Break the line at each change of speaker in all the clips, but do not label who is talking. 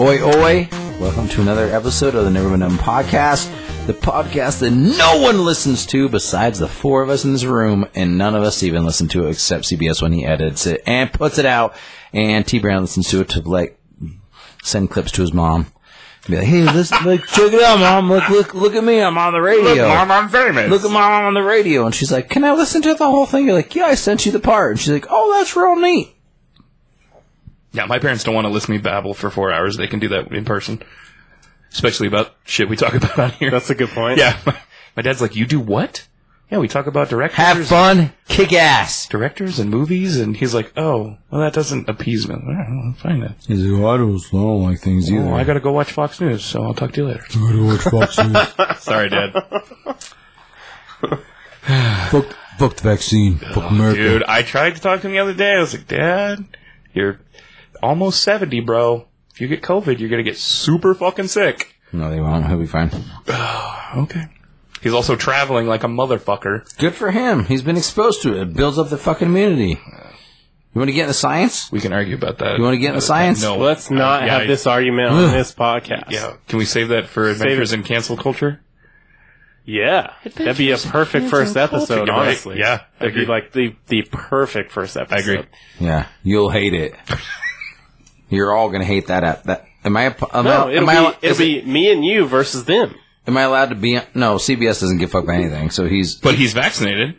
Oi, oi. Welcome to another episode of the Never Been Done podcast, the podcast that no one listens to besides the four of us in this room, and none of us even listen to it except CBS when he edits it and puts it out. And T Brown listens to it to like send clips to his mom. Be like, hey, listen, look, check it out, mom. Look, look, look at me. I'm on the radio.
I'm famous.
Look at mom on the radio, and she's like, "Can I listen to the whole thing?" You're like, "Yeah, I sent you the part." And she's like, "Oh, that's real neat."
yeah, my parents don't want to listen to me babble for four hours. They can do that in person, especially about shit we talk about on here.
That's a good point.
yeah. My, my dad's like, you do what? Yeah, we talk about directors,
Have fun, kick ass.
directors and movies, and he's like, oh, well, that doesn't appease me. All right, well, fine then.
He's like, "I don't like things
Well, I gotta go watch Fox News, so I'll talk to you later. Sorry, Dad.
Book, booked vaccine. Book
Dude, I tried to talk to him the other day. I was like, Dad, you're almost 70, bro. If you get COVID, you're gonna get super fucking sick.
No, they won't. He'll be fine.
Okay. He's also traveling like a motherfucker.
Good for him. He's been exposed to it. It builds up the fucking immunity. You want to get into science?
We can argue about that. Uh,
You want to get into science?
No.
Let's not
Uh, yeah,
have
I-
this argument on this podcast.
Yeah. Can we save that for adventures in cancel culture?
Yeah. That'd be a perfect first episode,
You're right.
honestly.
Yeah, I
That'd be
agree.
like the, the perfect first episode.
I agree.
Yeah, you'll hate it. You're all gonna hate that. App. That am I? Am
No,
I,
it'll
am
be,
I,
it'll
is
be me and you versus them.
Am I allowed to be? on- No, CBS doesn't give a fuck about anything. So he's
But he's vaccinated.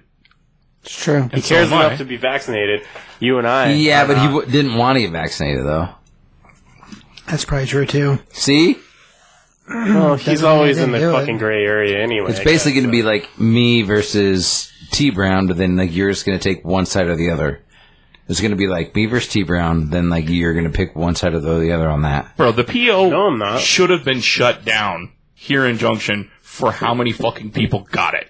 it's true.
He
so
cares
am I.
enough to be vaccinated. You and I.
Yeah, but he w- didn't want to get vaccinated though.
That's probably true too.
See,
Well, Oh, he's
Doesn't mean
always
they
in the
didn't do
fucking
it.
gray area anyway.
it's basically going to be like me versus T Brown, but then like you're just going to take one side or the other. It's going to be like me versus T Brown, then like you're going to pick one side or the other on that.
Bro, the PO
No, I'm not.
should have been shut down here in Junction for how many fucking people got it.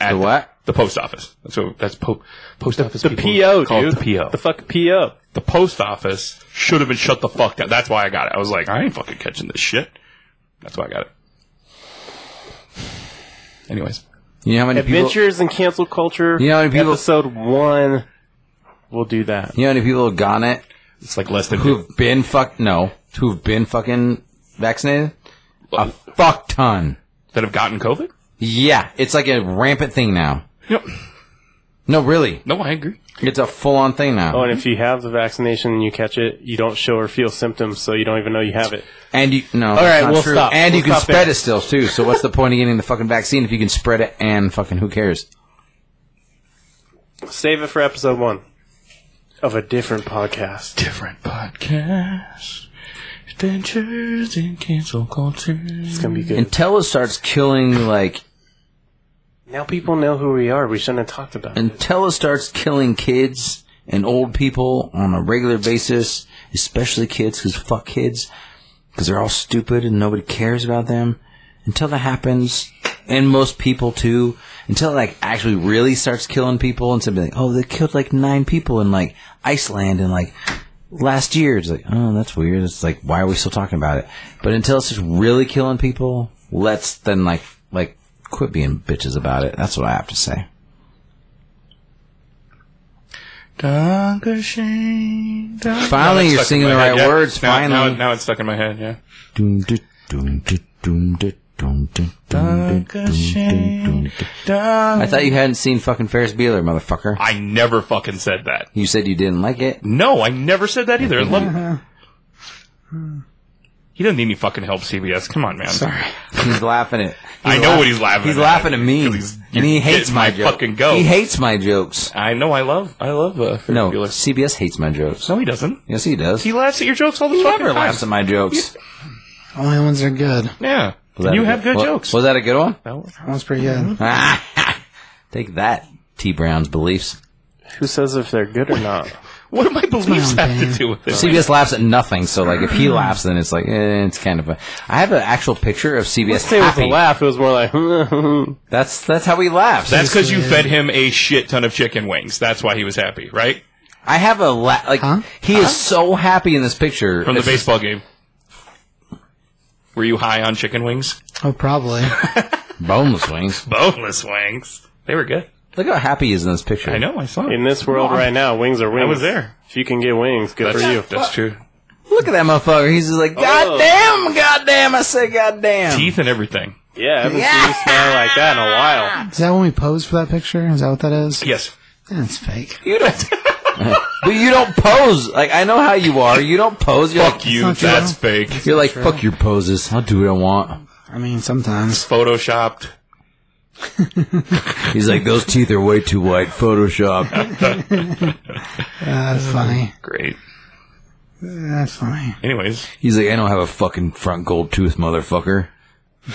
At
The what?
The post office. So that's po- post office. The
PO, dude.
The PO.
The fuck PO.
the post office should have been shut the fuck down. That's why I got it. I was like, I ain't fucking catching this shit. That's why I got it. Anyways,
You know how many people?
Adventures in cancel culture.
You know how many people-
Episode one. We'll do that.
You know how many people have gone it
it's like less than
who've been fuck no who've been fucking vaccinated a fuck ton.
that have gotten COVID.
Yeah, it's like a rampant thing now.
Yep.
No, really,
No, I agree.
it's a full on thing now.
Oh, and if you have the vaccination and you catch it, you don't show or feel symptoms, so you don't even know you have it.
And you no. All
right, we'll stop.
And
We'll
you can
stop
spread
there.
it still too. So what's the point of getting the fucking vaccine if you can spread it and fucking who cares?
Save it for episode one of a different podcast.
Different podcast. Adventures in cancel culture.
It's gonna be good.
Until it starts killing like
now people know who we are. We shouldn't have talked about it.
until it starts killing kids and old people on a regular basis, especially kids because fuck kids because they're all stupid and nobody cares about them. Until that happens, and most people too, until it, like actually really starts killing people and something like, oh, they killed like nine people in like Iceland and like last year. It's like, oh, that's weird. It's like, why are we still talking about it? But until it's just really killing people, let's then like like quit being bitches about it. That's what I have to say. Finally, you're singing the right words.
Now, now,
finally.
now it's stuck in my head. Yeah.
Doom, do, doom, do, doom, do, doom, do, doom, do, doom, do, doom, do. I thought you hadn't seen fucking Ferris Bueller, motherfucker.
I never fucking said that.
You said you didn't like it.
No, I never said that either. Look. He doesn't need any fucking help, CBS. Come on, man. Sorry.
He's laughing at.
I know what he's laughing
He's
at.
laughing at me,
'Cause he's-
and he
you're
hates
getting
my,
my
jokes.
fucking goat.
He hates my jokes.
I know. I love. I love. Uh, Ferris
No,
Bueller.
CBS hates my jokes.
No, he doesn't.
Yes, he does.
He laughs at your jokes all the fucking
never
time.
laughs at my jokes.
Only ones that are good.
Yeah.
Was that
You
a
have good
wa-
jokes.
Was that a good one?
That one's pretty good.
Mm-hmm. Take that, T. Brown's beliefs.
Who says if they're good or not?
What do my beliefs
my own
have to
thing.
do with this?
CBS laughs at nothing, so like if he laughs, then it's like eh, it's kind of a. I have an actual picture of CBS
Let's say it was a
happy.
laugh. It was more like,
That's that's how he laughs.
That's because you fed him a shit ton of chicken wings. That's why he was happy, right?
I have a la- like
Huh?
he is so happy in this picture.
From the
It's just-
baseball game. Were you high on chicken wings?
Oh, probably.
boneless wings.
Boneless wings. They were good.
Look how happy he is in this picture.
I know. I saw it.
in this world right now, wings are wings.
was there.
If you can get wings, good
That's,
for you.
That's true.
Look at that motherfucker. He's just like, God
Oh.
damn, God damn. I said, God damn.
Teeth and everything.
Yeah, I haven't seen you smile like that in a while.
Is that when we posed for that picture? Is that what that is?
Yes.
That's fake.
You don't. but you don't pose. Like I know how you are. You don't pose. You're
Fuck
like,
you.
not true.
That's fake.
You're like fuck your poses. I'll do what I want.
I mean, sometimes.
Photoshopped.
He's like those teeth are way too white. Photoshop.
Uh, that's funny.
Great.
That's funny.
Anyways,
He's like I don't have a fucking front gold tooth, motherfucker.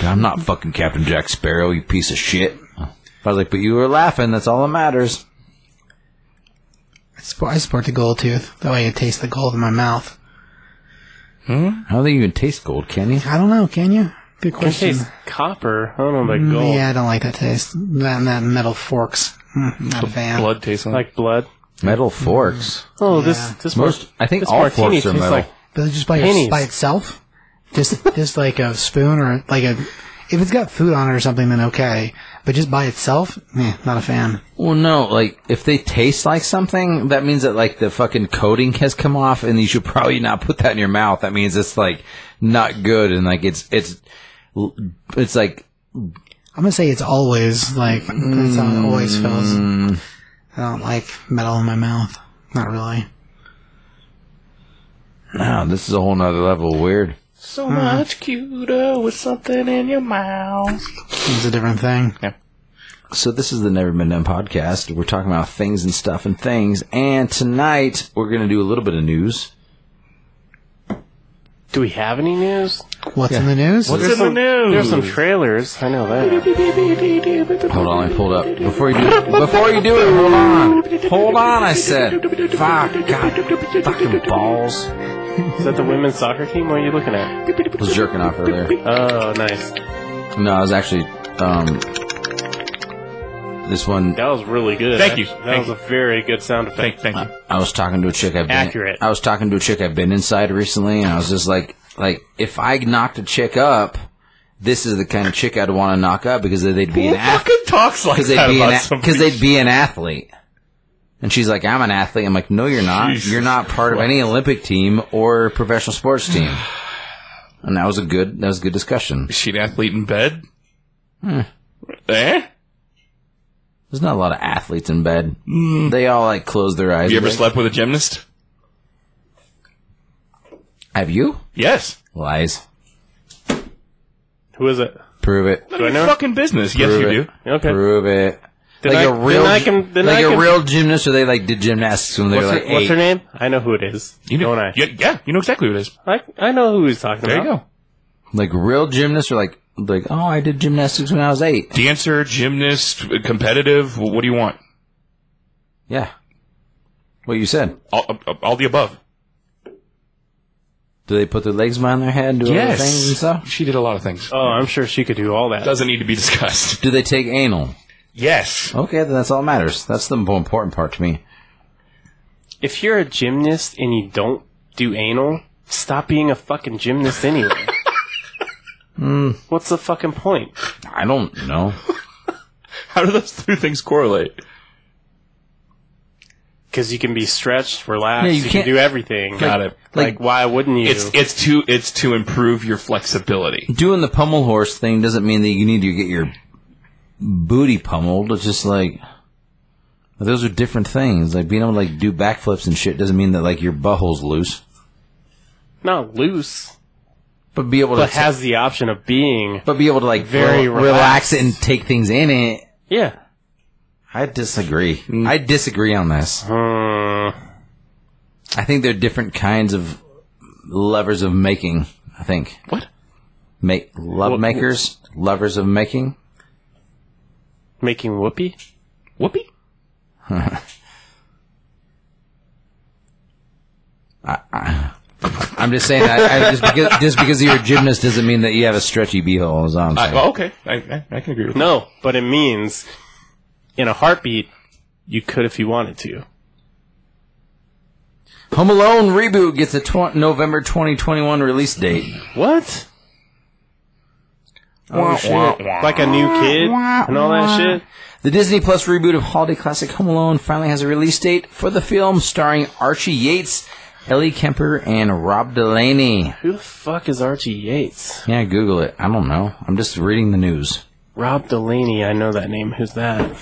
I'm not fucking Captain Jack Sparrow. You piece of shit. I was like, but you were laughing. That's all that matters.
I support, I support the gold tooth. That way you taste the gold in my mouth.
I don't think you can taste gold, can you?
I don't know, can you? Good
It
question.
tastes Mm, copper. I don't know about gold.
Yeah, I don't like that taste. That and that metal forks. Mm, not a fan.
blood tastes like.
Like blood.
Metal forks.
Oh, this this
Most.
mar-
I think
this
all
martini
forks are
tastes
metal.
like
But just by, your,
Pennies.
by itself? Just just like a spoon or like a. If it's got food on it or something, then okay. But just by itself, eh, not a fan.
Well, no, like if they taste like something, that means that like the fucking coating has come off, and you should probably not put that in your mouth. That means it's like not good, and like it's it's it's like
I'm gonna say it's always like that's how it always feels. I don't like metal in my mouth. Not really.
no, this is a whole nother level of weird.
so
Hmm.
much cuter with something in your mouth.
It's a different thing.
So this is the Never Been Done podcast. We're talking about things and stuff and things, and tonight we're gonna do a little bit of news.
Do we have any news?
What's in the news?
What's
There's
in the
some-
news?
There's some trailers. I know that.
Hold on, I pulled up before you do before you do it. Hold on, hold on. I said, fuck, god, fucking balls.
Is that the women's soccer team? What are you looking at?
I was jerking off earlier.
Oh, nice.
No, I was actually um this one.
That was really good.
Thank you.
That
Thank
was a very good sound effect.
Thank, thank you.
I was talking to a chick I've been
Accurate.
I was talking to a chick I've been inside recently, and I was just like, like if I knocked a chick up, this is the kind of chick I'd want to knock up because they'd be an
Who
athlete.
fucking talks like
Because they'd
that
be
about
an
somebody?
because they'd be an athlete. And she's like, I'm an athlete. I'm like, no, you're not.
Jesus
you're not part of any Olympic team or professional sports team. And that was a good that was a good discussion.
Is she an athlete in bed?
Hmm.
Eh?
There's not a lot of athletes in bed. They all like close their eyes.
Have Mm. you ever
Like,
slept with a gymnast?
Have you?
Yes.
Lies.
Who is it?
Prove it.
None of
I
your
know?
fucking business. Yes,
Prove
you
it.
do.
Okay.
Prove it.
Then
like
I-
a
then
real,
I can- then
like
I
a
can-
real gymnast, or they like did gymnastics when they
What's
were
her,
like eight.
what's her name? I know who it is.
You know,
Don't I?
Yeah, yeah, you know exactly who it is.
I, I know who he's talking
There
about.
you go.
Like real gymnasts, or like like oh, I did gymnastics when I was eight.
Dancer, gymnast, competitive. wh- What do you want?
Yeah. What you said?
All, uh, all the above.
Do they put their legs behind their head and do other things and stuff?
She did a lot of things.
Oh, I'm sure she could do all that.
Doesn't need to be discussed.
Do they take anal?
Yes.
Okay, then that's all that matters. That's the more important part to me.
If you're a gymnast and you don't do anal, stop being a fucking gymnast anyway.
Hmm.
What's the fucking point?
I don't know.
How do those two things correlate?
Because you can be stretched, relaxed,
Yeah, you
you, can
can't-
do everything.
Got it.
Like, why wouldn't you?
It's it's to it's to improve your flexibility.
Doing the pummel horse thing doesn't mean that you need to get your booty pummeled. It's just like those are different things. Like being able to like do backflips and shit doesn't mean that like your butthole's loose.
not loose,
But be able
but
to
has the option of being.
but be able to like
Very
re- relax
relaxed.
it and take things in it.
Yeah.
I disagree.
Mm.
I disagree on this.
Hmm.
I think they're different kinds of lovers of making. I think
What?
make love
Well,
makers, lovers of making.
making whoopee?
Whoopee.
I'm just saying that I, just because just because you're a gymnast doesn't mean that you have a stretchy beehole. Is all I'm
I,
saying.
well, okay, I, I, I can agree with that.
No, but it means in a heartbeat, you could if you wanted to.
Home Alone reboot gets a tw- November 2021 release date.
What?
Wah, wah, wah.
Like a new kid and all that shit?
The Disney Plus reboot of holiday classic Home Alone finally has a release date for the film starring Archie Yates Ellie Kemper and Rob Delaney.
Who the fuck is Archie Yates?
Yeah, Google it. I don't know. I'm just reading the news.
Rob Delaney, I know that name. Who's that?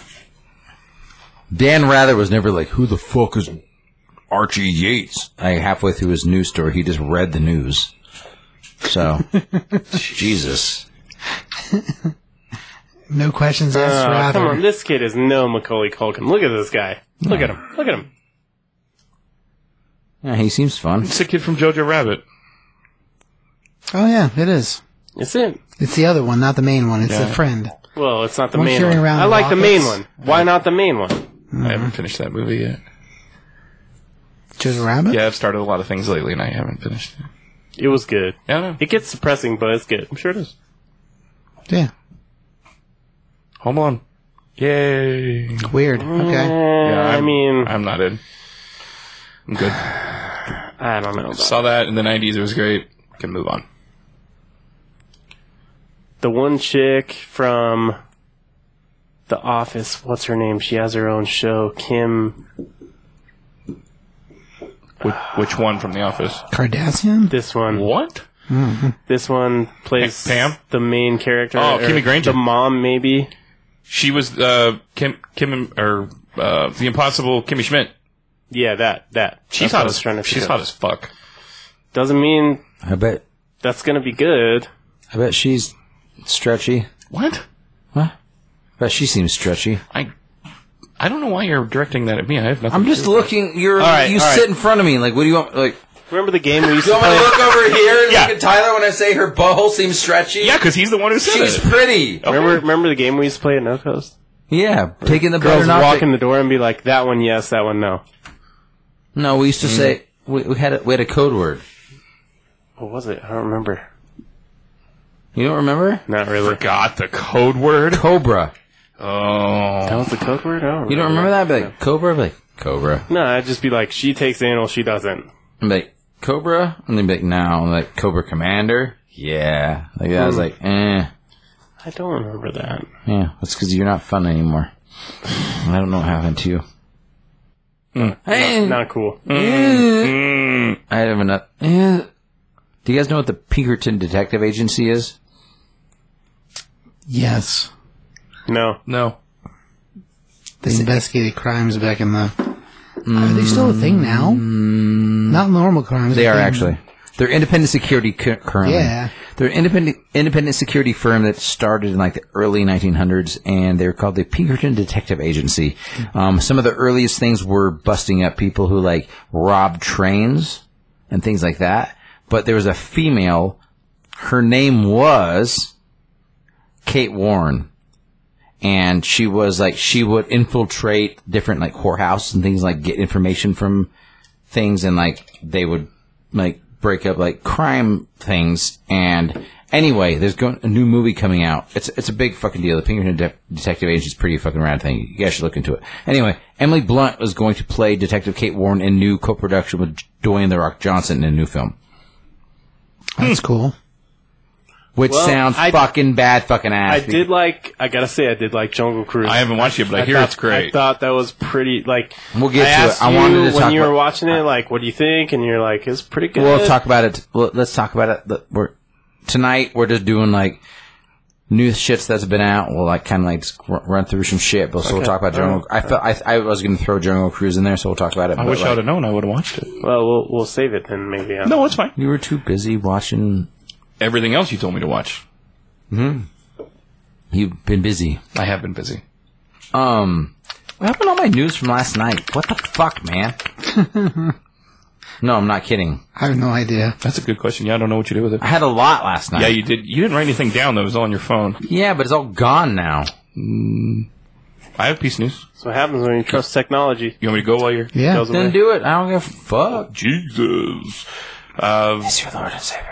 Dan Rather was never like, who the fuck is Archie Yates? Like halfway through his news story, he just read the news. So, Jesus.
No questions asked,
Oh, come on,
Uh, rather.
this kid is no Macaulay Culkin. Look at this guy. Look at him. Look at him.
Yeah, he seems fun.
It's the kid from Jojo Rabbit.
Oh yeah, it is.
It's it.
It's the other one, not the main one. It's the friend.
Well, it's not the
We're
main
carrying
one.
around
I like the main one.
rockets.
Why not the main one?
I haven't finished that movie yet.
Jojo Rabbit.
Yeah, I've started a lot of things lately, and I haven't finished it.
It was good.
Yeah, I don't know.
It gets depressing, but it's good.
I'm sure it is.
Yeah.
Home Alone. Yay.
Weird. Okay.
Yeah, Eh, I
I'm-
mean,
I'm not in. I'm good.
I don't know. About
Saw that in the 90s. It was great. Can move on.
the one chick from The Office, what's her name? She has her own show. Kim,
Which, which one from The Office?
Cardassian.
this one.
What?
This one plays
Hey, Pam?
the main character.
Oh,
or
Kimmy Granger.
The mom, maybe.
She was uh, Kim, Kim, or uh, the Impossible Kimmy Schmidt.
Yeah, that. That.
She's
That's what I
hot
was
as
trying to
she's
think
hot
of.
as fuck.
Doesn't mean
I bet,
that's going to be good.
I bet she's stretchy.
What?
What? I bet Uh, she seems stretchy.
I I don't know why you're directing that at me. I have nothing.
I'm
to
just
do
looking, you're,
right,
you
all right.
sit in front of me. Like, what do you want? Like,
Remember the game we used
do
to
you want me
play?
to look over here and
Yeah.
look at Tyler when I say her butthole seems stretchy?
Yeah, because he's the one who said
She's
it.
pretty.
Remember, remember the game we used to play at No Coast?
Yeah, taking the
Girls
butter
would
not
walk in the door and be like, that one yes, that one no.
No, we used to say we, we had a, we had a code word.
What was it? I don't remember.
You don't remember?
Not really.
Got the code word.
Cobra.
Oh,
That was the code word? I don't
You don't remember that? I'd be like Cobra. I'd be like Cobra.
No, I'd just be like, she takes anal, she doesn't.
I'm like Cobra, and then be like now, like Cobra Commander. Yeah, like I was like, eh,
I don't remember that.
yeah. That's because you're not fun anymore. I don't know what happened to you. Eh,
Not cool.
eh. I have enough. eh. Do you guys know what the Pinkerton Detective Agency is?
Yes.
No.
no.
They investigated crimes back in the. Are they still a thing now? Not normal crimes.
They
but
are actually. They're independent security cu- currently.
Yeah.
They're an independent independent security firm that started in like the early 1900s, and they're called the Pinkerton Detective Agency. Um, some of the earliest things were busting up people who like robbed trains and things like that. But there was a female. Her name was Kate Warren. And she was like, she would infiltrate different like whorehouses and things like get information from things and like they would like break up like crime things and anyway there's going a new movie coming out it's it's a big fucking deal the pinkerton De- detective agency is pretty fucking rad thing you guys should look into it anyway emily blunt was going to play detective kate warren in new co-production with dwayne the rock johnson in a new film
That's cool.
which
Well,
sounds
I-
fucking bad fucking ass
I did like, I gotta say, I did like Jungle Cruise.
I haven't watched it, but I,
I
hear
thought,
it's great.
I thought that was pretty, like,
We'll get
I
to it.
asked
I
you
wanted to
when
talk
you were
about-
watching it, like, what do you think? And you're like, it's pretty good.
we'll talk about it well, let's talk about it Look, we're tonight we're just doing like new shits that's been out we'll like kind of like just r- run through some shit but so we'll talk about jungle i felt I, I was gonna throw jungle cruise in there so we'll talk about it
I
but,
wish I
like,
would have known. I would have watched it.
Well, we'll we'll save it then. Maybe. Uh, I
No, it's fine.
you were too busy watching
Everything else you told me to watch,
you've been busy
I have been busy.
um what happened to all my news from last night what the fuck man no i'm not kidding
I have no idea.
That's a good question. Yeah, I don't know what you did with it.
i had a lot last night
Yeah, you did. You didn't write anything down. That was all on your phone.
yeah but it's all gone now
I have piece of news.
That's what happens when you trust technology.
You want me to go while you're?
Yeah.
Goes
then
away.
do it i don't give a fuck
Jesus. Uh,
is your lord and savior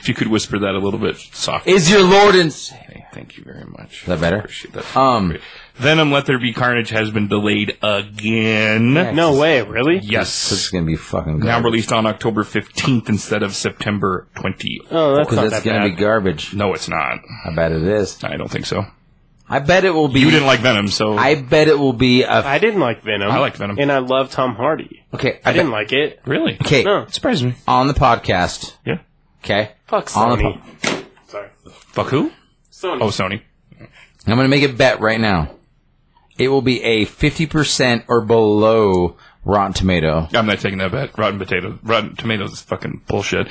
if you could whisper that a little bit softly.
is your lord and savior
Okay, Thank you very much.
that better?
I appreciate that.
Um,
Venom Let There Be Carnage has been delayed again.
No way, really?
this is
Yes.
gonna be fucking good
Now released on October 15th instead of September 20th.
Oh, that's not
because it's
that
gonna
bad.
be garbage
No, it's not.
I bet it is.
I don't think so.
I bet it will be.
You didn't like Venom, so
I bet it will be a.
I didn't like Venom.
I liked Venom.
and I love Tom Hardy.
okay,
I didn't
bet-
like it.
really
Okay,
No,
surprised me.
on the podcast.
Yeah.
Okay,
fuck
On the Oh,
Sony. Sorry,
Fuck who?
Sony.
Oh, Sony.
I'm gonna make a bet right now. It will be a 50% or below Rotten Tomato.
I'm not taking that bet. Rotten potato. Rotten tomatoes is fucking bullshit.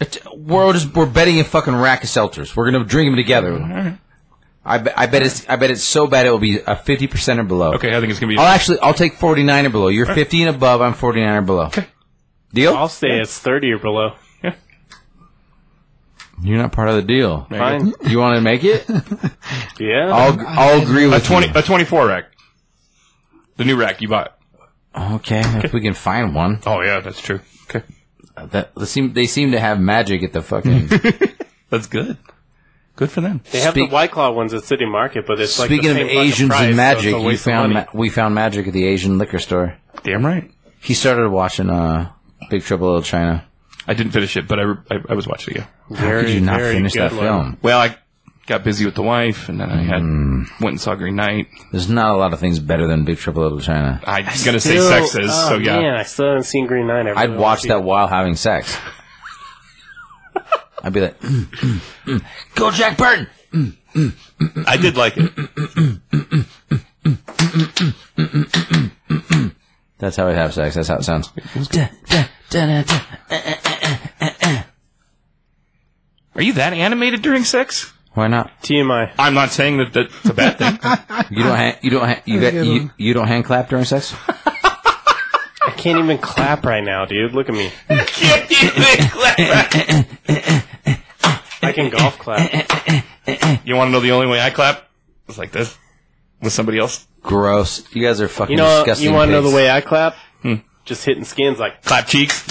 It's, we're all just we're betting in fucking rack of seltzers. We're gonna drink them together. I, bet I bet it's I bet it's so bad it will be a 50% or below.
Okay, I think it's gonna be.
I'll actually I'll take 49 or below. You're 50 and above. I'm 49 or below. Deal?
I'll say it's thirty or below.
You're not part of the deal.
Fine.
You want to make it?
Yeah.
I'll I'll agree
a
with
twenty a twenty four rack. The new rack you bought.
you. Okay, if we can find one.
Oh yeah, that's true. Okay,
That they seem they seem to have magic at the fucking.
that's good. Good for them.
they have
speak-
the White Claw ones at City Market, but it's like the
Speaking
same
of
fucking
Asians
price, so
and
it's
magic,
a
we
waste of
found
money.
ma- we found magic at the Asian liquor store.
Damn right.
He started watching uh Big Trouble in Little China.
I didn't finish it, but I I, I was watching it. again.
How could you not
very
finish that
good one.
film?
Well, I got busy with the wife, and then I had went and saw Green Knight.
There's not a lot of things better than Big Trouble in Little China.
I'm gonna say
Still-
sexes,
oh,
so yeah.
Man, I still haven't seen Green Knight. I really
I'd
wanna
watch
see
that
it.
while having sex. I'd be like, mm, mm, mm. "Go, Jack Burton."
I did like it.
That's how we have sex. That's how it sounds. Da, da, da, da, da.
Are you that animated during sex?
Why not?
TMI.
I'm not saying that that's a bad thing.
You don't. Ha- you don't. Ha- you got.
good
You,
one.
you don't hand clap during sex.
I can't even clap right now, dude. Look at me. I can golf clap.
you want to know the only way I clap? It's like this with somebody else.
Gross. You guys are fucking
You know,
disgusting.
you want to know
pigs.
the way I clap?
Hmm.
Just hitting skins like
Clap cheeks.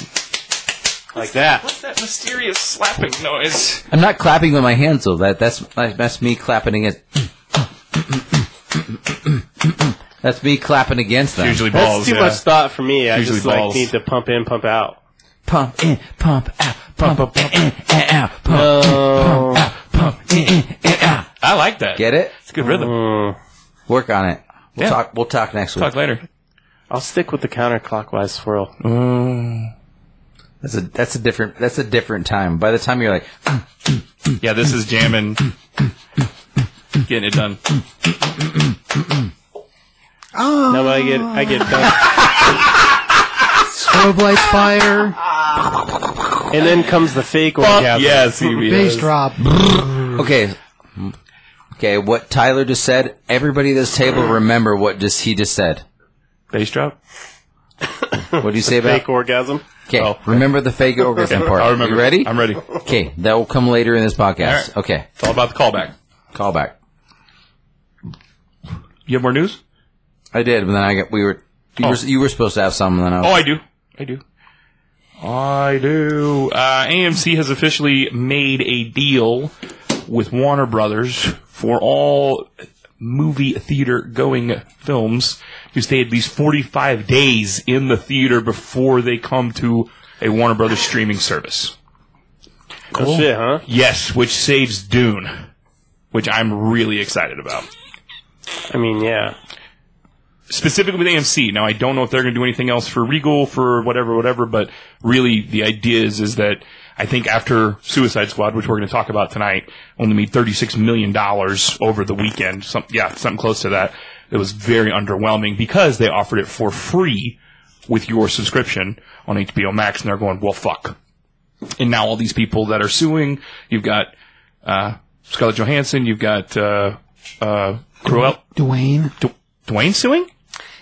like that.
What's that mysterious slapping noise?
I'm not clapping with my hands though. That that's that's me clapping against. That's me clapping against them.
Usually
That's
balls.
too
yeah.
much thought for me. I
Usually
just like
balls.
need to pump in, pump out.
Pump in, pump out, pump up in, in, and out, pump,
Oh,
out, pump in, in, and out.
I like that.
Get it?
It's a good rhythm.
Mm.
Work on it. We'll
Yeah.
talk. We'll talk next week.
Talk later.
I'll stick with the counterclockwise swirl.
That's a that's a different that's a different time. By the time you're like,
Yeah, this is jamming. Getting it done.
Now I get I get done,
Strobe lights fire,
and then comes the fake
Yeah,
orgasm.
yes,
bass drop.
okay, okay, what Tyler just said. Everybody at this table remember what just he just said.
Bass drop.
What do you say about?
Fake orgasm.
Okay,
Oh.
remember the fake orgasm part.
I remember.
You ready?
I'm ready. It's
Okay, that will come later in this podcast.
Alright.
Okay,
all about the callback.
call back.
You have more news?
I did, but then I got we were you,
Oh.
were you were supposed to have some, and then I
Oh,
was,
I do. I do. I do. Uh, AMC has officially made a deal with Warner Brothers for all movie theater going films to stay at least 45 days in the theater before they come to a Warner Brothers streaming service.
Oh shit, huh?
Yes, which saves Dune, which I'm really excited about.
I mean, yeah.
specifically with AMC. Now I don't know if they're going to do anything else for Regal for whatever, whatever. But really, the idea is is that I think after Suicide Squad, which we're going to talk about tonight, only made thirty six million dollars over the weekend. Some, yeah, something close to that. It was very underwhelming because they offered it for free with your subscription on HBO Max, and they're going, well, fuck. And now all these people that are suing, you've got uh, Scarlett Johansson, you've got uh, uh, Cruella,
Dwayne,
Du- Dwayne suing.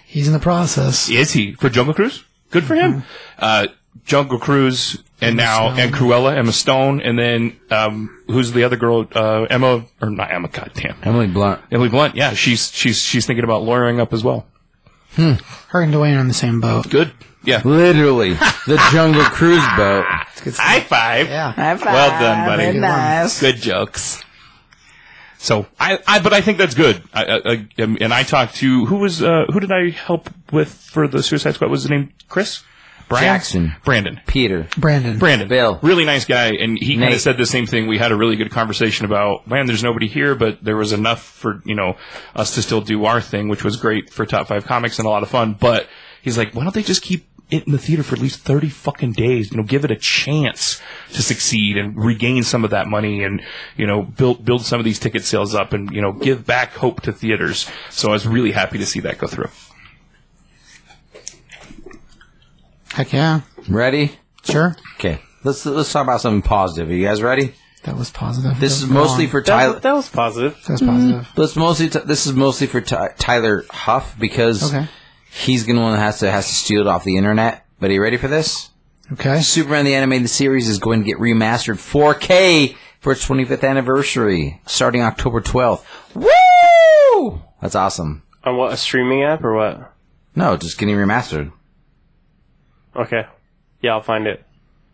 he's in the process.
Is he for Jungle Cruise? Good for him. Uh, Jungle Cruise, and now and Cruella, Emma Stone, and then um, who's the other girl? Uh, Emma or not Emma? Goddamn,
Emily Blunt.
Emily Blunt. Yeah, she's she's she's thinking about lawyering up as well.
Her and Dwayne are on the same boat.
Good. Yeah.
Literally, the Jungle Cruise boat.
High five.
Yeah,
Well done, buddy.
nice.
Good jokes. So I, I, but I think that's good. I, I, I, and I talked to who was uh, who did I help with for the Suicide Squad? Was his name Chris? Brian?
Jackson.
Brandon.
Peter.
Brandon.
Brandon.
Bill.
Really nice guy, and he kind
Nate.
of said the same thing. We had a really good conversation about, man, there's nobody here, but there was enough for, you know, us to still do our thing, which was great for top five comics and a lot of fun. But he's like, why don't they just keep it in the theater for at least 30 fucking days? You know, give it a chance to succeed and regain some of that money and, you know, build, build some of these ticket sales up and, you know, give back hope to theaters. So I was really happy to see that go through.
Heck yeah.
Ready?
Sure.
Okay. Let's let's talk about something positive. Are you guys ready?
That was positive.
This is mostly for Tyler.
That, that was positive.
That was positive.
Let's mostly t- this is mostly for Ty Tyler Huff because
Okay.
he's gonna one that has to has to steal it off the internet. But are you ready for this?
Okay.
Superman the Animated Series is going to get remastered 4K for its 25th anniversary, starting October 12th. Woo! That's awesome.
On what a streaming app or what?
No, just getting remastered.
Okay. Yeah, I'll find it.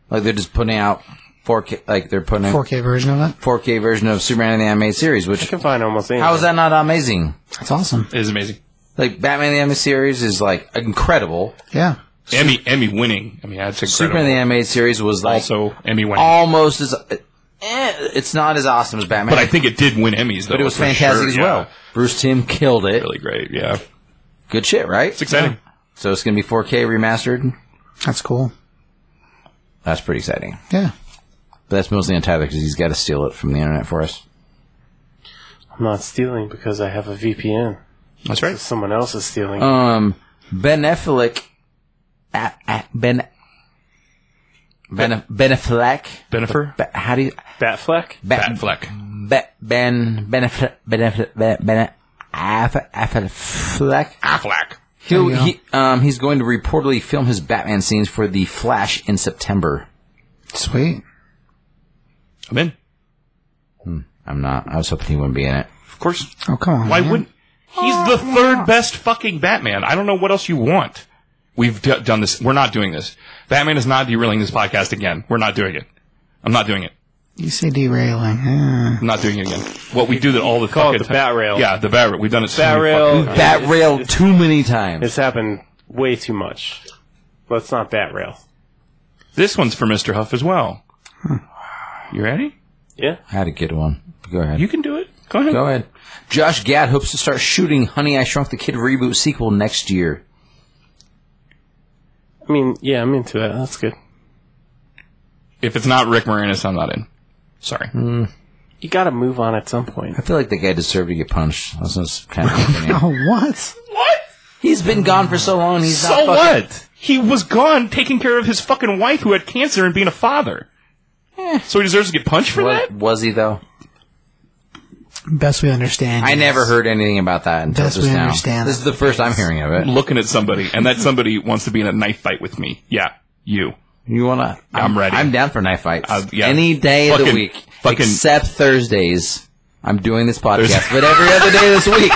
Like they're just putting out 4K. Like they're putting out
4K version of it.
4K version of Superman the Animated Series.
You
Which
can find almost anything.
how is that not amazing?
That's awesome.
It is amazing.
Like Batman the Animated Series is like incredible.
Yeah.
Emmy, Emmy winning. I mean, that's incredible.
Superman the Animated Series was like
also, Emmy winning.
almost as. eh, it's not as awesome as Batman,
But I think it did win Emmys, though.
but it was
for
fantastic
sure,
as
yeah.
well. Bruce Tim killed it.
Really great, yeah. It's
Good shit, right?
exciting.
So it's going to be 4K remastered.
That's cool.
That's pretty exciting.
Yeah.
But that's mostly on Tyler because he's got to steal it from the internet for us.
I'm not stealing because I have a VPN.
That's right.
Someone else is stealing.
Uh.
Um, Ben Affleck, a- a- Ben, Ben, Ben Affleck.
Bennifer?
Ba- How do you?
Batfleck?
Ba-
Batfleck.
Ba- Ben Ben Affleck. Ben Affleck. Ben- Ben Aff- Affleck.
Affleck.
He'll,
There you go.
he, um, he's going to reportedly film his Batman scenes for The Flash in September.
Sweet.
I'm in.
I'm not. I was hoping he wouldn't be in it.
Of course.
Oh, come on.
Why
Mm-hmm.
man.
wouldn't... He's the third best fucking Batman. I don't know what else you want. We've d- done this. We're not doing this. Batman is not derailing this podcast again. We're not doing it. I'm not doing it.
You say derailing. Yeah.
I'm not doing it again. What we do that all the
Call
fucking
it the bat rail.
Yeah, the bat rail. We've done it so
Bat
many
rail.
fucking-
Bat rail too many times.
It's happened way too much. Let's not bat rail.
This one's for Mr. Huff as well.
Hmm.
You ready?
Yeah?
I had a good one. Go ahead.
You can do it. Go ahead.
Go ahead. Josh Gad hopes to start shooting Honey I Shrunk the Kid reboot sequel next year.
I mean, yeah, I'm into that. That's good.
If it's not Rick Moranis, I'm not in. Sorry.
You gotta move on at some point.
I feel like the guy deserved to get punched. That's what's kind of happening.
Oh, what?
What?
He's been gone for so long. He's
So
not fucking-
what? He was gone taking care of his fucking wife who had cancer and being a father. So he deserves to get punched for
What
that?
was he though?
Best we understand.
I
yes.
never heard anything about that until
Best
just
we
now.
understand
This is the first I'm hearing of it.
Looking at somebody, and that somebody wants to be in a knife fight with me. Yeah, you.
You wanna?
I'm ready.
I'm down for knife fights
Uh, yeah.
any day of the
Fucking-
week,
fucking-
except Thursdays. I'm doing this podcast, but every other day this week,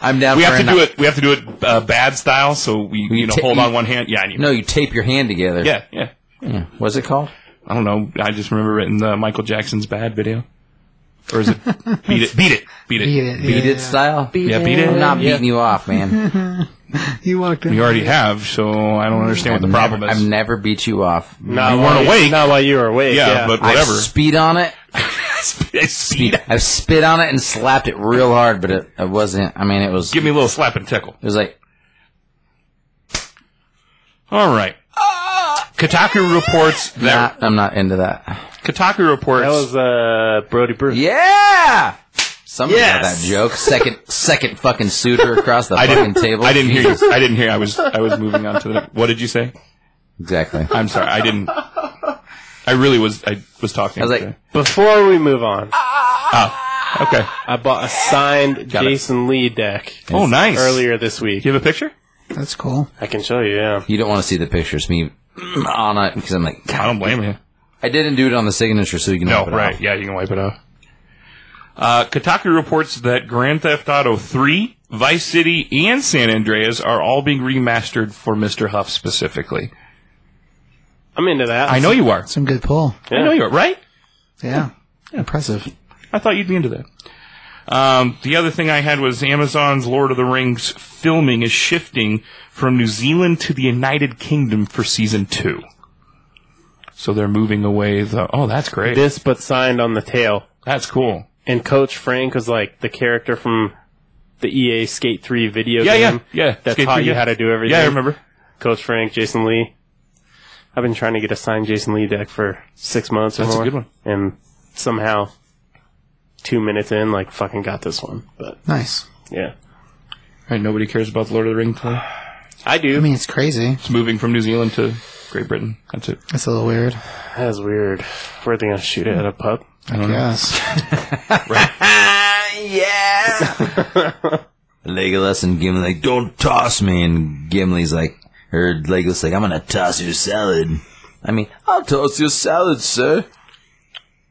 I'm down.
We
for
have to
a
do
kni-
it. We have to do it uh, bad style. So we, you know,
ta-
hold
you-
on one hand. Yeah, I need.
No, you tape your hand together.
Yeah, yeah.
What's it called?
I don't know. I just remember it in the Michael Jackson's bad video, or is it beat it? Beat it. Beat it.
Beat it.
Beat
yeah.
it style.
Yeah, beat it.
I'm not
Yeah.
beating you off, man.
You walked in.
You already have, so I don't understand what the problem
I've
is.
never beat you off.
Not
You
while
weren't awake.
Not while you were awake.
yeah,
Yeah,
but
I've
whatever.
spit on it.
Speed.
I've spit on it and slapped it real hard, but it, it wasn't. I mean, it was.
Give me a little slap and tickle.
It was like
All right. Kotaku reports that
not, I'm not into Ah, that.
Kotaku reports
that was uh, Brody Bruce.
Yeah. Somebody got
Yes!
that joke. Second, second fucking suitor across the
I
fucking
didn't
table.
I didn't hear you. I didn't hear. I was I was moving on to the. What did you say?
exactly.
I'm sorry. I didn't. I really was. I was talking.
I was like,
okay.
Before we move on,
okay.
ah.
I bought a signed
it.
Jason Lee deck
Oh, nice.
earlier this week.
Do you have a picture?
That's cool.
I can show you, yeah.
You don't want to see the pictures. Me on it because I'm like,
I
God,
don't blame you.
I didn't do it on the signature, so you can
No,
wipe it
right.
off.
Yeah, you can wipe it off. Uh, Kotaku reports that Grand Theft Auto 3, Vice City, and San Andreas are all being remastered for Mr. Huff specifically.
I'm into that.
I know you are.
Some good pull.
I know you are, right?
Yeah. Impressive.
I thought you'd be into that. Um, the other thing I had was Amazon's Lord of the Rings filming is shifting from New Zealand to the United Kingdom for season two. So they're moving away. The oh, that's great.
This but signed on the tail.
that's cool.
And Coach Frank was like the character from the EA Skate 3 video
Yeah, yeah,
game.
yeah.
That
Skate
taught
three,
you
yeah.
how to do everything.
Yeah, I remember.
Coach Frank, Jason Lee. I've been trying to get a signed Jason Lee deck for six months or
That's a
more.
good one.
And somehow, two minutes in, like, fucking got this one. But,
Nice.
yeah.
Right, nobody cares about the Lord of the Rings play.
I do.
I mean, it's crazy.
It's moving from New Zealand to Great Britain. That's it.
It's a little weird.
that is weird. Where are they going to shoot it? At a pub?
I don't know.
Yes.
yeah. Legolas and Gimli like, don't toss me, and Gimli's like, or Legolas like, I'm gonna toss your salad. I mean, I'll toss your salad, sir.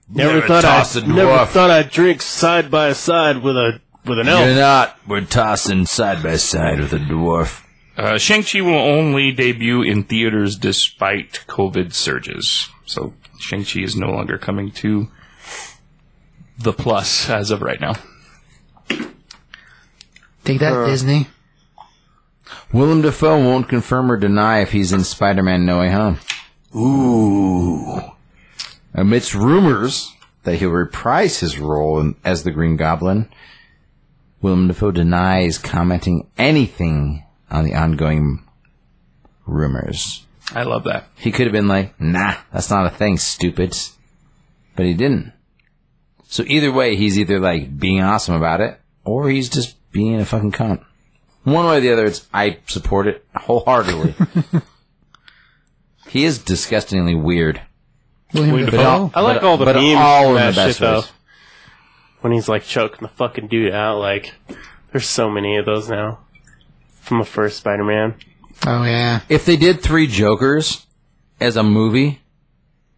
Never,
thought tossed I'd- a never dwarf.
thought I'd drink side by side with a with an
You're not. We're tossing side by side with a dwarf.
Uh, Shang-Chi will only debut in theaters despite COVID surges. So Shang-Chi is no longer coming to the plus as of right now.
Take that,
Uh,
Disney.
Willem Dafoe won't confirm or deny if he's in Spider-Man No Way Home. Ooh. Amidst rumors that he'll reprise his role in, as the Green Goblin, Willem Dafoe denies commenting anything on the ongoing rumors.
I love that.
He could have been like, nah, that's not a thing, stupid. But he didn't. So either way, he's either like being awesome about it, or he's just being a fucking cunt. One way or the other, it's I support it wholeheartedly. he is disgustingly weird.
William
William
Dafoe.
all-
I like
but-
all the
but
memes
all
from
in
that
the best
shit though.
ways.
When he's like choking the fucking dude out, like there's so many of those now. From the first Spider-Man,
Oh yeah.
If they did three Jokers as a movie,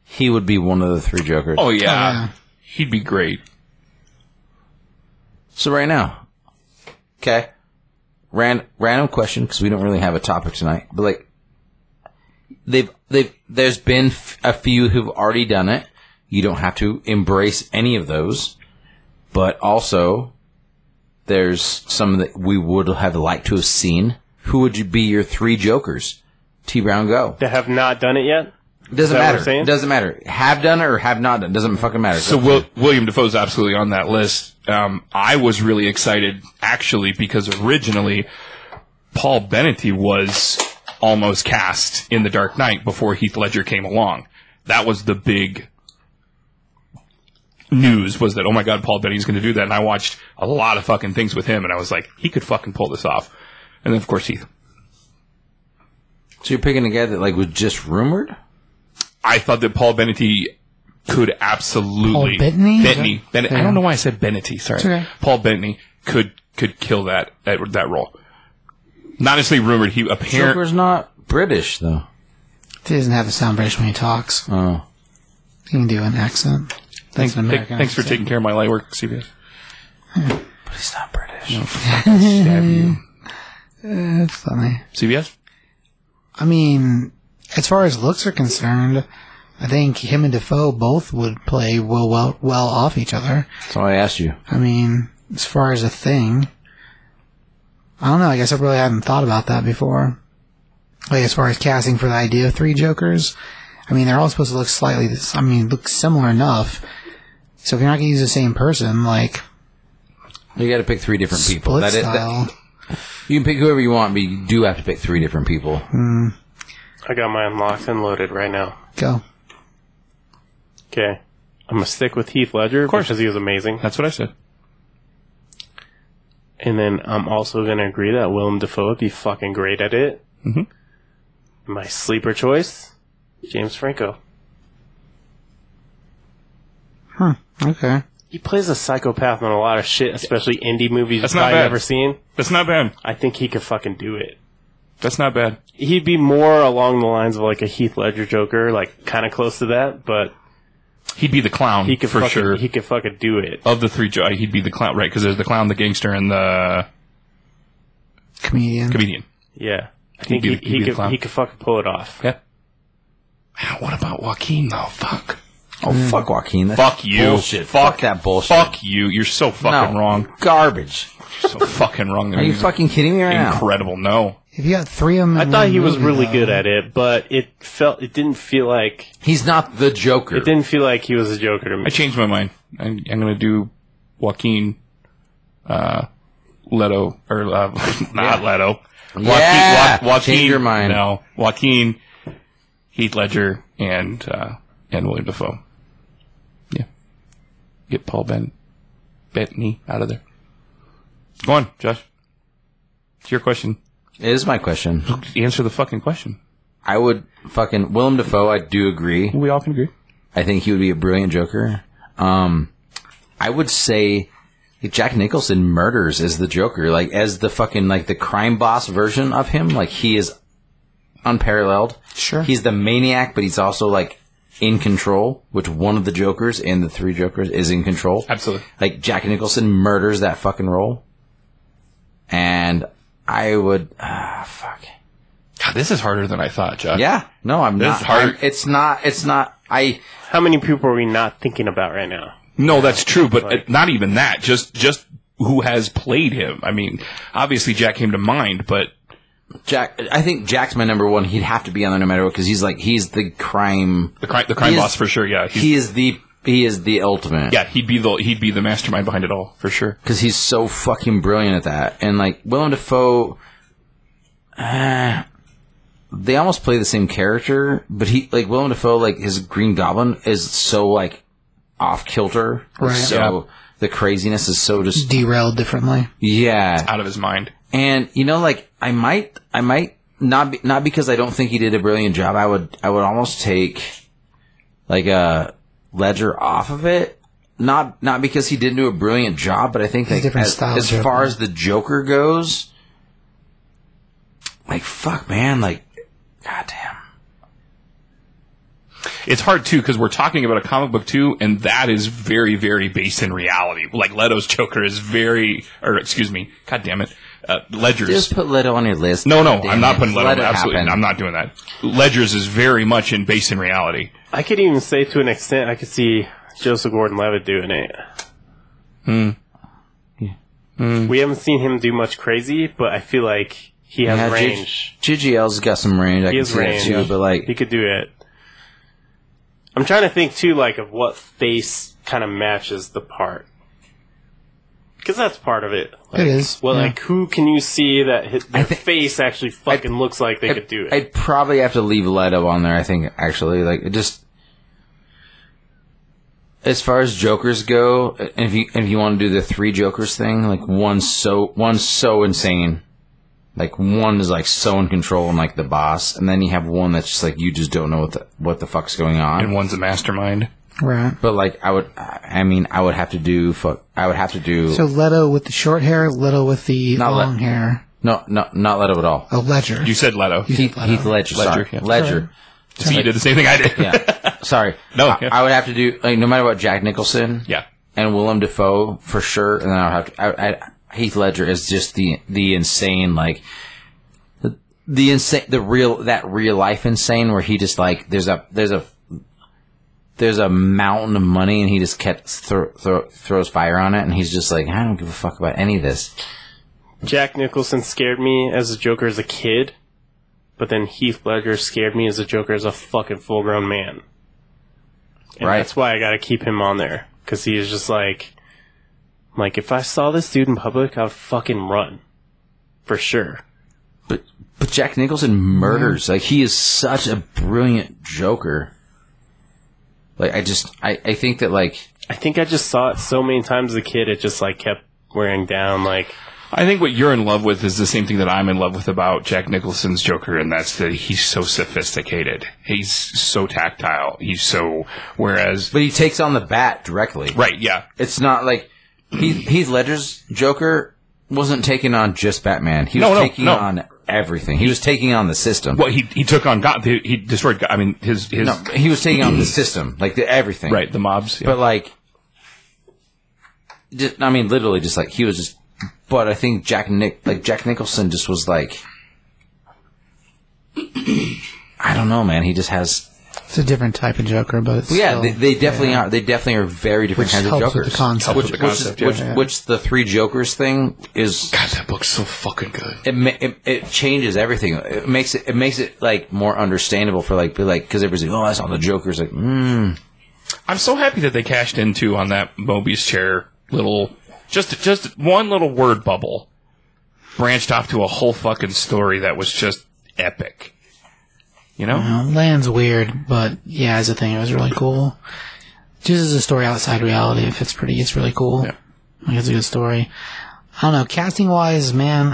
he would be one of the three Jokers.
Oh yeah.
yeah.
He'd be great.
So right now, okay, ran, random question because we don't really have a topic tonight. But like, they've they've there's been f- a few who've already done it. You don't have to embrace any of those, but also there's some that we would have liked to have seen. Who would you be your three jokers? T Brown go.
that have not done it yet.
Doesn't
that what
matter.
we're saying?
Doesn't matter. Have done it or have not done. Doesn't fucking matter.
So Wil- William Defoe's absolutely on that list. Um, I was really excited actually because originally Paul Benetti was almost cast in The Dark Knight before Heath Ledger came along. That was the big news was that oh my god Paul Benetti's going to do that and I watched a lot of fucking things with him and I was like he could fucking pull this off. And then of course Heath.
so you're picking a guy that like was just rumored.
I thought that Paul Benetti could absolutely
Paul Bettany?
Bettany. Ben- I don't know why I said Benetti. Sorry,
okay.
Paul Bettany could could kill that that, that role. Not necessarily rumored. He apparently
Joker's not British though.
He doesn't have to sound British when he talks.
Oh.
He can do an accent. That's an American.
Thanks for
accent.
taking care of my light work, CBS.
He's not British.
Mm-hmm.
Stab you.
That's funny.
CBS.
I mean, as far as looks are concerned, I think him and Defoe both would play well, well, well off each other.
That's why I asked you.
I mean, as far as a thing, I don't know. I guess I really hadn't thought about that before. Like as far as casting for the idea of three Jokers, I mean, they're all supposed to look slightly. I mean, look similar enough. So if you're not going to use the same person, like
You got to pick three different people.
split
That is,
style,
that, you can pick whoever you want, but you do have to pick three different people.
I got mine locked and loaded right now.
go.
Okay, I'm gonna stick with Heath Ledger
course.
because he was amazing,
That's what I said.
and then I'm also gonna agree that Willem Dafoe would be fucking great at it.
Mm-hmm.
Mhm.
My sleeper choice, James Franco.
Okay.
He plays a psychopath in a lot of shit, especially indie movies
That's
I've
not bad.
never seen.
That's not bad.
I think he could fucking do it.
That's not bad.
He'd be more along the lines of like a Heath Ledger Joker, like kind of close to that, but
He'd be the clown
he could
for
fucking,
sure.
He could fucking do it.
of the three, jo- he'd be the clown, right? Because there's the clown, the gangster, and the
Comedian.
comedian.
Yeah, I think
be
he,
the- he'd
he
be the
could
clown.
he could fucking pull it off.
Yeah. What about Joaquin though? Fuck.
Oh, fuck Joaquin. That's
Fuck you.
Bullshit. Fuck, that bullshit.
Fuck you. You're so fucking
No.
wrong.
Garbage.
You're so fucking wrong.
Are you fucking kidding me right now?
incredible? No.
If you got three of them,
I thought he was
Mm.
really good at it, but it felt it didn't feel like
He's not the Joker.
it didn't feel like he was a Joker to
I
me.
changed my mind. I'm, I'm going to do Joaquin uh, Leto or uh, not Leto. Joaquin,
Yeah!
Joa- Joaquin,
Change your mind.
No, Joaquin, Heath Ledger, and uh, and William Defoe. Yeah, get Paul Ben Bettany out of there. Go on, Josh. It's your question.
It is my question.
Answer the fucking question.
I would fucking Willem Dafoe. I do agree.
We all can agree.
I think he would be a brilliant Joker. Um, I would say Jack Nicholson murders as the Joker, like as the fucking like the crime boss version of him. Like he is unparalleled.
Sure.
he's the maniac, but he's also like in control. Which one of the Jokers and the three Jokers is in control?
Absolutely.
like Jack Nicholson murders that fucking role, and I would ah fuck
God, this is harder than I thought, Josh.
yeah no I'm
This
not
is hard.
I'm- it's not it's not I
How many people are we not thinking about right now?
No, that's true, but uh not even that. Just just who has played him. I mean, obviously Jack came to mind, but
Jack I think Jack's my number one he'd have to be on there no matter what because he's like he's the crime
the crime the crime
He is-
boss for sure. Yeah, he's,
he is the he is the ultimate
yeah, he'd be the he'd be the mastermind behind it all for sure.
because he's so fucking brilliant at that and like Willem Dafoe. Uh, they almost play the same character, but he like Willem Dafoe, like his Green Goblin is so like off kilter,
Right.
so the craziness is so just
derailed differently.
Yeah,
Out of his mind.
and you know, like I might, I might not, be, not because I don't think he did a brilliant job. I would, I would almost take like a ledger off of it. Not, not because he didn't do a brilliant job, but I think
a
like,
different
as,
style
as
Joker.
far as the Joker goes, like fuck, man, like goddamn.
It's hard too because we're talking about a comic book too, and that is very very based in reality. Like Leto's Joker is very, or excuse me, God damn it, uh, Ledger's.
Just put Leto on your list.
no, no,
Goddamn
I'm not
it.
putting Leto.
Let it
absolutely,
happen.
I'm not doing that. Ledger's is very much in based in reality.
I could even say to an extent I could see Joseph Gordon-Levitt doing it. Hmm. We haven't seen him do much crazy, but I feel like he has
Yeah, G-
range.
GGL's got some range. I
He
can
has
see
range.
that too, but like
he could do it. I'm trying to think too, like of what face kind of matches the part, because that's part of it. Like,
It is,
Well,
yeah.
like who can you see that his, their
thi-
face actually fucking looks like they could do it?
I'd probably have to leave Leto on there. I think actually, like it just as far as Jokers go, and if you if you want to do the three Jokers thing, like one's so one's so insane, like one is like so in control and like the boss, and then you have one that's just like you just don't know what the what the fuck's going on.
And one's a mastermind.
Right.
But like I would, I I mean, I would have to do fuck. I would have to do
So Leto with the short hair, Leto with the
Not
long hair.
no, no, not Leto at all.
A ledger.
You said Leto.
Heath, Heath Ledger, sorry,
Ledger, yeah.
Ledger.
See, you did the same thing I did.
Yeah, sorry.
No,
I,
yeah.
I would have to do like no matter what Jack Nicholson.
Yeah.
and Willem Dafoe for sure, and then I'll have to. I, I, Heath Ledger is just the the insane like the, the insane the real that real life insane where he just like there's a there's a there's a mountain of money and he just kept thro- thro- throws fire on it and he's just like I don't give a fuck about any of this.
Jack Nicholson scared me as a Joker as a kid, but then Heath Ledger scared me as a Joker as a fucking full grown man. And
Right.
That's why I gotta keep him on there. Cause he is just like, like, if I saw this dude in public, I'd fucking run. For sure.
But but Jack Nicholson murders
Mm-hmm.
like he is such a brilliant Joker. Like I just I I think that like
I think I just saw it so many times as a kid, it just like kept wearing down, like,
I think what you're in love with is the same thing that I'm in love with about Jack Nicholson's Joker, and that's that he's so sophisticated. He's so tactile. He's so. Whereas.
but he takes on the bat directly.
Right, yeah.
It's not like Heath, Heath Ledger's Joker wasn't taking on just Batman. He was
No, no,
taking
no.
on everything. He was taking on the system.
Well, he, he took on God. He, he destroyed God. I mean, his. his
No, he was taking on the system, like the everything.
Right, the mobs. yeah.
But like, just, I mean, literally, just like he was just. But I think Jack Nick, like Jack Nicholson, just was like, I don't know, man. He just has
It's a different type of Joker, but it's
yeah,
still-
they, they definitely are. They definitely are very different
which
kinds of
helps with
Jokers.
the concept.
Helps with
Which,
the
which,
concept,
which,
yeah.
which the three Jokers thing is
God, that book's so fucking good.
it, ma- it, it changes everything. It makes it it makes it like more understandable for like be like because everybody's like, oh, that's all the Joker's like, mm.
I'm so happy that they cashed into on that Mobius chair little, just just one little word bubble, branched off to a whole fucking story that was just epic. You know,
You know, Land's Um, weird, but yeah, as a thing, it was really cool. Just as a story outside reality, if it's pretty, it's really cool.
Yeah.
Like, it's a good story. I don't know, casting wise, man,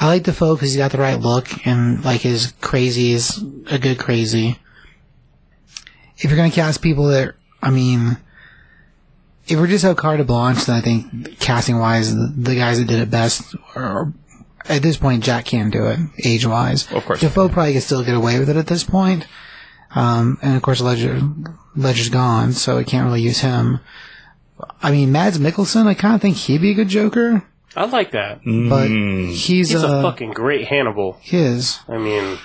I like Defoe because he's got the right look and like his crazy is a good crazy. If you're gonna cast people that, I mean, if we're just so carte blanche, then I think casting wise, the, the guys that did it best are at this point, Jack can do it age wise.
Of course.
Defoe probably can still get away with it at this point. Um, and of course, Ledger, Ledger's gone, so we can't really use him. I mean, Mads Mikkelsen, I kind of think he'd be a good Joker,
I like that.
but he's,
He's
uh,
a fucking great Hannibal.
his.
I mean,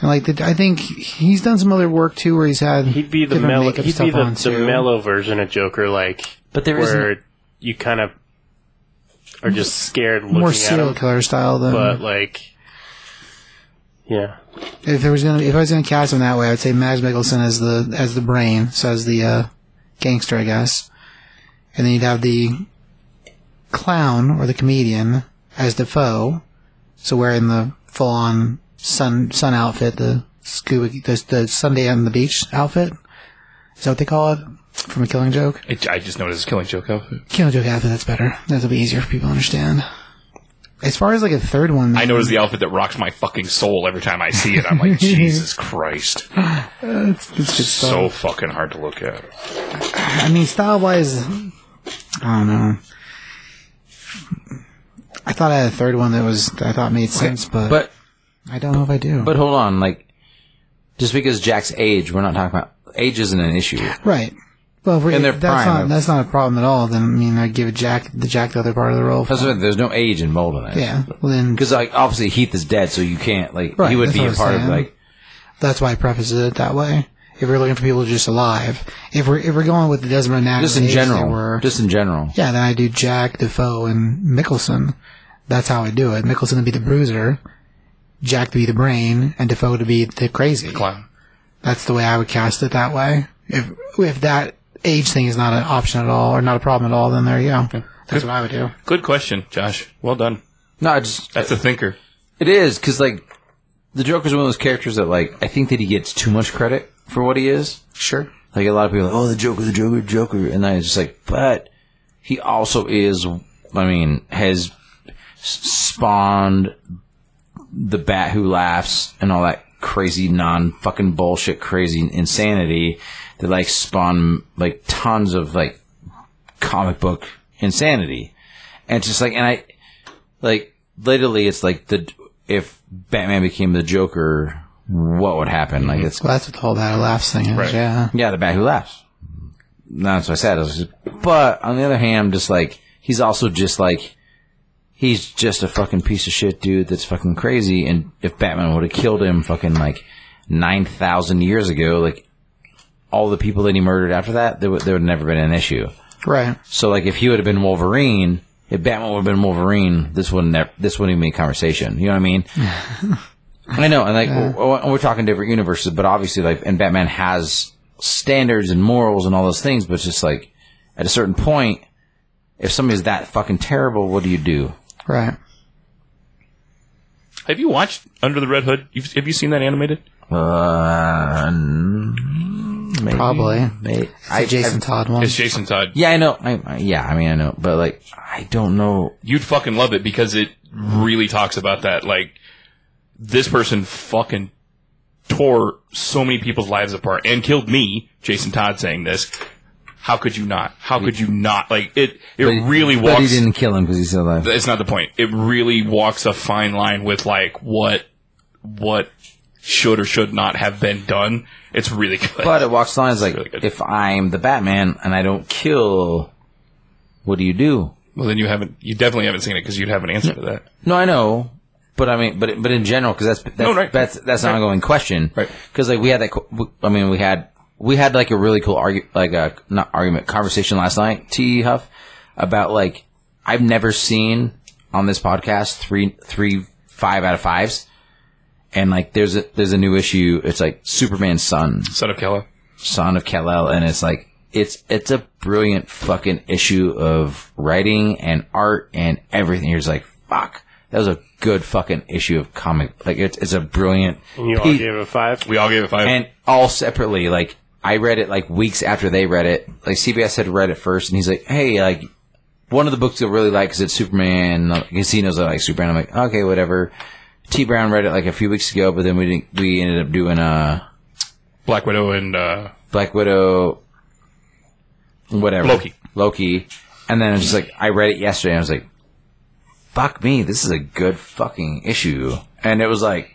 And, Like the, I think he's done some other work too, where he's had
he'd be the
different
mellow.
makeup
He'd
stuff
be the,
on,
the
too.
mellow version of Joker, like
but there
where
isn't.
you kind of are just scared looking
more
at
serial
him.
killer style. Than
But like, yeah,
if there was gonna, if I was gonna cast him that way, I'd say Mads Mikkelsen as the as the brain, so as the uh, gangster, I guess, and then you'd have the clown or the comedian as Defoe, so wearing the full on sun sun outfit, the scuba, the, the Sunday on the beach outfit. Is that what they call it from a Killing Joke?
it, I just noticed Killing Joke outfit.
Killing Joke outfit, that's better. That'll be easier for people to understand. As far as like a third one,
I noticed the outfit that rocks my fucking soul every time I see it. I'm like, Jesus Christ,
it's just
so fucking hard to look at.
I mean, style wise, I don't know. I thought I had a third one that was that I thought made sense, but,
But
I don't know if I do.
but hold on, like just because Jack's age, we're not talking about age isn't an issue.
right. Well, if, we're,
And
if
they're
that's
prime.
not that's not a problem at all. Then I mean, I give Jack the Jack the other part of the role.
That's what, there's no age involved in it.
yeah. Well, then
because like obviously Heath is dead, so you can't like
Right,
he would
that's
be
what
a
I'm
part of
saying.
like
that's why I prefaces it that way. If we're looking for people just alive, if we're if we're going with the Desmond Natter,
just in
age they
general,
were-
just in general.
Yeah, then I do Jack, Defoe, and Mickelson. That's how I do it. Mickelson to be the bruiser, Jack to be the brain, and Defoe to be the crazy.
Clown.
That's the way I would cast it that way. If if that age thing is not an option at all or not a problem at all, then there you go. That's what I would do.
Good question, Josh. Well done.
No, I just
That's a thinker.
It is because like the Joker's one of those characters that like I think that he gets too much credit for what he is.
Sure.
Like a lot of people, are like, oh, the Joker, the Joker, Joker, and I was just like, but he also is. I mean, has s- spawned the Bat Who Laughs and all that crazy non fucking bullshit, crazy insanity that like spawned like tons of like comic book insanity, and it's just like, and I like literally, it's like the if Batman became the Joker, what would happen? Like it's
Well, that's what the whole that laughs thing is.
Right.
Yeah.
yeah, the bat who laughs. That's what I said. I was just- but on the other hand, I'm just like he's also just like he's just a fucking piece of shit dude that's fucking crazy. And if Batman would have killed him fucking like nine thousand years ago, like all the people that he murdered after that, there would there would never been an issue.
Right.
So like if he would have been Wolverine, if Batman would have been Wolverine, this wouldn't nev- this wouldn't even be a conversation. You know what I mean? I know, and like we're, we're talking different universes, but obviously like and Batman has standards and morals and all those things, but it's just like at a certain point, if somebody's that fucking terrible, what do you do?
Right.
Have you watched Under the Red Hood? You've, have you seen that animated?
Uh, mm, maybe,
Probably.
Maybe.
It's the Jason Todd one.
It's Jason Todd.
yeah, I know. I, I- yeah, I mean, I know, but like, I don't know.
you'd fucking love it because it really talks about that. Like, this person fucking tore so many people's lives apart and killed me. Jason Todd saying this. How could you not? How could you not? Like it. It
But he-
really
but
walks.
he didn't kill him because he's still alive.
It's not the point. It really walks a fine line with like what what should or should not have been done. It's really good.
But it walks the line. It's like,
really good.
if I'm the Batman and I don't kill, what do you do?
well, then you haven't. You definitely haven't seen it because you'd have an answer to that.
No, I know, But I mean, but but in general, because that's that's,
No, right.
that's that's an ongoing question,
Right.
Because like we had that. co- w- I mean, we had we had like a really cool argu like a not argument conversation last night, T Huff, about like I've never seen on this podcast three three five out of fives, and like there's a there's a new issue. It's like Superman's son,
Son of Kella.
son of Kal-El, and it's like it's it's a brilliant fucking issue of writing and art and everything. You're just like, fuck, that was a good fucking issue of comic. Like it's it's a brilliant
And you all
piece-
gave it a five.
We all gave it five.
and all separately. Like I read it like weeks after they read it. Like CBS had read it first, and he's like, "Hey, like one of the books you'll really like is it's Superman." Because he knows I like Superman. I'm like, okay, whatever. T Brown read it like a few weeks ago, but then we didn't, we ended up doing uh
Black Widow and uh,
Black Widow, whatever
Loki.
Loki, and then it's just like I read it yesterday. and I was like, "Fuck me, this is a good fucking issue," and it was like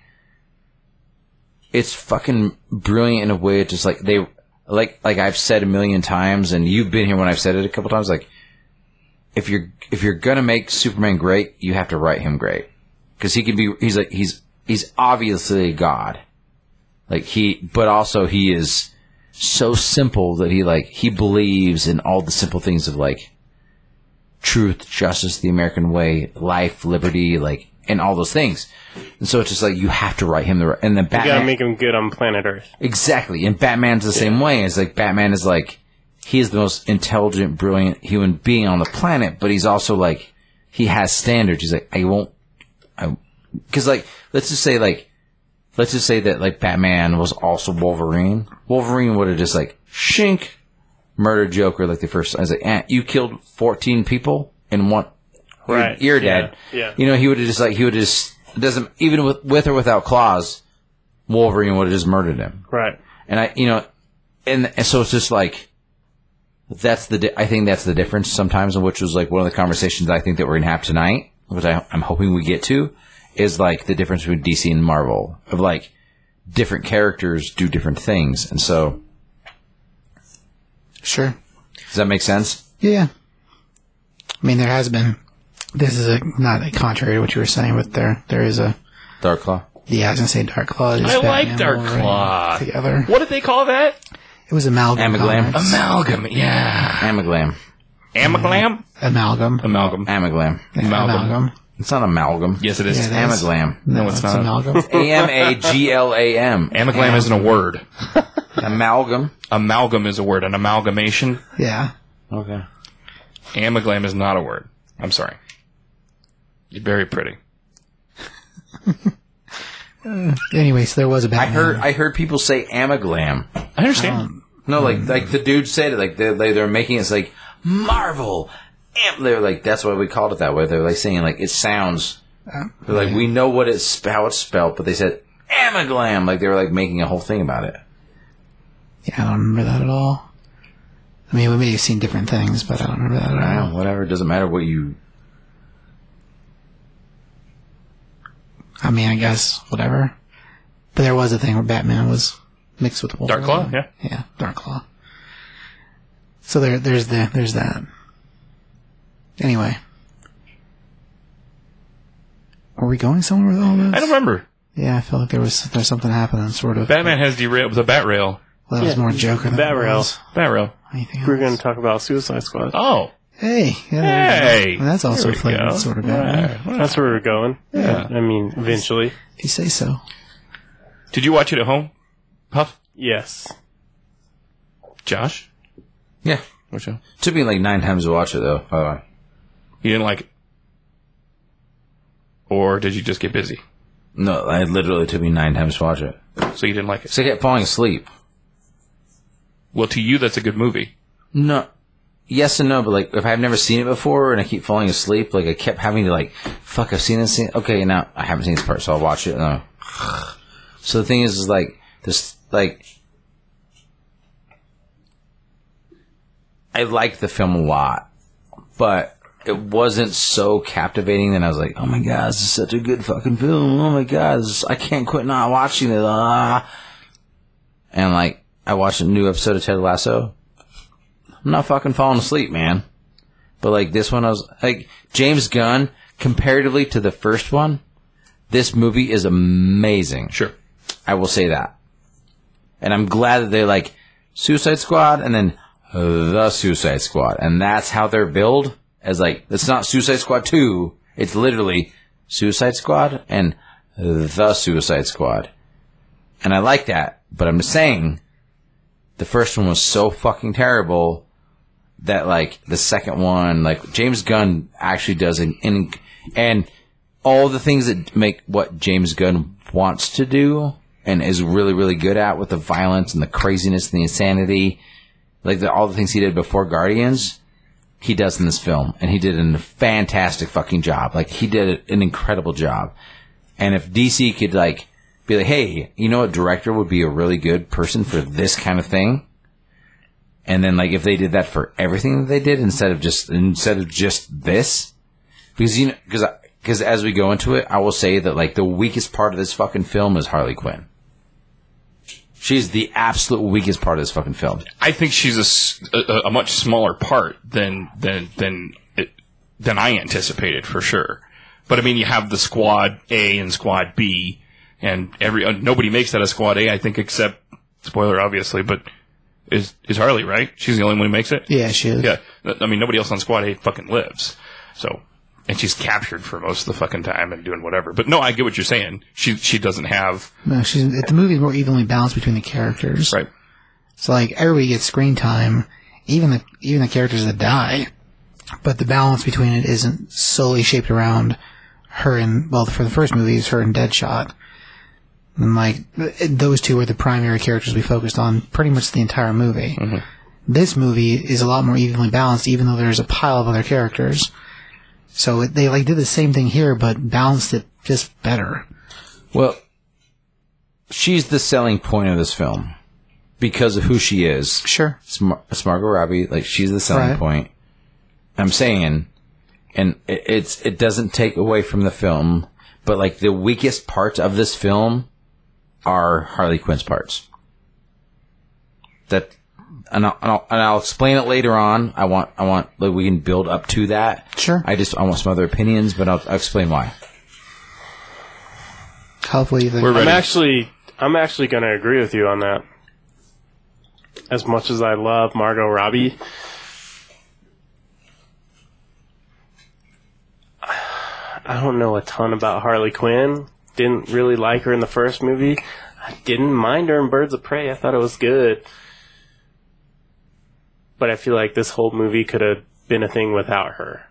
it's fucking brilliant in a way. It's just like they like like I've said a million times, and you've been here when I've said it a couple times. Like if you're if you're gonna make Superman great, you have to write him great because he can be. He's like he's he's obviously a god. Like he, but also he is so simple that he like he believes in all the simple things of like truth, justice, the American way, life, liberty, like and all those things. And so it's just like you have to write him the and the
You gotta
Batman
make him good on planet Earth.
Exactly, and Batman's the same way. It's like Batman is like he is the most intelligent, brilliant human being on the planet, but he's also like he has standards. He's like I won't, I because like let's just say like let's just say that like Batman was also Wolverine. Wolverine would have just like shink murdered Joker like the first. I was like, eh, you killed fourteen people in one. you're-
Right,
You're,
yeah,
dead.
yeah.
You know, he would have just like he would just it doesn't even with with or without claws. Wolverine would have just murdered him
Right.
and I, you know, and, and so it's just like that's the. Di- I think that's the difference sometimes, and which was like one of the conversations I think that we're gonna have tonight, which I, I'm hoping we get to, is like the difference between DC and Marvel of like different characters do different things, and so
Sure.
does that make sense?
Yeah. I mean, there has been. This is a, not contrary to what you were saying, but there there is a.
Dark Claw.
Yeah, I was gonna say Dark Claw. I
like Dark Claw.
Together,
what did they call that?
it was amalgam.
Amalgam.
comics.
Amalgam. Yeah.
Amaglam.
Amalgam.
Amalgam.
Amalgam.
Amaglam.
Amalgam.
It's not amalgam.
Yes, it is.
Yeah, that-
Amaglam.
No,
it's
it's
not.
amalgam.
A M A G L A M.
Amalgam isn't a word.
Amalgam.
Amalgam is a word. An amalgamation.
yeah.
Okay.
Amalgam is not a word. I'm sorry. You're very pretty.
Anyway, so there was a
I
Batman.
heard. I heard people say amaglam.
I understand.
Oh,
No, like like the dude said it. Like they're, like, they're making it's like Marvel. Am-. They're like that's why we called it that way. They're like saying like it sounds. They're like we know what it's how it's spelled, but they said amaglam. Like they were like making a whole thing about it.
Yeah, I don't remember that at all. I mean, we may have seen different things, but I don't remember that
I
at all.
don't know, whatever. It doesn't matter what you.
I mean, I guess whatever. But there was a thing where Batman was mixed with Wolverine.
Dark Claw. Yeah.
Yeah, Dark Claw. So there, there's the, there's that. Anyway, were we going somewhere with all this?
I don't remember.
Yeah, I felt like there was there's something happening, sort of.
Batman has derailed the bat rail.
well, that was more Joker than
Bat
it
rail.
was
Bat rail.
Anything
We're
else.
gonna talk about Suicide Squad.
Oh.
Hey, yeah, there you go.
Hey.
And that's also
There we
flavored
go.
sort of Batman.
Oh,
Right. Well,
That's where we're going.
Yeah.
I mean, eventually.
If you say so.
Did you watch it at home, Huff?
Yes.
Josh?
Yeah,
What show?
took me like nine times to watch it though. By the way,
You didn't like it, or did you just get busy?
no, I literally took me nine times to watch it.
So you didn't like it.
So I kept falling asleep.
Well, to you, that's a good movie.
No. Yes and no, but like if I've never seen it before and I keep falling asleep, like I kept having to like, fuck, I've seen this scene. Okay, now I haven't seen this part, so I'll watch it. And I'll- so the thing is, is like this, like I liked the film a lot, but it wasn't so captivating that I was like, oh my god, this is such a good fucking film. Oh my god, this, I can't quit not watching it. Ah. And like I watched a new episode of Ted Lasso. I'm not fucking falling asleep, man. But like this one, I was like James Gunn comparatively to the first one. This movie is amazing.
Sure.
I will say that. And I'm glad that they like Suicide Squad and then the Suicide Squad. And that's how they're billed as like, it's not Suicide Squad 2. It's literally Suicide Squad and the Suicide Squad. And I like that. But I'm just saying, the first one was so fucking terrible that like the second one, like James Gunn actually does an, in, and all the things that make what James Gunn wants to do and is really, really good at with the violence and the craziness and the insanity, like the, all the things he did before Guardians, he does in this film. And he did a fantastic fucking job. Like, he did an incredible job. And if DC could, like, be like, hey, you know what director would be a really good person for this kind of thing? And then, like, if they did that for everything that they did instead of just, instead of just this, because, you know, because I, because as we go into it, I will say that like the weakest part of this fucking film is Harley Quinn. She's the absolute weakest part of this fucking film.
I think she's a s- a, a much smaller part than than than it- than I anticipated for sure. But I mean, you have the squad A and squad B, and every uh, nobody makes that a squad A. I think except spoiler, obviously, but is is Harley right? She's the only one who makes it.
Yeah, she is.
Yeah, Th- I mean, nobody else on Squad A fucking lives. So, and she's captured for most of the fucking time and doing whatever. But no, I get what you're saying. She she doesn't have
No, she's, the movie's more evenly balanced between the characters.
right.
So like everybody gets screen time, even the even the characters that die. But the balance between it isn't solely shaped around her and well, for the first movie, it's her and Deadshot, and like those two were the primary characters we focused on pretty much the entire movie. This movie is a lot more evenly balanced, even though there's a pile of other characters. So it, they like did the same thing here, but balanced it just better.
Well, she's the selling point of this film because of who she is.
Sure.
It's Mar- it's Margot Robbie. Like she's the selling
Right.
point. I'm saying, and it, it's it doesn't take away from the film, but like the weakest parts of this film are Harley Quinn's parts. That, and I'll, and I'll, and I'll explain it later on. I want I want like we can build up to that.
Sure.
I just I want some other opinions, but I'll, I'll explain why.
Hopefully, the,
We're
I'm
ready.
actually, I'm actually going to agree with you on that. As much as I love Margot Robbie, I don't know a ton about Harley Quinn. Didn't really like her in the first movie. I didn't mind her in Birds of Prey. I thought it was good. But I feel like this whole movie could have been a thing without her.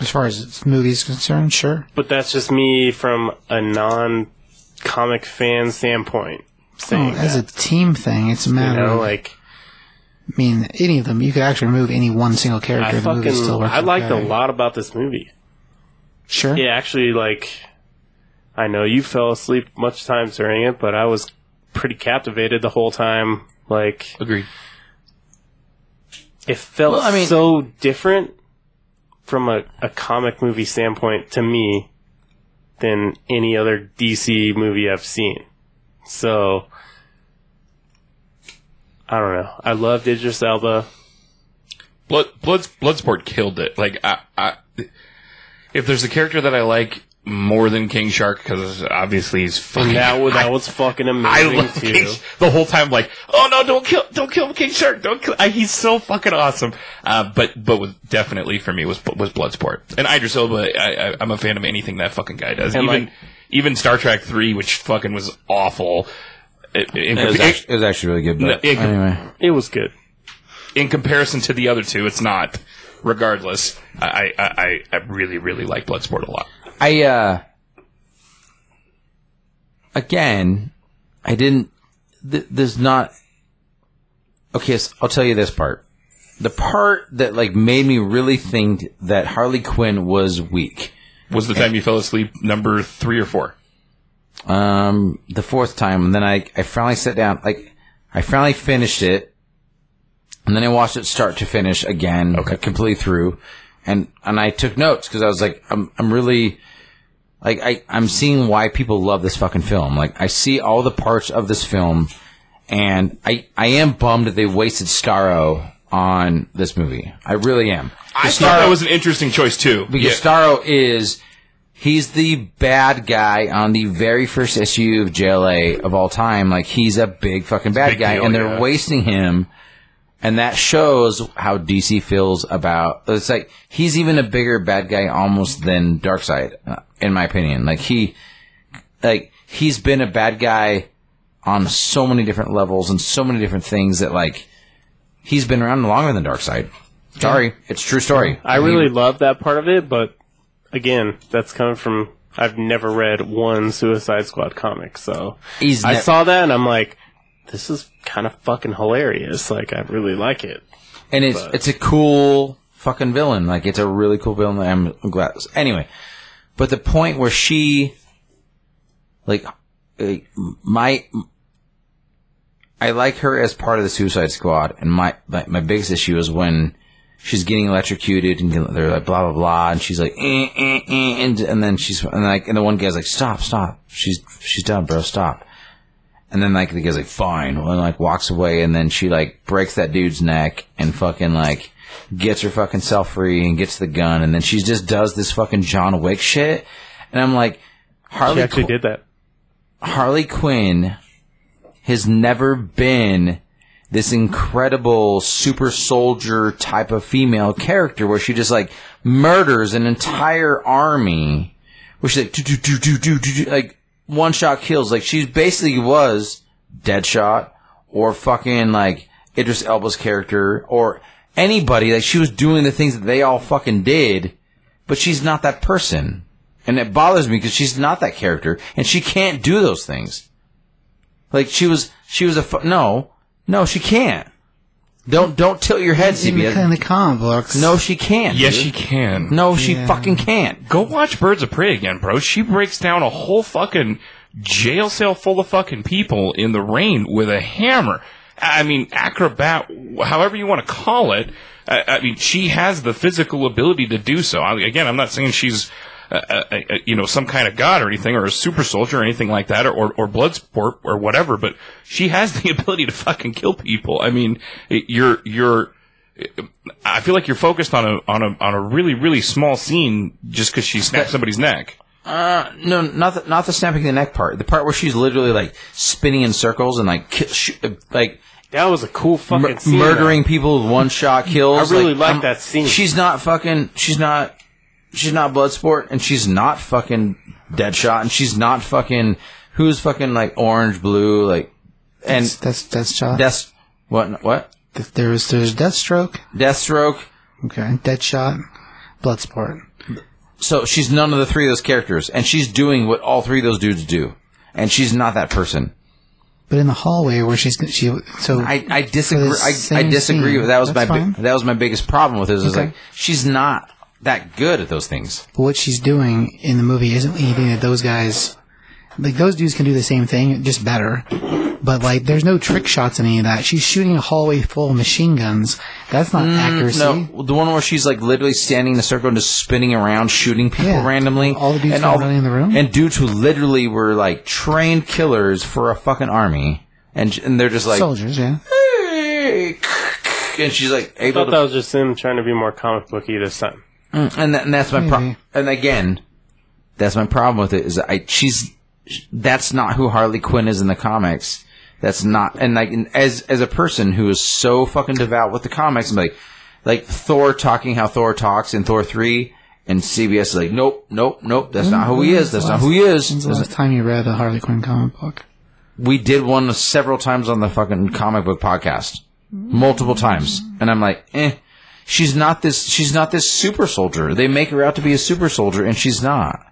as far as this movie's concerned, sure.
But that's just me from a non comic fan standpoint.
Oh,
Saying
as a
that.
team thing, it's a
you
matter
know,
of
like
I mean, any of them. You could actually remove any one single character.
I
the movie
fucking
still works
I liked
okay.
a lot about this movie.
Sure.
It actually like I know you fell asleep much times during it, but I was pretty captivated the whole time. Like
Agreed.
it felt
Well, I mean-
so different from a, a comic movie standpoint to me than any other DC movie I've seen. So I don't know. I loved Idris Elba.
Blood, Blood's, Bloodsport killed it. Like, I, I, if there's a character that I like more than King Shark, because obviously he's fucking.
And that was that was fucking
I
amazing
love
too.
King, Sh- the whole time. Like, oh no, don't kill, don't kill King Shark. Don't kill. I, he's so fucking awesome. Uh, but but was definitely for me was was Bloodsport and Idris Elba. I, I, I'm a fan of anything that fucking guy does.
And,
even
like-
even Star Trek Three, which fucking was awful. It- it-
It was, actually, it was actually really good. But
No, it-
anyway,
It was good.
in comparison to the other two, it's not. Regardless, I I, I, I really really like Bloodsport a lot.
I uh again, I didn't. Th- there's not. Okay, so I'll tell you this part. The part that like made me really think that Harley Quinn was weak.
Was the time you fell asleep number three or four?
Um, the fourth time, and then I I finally sat down. Like I finally finished it, and then I watched it start to finish again, okay. completely through, and and I took notes because I was like, I'm I'm really. like I, I'm seeing why people love this fucking film. Like I see all the parts of this film, and I I am bummed that they wasted Starro on this movie. I really am.
I thought that was an interesting choice too.
Because Starro is he's the bad guy on the very first issue of JLA of all time. Like he's a big fucking bad
Big
guy,
deal,
and they're
yeah.
wasting him. And that shows how DC feels about. It's like he's even a bigger bad guy almost than Darkseid, uh, in my opinion. Like he, like he's been a bad guy on so many different levels and so many different things that like he's been around longer than Darkseid. Sorry, it's a true story.
I really love that part of it, but again, that's coming from I've never read one Suicide Squad comic, so
He's
I
ne-
saw that and I'm like, this is kind of fucking hilarious. Like I really like it.
and it's it's a cool fucking villain. Like it's a really cool villain. that I'm glad. Anyway, but the point where she, like, uh, my, I like her as part of the Suicide Squad, and my like, my biggest issue is when she's getting electrocuted, and they're like blah blah blah, and she's like, eh, eh, eh, and and then she's and like and the one guy's like, stop, stop, she's she's done, bro, stop. And then like the guy's like, fine, and like walks away, and then she like breaks that dude's neck and fucking like gets her fucking self free and gets the gun, and then she just does this fucking John Wick shit, and I'm like, Harley
He actually
Qu-
did that.
Harley Quinn has never been this incredible super soldier type of female character where she just like murders an entire army where she's like do do do do do do do like one shot kills like she basically was Deadshot or fucking like Idris Elba's character or anybody like she was doing the things that they all fucking did but she's not that person and it bothers me because she's not that character and she can't do those things like she was she was a fu- no no she can't don't don't tilt your head
Even in
CBS
the comic books.
no she can't
yes,
dude.
she can.
no she
Yeah.
fucking can't
Go watch Birds of Prey again, bro. She breaks down a whole fucking jail cell full of fucking people in the rain with a hammer. I mean, acrobat, however you want to call it. I, I mean, she has the physical ability to do so. I, again, I'm not saying she's, uh, uh, uh, you know, some kind of god or anything, or a super soldier or anything like that, or, or, or blood sport or whatever, but she has the ability to fucking kill people. I mean, you're, you're, I feel like you're focused on a on a on a really really small scene just because she snapped somebody's neck.
uh no not the, not the snapping the neck part the part where she's literally like spinning in circles and like ki- sh- like
That was a cool fucking
mur-
scene.
murdering people with one shot kills.
I really like
I'm-
that scene.
She's not fucking. She's not. She's not Bloodsport, and she's not fucking Deadshot, and she's not fucking who's fucking like orange, blue, like and
That's, that's Deathshot.
that's what what
Th- there was, there's Deathstroke.
Deathstroke.
Okay. Deadshot. Bloodsport.
So she's none of the three of those characters, and she's doing what all three of those dudes do, and she's not that person.
But in the hallway where she's, she, so.
I, I disagree. I, I
same
disagree.
scene.
with That was
That's
my
fine.
big that was my biggest problem with it. Is
Okay.
like she's not that good at those things.
But what she's doing in the movie isn't anything that those guys like those dudes can do the same thing just better but like there's no trick shots in any of that she's shooting a hallway full of machine guns that's not accuracy
Mm, No, the one where she's like literally standing in a circle and just spinning around, shooting people
Yeah.
randomly.
All the dudes
and
who were running in the room?
And dudes who literally were like trained killers for a fucking army. And, and they're just like,
soldiers yeah
and she's like
I
able
thought that
to.
was just him trying to be more comic booky this time.
And, that, and that's my problem.
Maybe.
And again, that's my problem with it is I, she's, that's not who Harley Quinn is in the comics. That's not, and like, and as, as a person who is so fucking devout with the comics, I'm like, like Thor talking how Thor talks in Thor 3, and CBS is like, nope, nope, nope, that's not who he is, that's not who he
when's
is.
the last time you read a harley quinn comic book
We did one several times on the fucking comic book podcast. Multiple times. And I'm like, eh. She's not this, she's not this super soldier. They make her out to be a super soldier, and she's not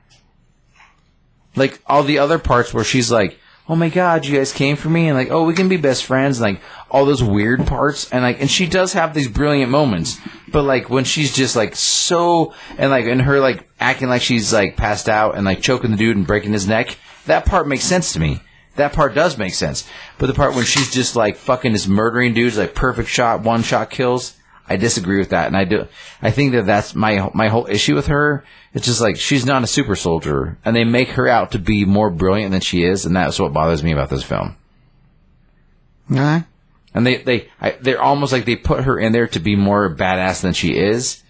like all the other parts where she's like, "Oh my god, you guys came for me," and like, "Oh, we can be best friends," and like all those weird parts, and like, and she does have these brilliant moments, but like when she's just like so, and like, and her like acting like she's like passed out and like choking the dude and breaking his neck, that part makes sense to me. That part does make sense, but the part when she's just like fucking is murdering dudes like perfect shot, one shot kills. I disagree with that, and I do. I think that that's my my whole issue with her. It's just like she's not a super soldier, and they make her out to be more brilliant than she is, and that's what bothers me about this film.
yeah
and they they I, they're almost like they put her in there to be more badass than she is,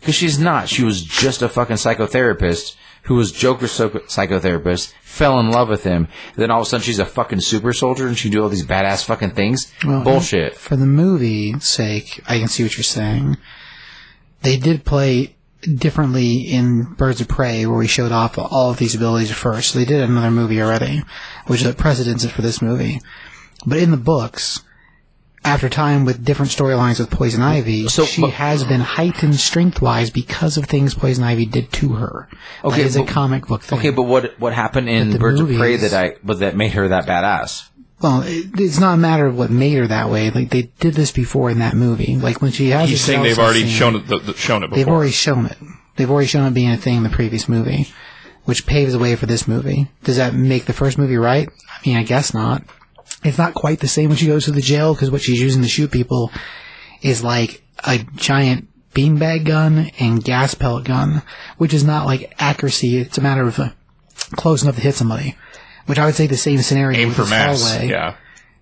because she's not. She was just a fucking psychotherapist who was Joker's so- psychotherapist, fell in love with him, and then all of a sudden she's a fucking super soldier and she can do all these badass fucking things.
Well,
Bullshit.
For the movie's sake, I can see what you're saying. They did play differently in Birds of Prey, where we showed off all of these abilities first. So they did another movie already, which is a precedence for this movie. But in the books, after time with different storylines with Poison Ivy,
So,
she
but-
has been heightened strength-wise because of things Poison Ivy did to her.
Okay,
that is
but-
a comic book thing.
Okay, but what what happened in
But the
Birds of Prey
movies-
that I but that made her that badass?
Well, it, it's not a matter of what made her that way. Like they did this before in that movie. Like when she has.
He's
a
saying they've
jealousy
already
scene,
shown it. The, the, shown it
They've
before.
already shown it. They've already shown it being a thing in the previous movie, which paves the way for this movie. Does that make the first movie right? I mean, I guess not. It's not quite the same when she goes to the jail because what she's using to shoot people is like a giant beanbag gun and gas pellet gun, which is not like accuracy. It's a matter of uh, close enough to hit somebody. Which I would say the same scenario
Aim
with
for
this
mass.
hallway
Yeah.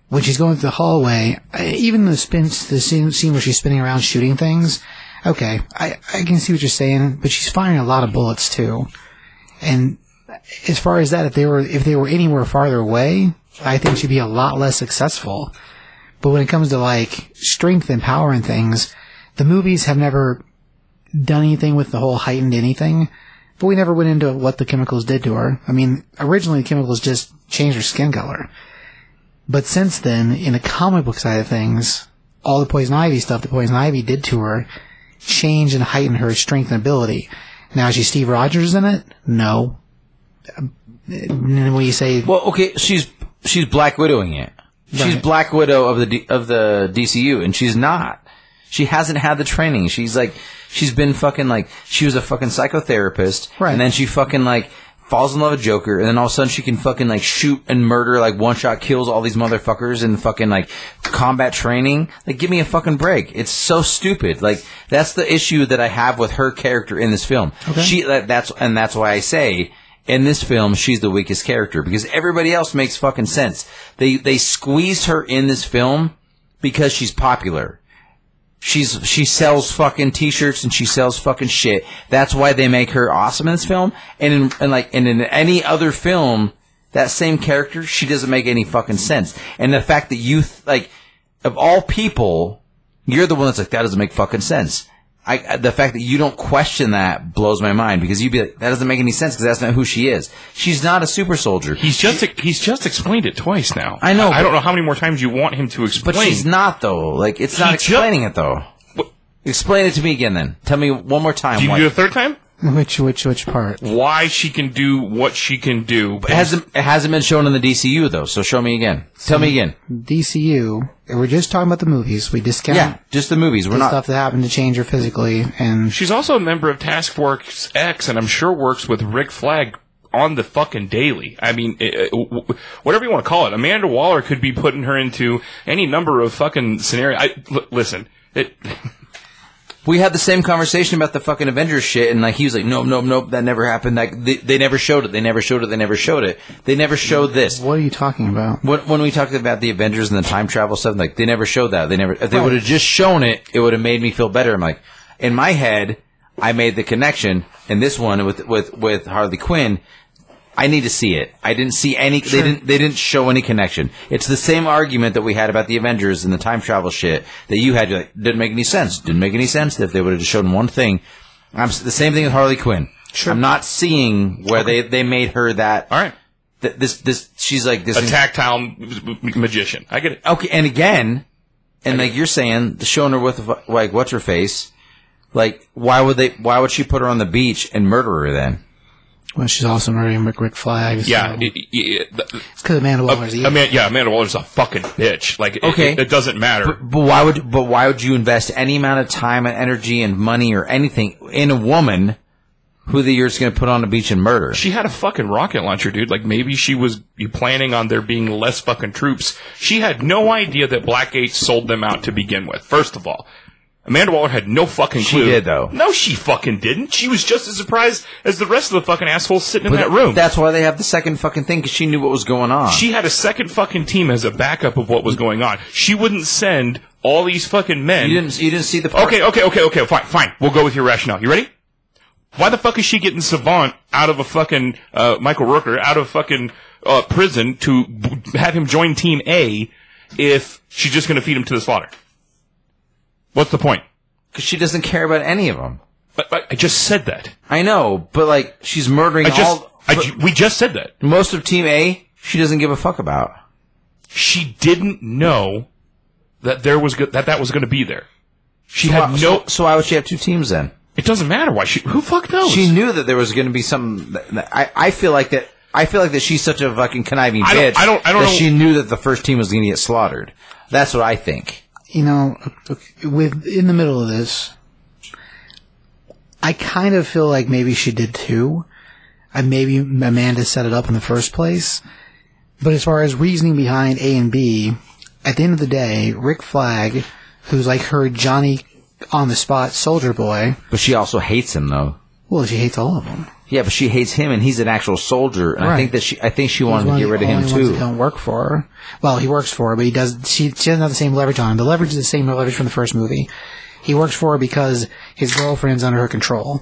when she's going through the hallway, I- even the spin, the scene, scene where she's spinning around shooting things, okay, I, I can see what you're saying, but she's firing a lot of bullets too. And as far as that, if they were, if they were anywhere farther away, I think she'd be a lot less successful. But when it comes to like strength and power and things, the movies have never done anything with the whole heightened anything. But we never went into what the chemicals did to her. I mean, originally the chemicals just changed her skin color. But since then, in the comic book side of things, all the Poison Ivy stuff that Poison Ivy did to her changed and heightened her strength and ability. Now, is she Steve Rogers in it? No. And then when you say,
Well, okay, she's she's Black Widowing it. She's
Right.
Black Widow of the D, of the DCU, and she's not. She hasn't had the training. She's like she's been fucking like she was a fucking psychotherapist,
Right.
And then she fucking like falls in love with Joker, and then all of a sudden she can fucking like shoot and murder like one shot kills all these motherfuckers in fucking like combat training. Like, give me a fucking break. It's so stupid. Like that's the issue that I have with her character in this film. She that, that's and that's why I say in this film, she's the weakest character because everybody else makes fucking sense. They they squeezed her in this film because she's popular. She's she sells fucking t-shirts and she sells fucking shit. That's why they make her awesome in this film. And in and like and in any other film, that same character, she doesn't make any fucking sense. And the fact that you th- like of all people, you're the one that's like that doesn't make fucking sense. I, I- the fact that you don't question that blows my mind because you'd be like, that doesn't make any sense because that's not who she is. She's not a super soldier,
He's just he's just explained it twice now.
I know,
I don't
but-
know how many more times you want him to
but
explain.
she's not though. Like it's
He
not
ju-
explaining it though. Explain it to me again, then. Tell me one more time.
Do you
why-
do it a third time?
which, which, which part?
Why she can do what she can do?
It hasn't it hasn't been shown in the DCU though, so show me again. Tell me again.
DCU, we're just talking about the movies. We discount
Yeah, just the movies. We're
the
not.
stuff that happened to change her physically and
She's also a member of Task Force X, and I'm sure works with Rick Flag on the fucking daily. I mean, it, it- w- w- whatever you want to call it, Amanda Waller could be putting her into any number of fucking scenarios. I l- listen. It,
We had the same conversation about the fucking Avengers shit, and like he was like, nope, nope, nope, that never happened. Like they, they never showed it. They never showed it. They never showed it. They never showed this.
what are you talking about?
When, when we talked about the Avengers and the time travel stuff, like they never showed that. They never. If they would have just shown it, it would have made me feel better. I'm like, in my head, I made the connection, and this one with with with Harley Quinn. I need to see it. I didn't see any. They didn't. They didn't show any connection. It's the same argument that we had about the Avengers and the time travel shit that you had. You're like, didn't make any sense. Didn't make any sense if they would have just shown one thing. I'm s- the same thing with Harley Quinn. Sure. I'm not seeing where they, they made her that.
all right.
th- this this she's like this
A tactile m- m- magician. I get it.
okay, and again, and like you're saying, the showing her with like what's her face, like why would they? Why would she put her on the beach and murder her then?
Well, she's also murdering Rick, Rick Flag. so-
Yeah. it- it- it-
it's because Amanda Waller's evil.
I mean, yeah, Amanda Waller's a fucking bitch. Like, it-
Okay.
it, it doesn't matter.
But why would? But why would you invest any amount of time and energy and money or anything in a woman who that you're just going to put on a beach and murder?
she had a fucking rocket launcher, dude. Like maybe she was planning on there being less fucking troops. She had no idea that Blackgate sold them out to begin with. First of all, I Amanda Waller had no fucking
She
clue.
did, though.
No, she fucking didn't. She was just as surprised as the rest of the fucking assholes sitting in
But
that room.
That's why they have the second fucking thing because she knew what was going on.
She had a second fucking team as a backup of what was going on. She wouldn't send all these fucking men.
you didn't. You didn't see the. Part.
okay, okay, okay, okay. Fine, fine. We'll go with your rationale. You ready? Why the fuck is she getting Savant out of a fucking uh, Michael Rooker out of fucking uh, prison to b- have him join Team A if she's just going to feed him to the slaughter? What's the point?
Because she doesn't care about any of them.
But, but I just said that.
I know, but like she's murdering
I just
all.
I
but
ju- we just said that.
most of Team A, she doesn't give a fuck about.
She didn't know that there was go- that that was going to be there. She
So
had
why-
no.
So, so why would she have two teams then?
It doesn't matter why she. Who fuck knows?
She knew that there was going to be something. That, that- I I feel like that. I feel like that she's such a fucking conniving
I don't-
bitch.
I don't- I don't
that
know-
She knew that the first team was going to get slaughtered. That's what I think.
you know, with in the middle of this, I kind of feel like maybe she did too. And maybe Amanda set it up in the first place. But as far as reasoning behind A and B, at the end of the day, Rick Flag, who's like her Johnny on the spot soldier boy,
But she also hates him though.
well, she hates all of them.
Yeah, but she hates him, and he's an actual soldier. And I
Right.
think that she, I think she wanted
He's
to
one
get
of
rid
the
of him
only ones
too.
that don't work for her. Well, he works for her, but he does. She, she doesn't have the same leverage on him. The leverage is the same leverage from the first movie. He works for her because his girlfriend's under her control,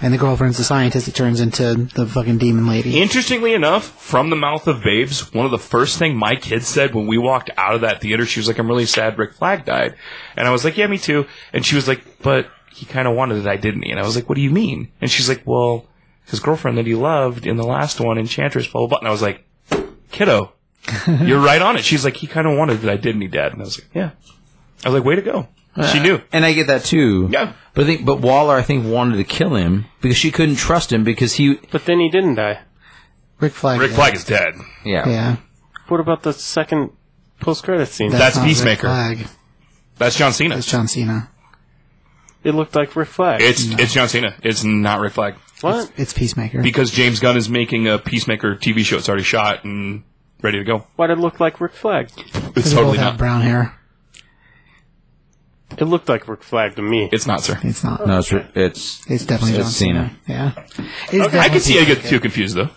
and the girlfriend's the scientist that turns into the fucking demon lady.
Interestingly enough, from the mouth of babes, one of the first thing my kid said when we walked out of that theater, she was like, "I'm really sad Rick Flag died," and I was like, "Yeah, me too." And she was like, "But he kind of wanted it, I didn't he?" And I was like, "What do you mean?" And she's like, "Well, his girlfriend that he loved in the last one, Enchantress, blah blah." blah. And I was like, "Kiddo, you're right on it." She's like, "He kind of wanted it, I didn't he, Dad?" And I was like, "Yeah." I was like, "Way to go." She knew.
And I get that too.
Yeah.
But I think, but Waller, I think, wanted to kill him because she couldn't trust him because he.
But then he didn't die.
Rick Flag.
Rick Flag is dead.
Yeah.
Yeah,
What about the second post credit scene?
That's
not Rick
Peacemaker.
Flag.
That's John Cena.
That's John Cena.
it looked like Rick Flag.
It's it's John Cena. It's not Rick Flag.
what?
It's Peacemaker.
because James Gunn is making a Peacemaker TV show. It's already shot and ready to go.
Why did it look like Rick Flag?
It's
They both
totally
have
not.
brown hair.
It looked like Rick Flag to me.
It's not, sir.
It's not.
No, it's it's
It's definitely
it's
John Cena. Yeah, It's
Okay, I
definitely
can see I get
Peacemaker.
too confused though.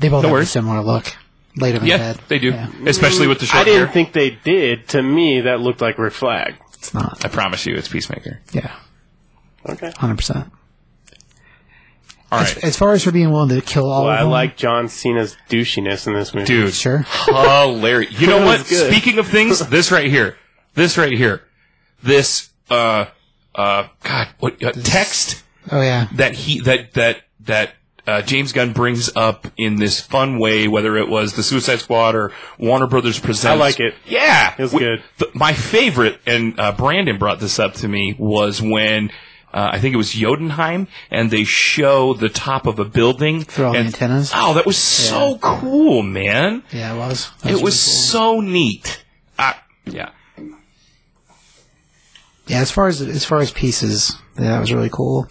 They both have a
worries.
similar look. Later in the
Yeah,
head.
they do,
Yeah,
especially with the
I
short
didn't
hair.
think they did. To me, that looked like Rick Flag.
it's not.
I promise you, it's Peacemaker.
Yeah,
Okay.
hundred percent.
All
As,
right,
as far as her being willing to kill all
Well,
of
I
them,
like John Cena's douchiness in this movie.
dude.
sure.
Hilarious. You know
That was
what?
good.
Speaking of things, this right here, this right here, this uh uh God, what uh, text?
Oh yeah,
that he that that that uh, James Gunn brings up in this fun way, whether it was the Suicide Squad or Warner Brothers presents.
I like it.
Yeah, it
was good.
my favorite, and uh, Brandon brought this up to me, was when. Uh, I think it was Jodenheim, and they show the top of a building.
Through all the
and-
antennas?
Oh, that was so cool, man!
yeah, it was.
It was so neat. I, yeah,
Yeah, as far as as far as pieces, yeah, that was really cool.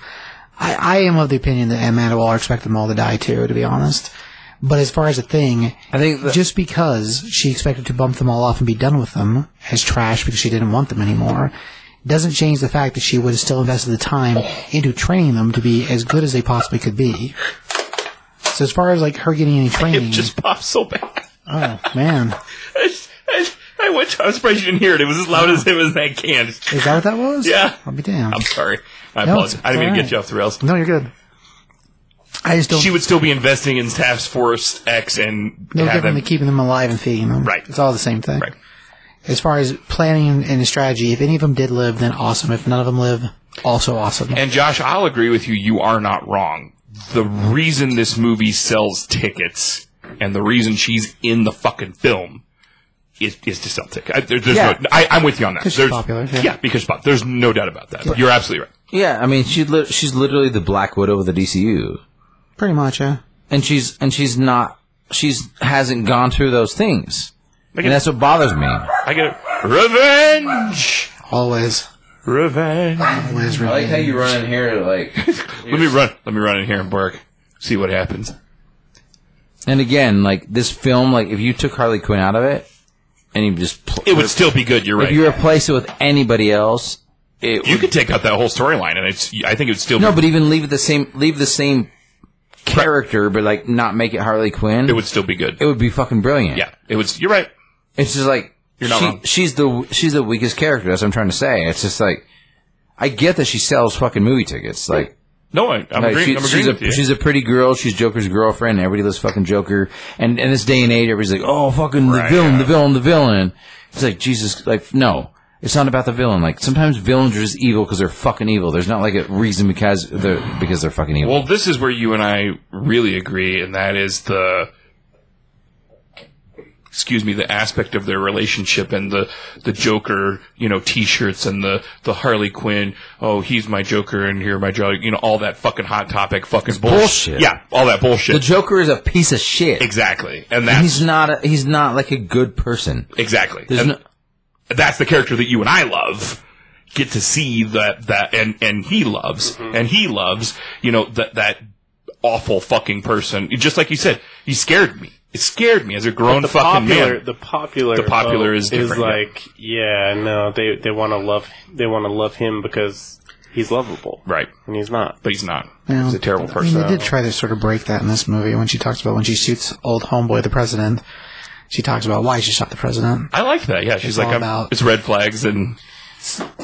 I, I am of the opinion that Amanda Waller expected them all to die too, to be honest. But as far as a thing,
I think that-
just because she expected to bump them all off and be done with them as trash because she didn't want them anymore, doesn't change the fact that she would have still invested the time into training them to be as good as they possibly could be. So as far as like her getting any
it
training,
just popped so bad.
oh man,
I, I, I went. I was surprised you didn't hear it. It was as loud as it was in that can.
is that what that was?
Yeah.
I'll be damned.
I'm sorry. I
No,
apologize.
it's
I didn't mean to
alright.
get you off the rails.
No, you're good. I just don't.
She would still be investing in Task Force X and
no
have
different
them.
than keeping them alive and feeding them.
Right.
It's all the same thing.
Right.
As far as planning and strategy, if any of them did live, then awesome. If none of them live, also awesome.
And Josh, I'll agree with you. You are not wrong. The reason this movie sells tickets and the reason she's in the fucking film is, is to sell tickets. I, there, there's
Yeah.
no, I, I'm with you on that.
'Cause she's
There's-
popular, yeah.
because she's popular. There's no doubt about that. You're absolutely right.
yeah. I mean, she li- she's literally the Black Widow of the DCU,
Pretty much, yeah.
and she's and she's not she's hasn't gone through those things, and that's what bothers me.
I get it. Revenge!
Always.
Revenge.
Always really.
you run in here like.
Let me run. Let me run in here and work. See what happens.
and again, like this film, like if you took Harley Quinn out of it, and you just pl-
It would still be good. You're
if
right.
you replace it with anybody else, it
You
would,
could take out that whole storyline, and it's. I think it would still
no,
be,
but even leave it the same leave the same character, but like not make it Harley Quinn.
it would still be good.
it would be fucking brilliant.
yeah, it would. You're right.
It's just like
You're not
she-
wrong.
she's the she's the weakest character. That's what I'm trying to say. It's just like I get that she sells fucking movie tickets. Like,
No, I, I'm
like
agreeing.
she-
I'm
she's
agreeing
a
with you.
she's a pretty girl. She's Joker's girlfriend. Everybody loves fucking Joker. And in this day and age, everybody's like, oh fucking
Right,
the villain,
yeah.
the villain, the villain. It's like Jesus. Like no. It's not about the villain. Like sometimes villains are just evil because they're fucking evil. There's not like a reason because they're because they're fucking evil.
Well, this is where you and I really agree, and that is the excuse me, the aspect of their relationship and the the Joker, you know, T-shirts and the the Harley Quinn. Oh, he's my Joker, and here my Joker. You know, all that fucking hot topic, fucking bullshit.
bullshit.
Yeah, all that bullshit.
the Joker is a piece of shit.
exactly, and that's
He's not. A, he's not like a good person.
exactly.
There's
And
no.
that's the character that you and I love get to see that that and and he loves
Mm-hmm.
and he loves you know that that awful fucking person just like you said he scared me it scared me as a grown
the
fucking
popular,
man
the popular,
The popular
vote
is different, yeah.
like, yeah, no, they they want to love, they want to love him because he's lovable,
right
And he's not.
but he's not
Yeah.
he's a terrible
I mean,
person
they did try to sort of break that in this movie when she talks about when she shoots old homeboy, the president. She talks about why she shot the president.
I like that. Yeah, she's
It's
like,
all
I'm,
about-
it's red flags, and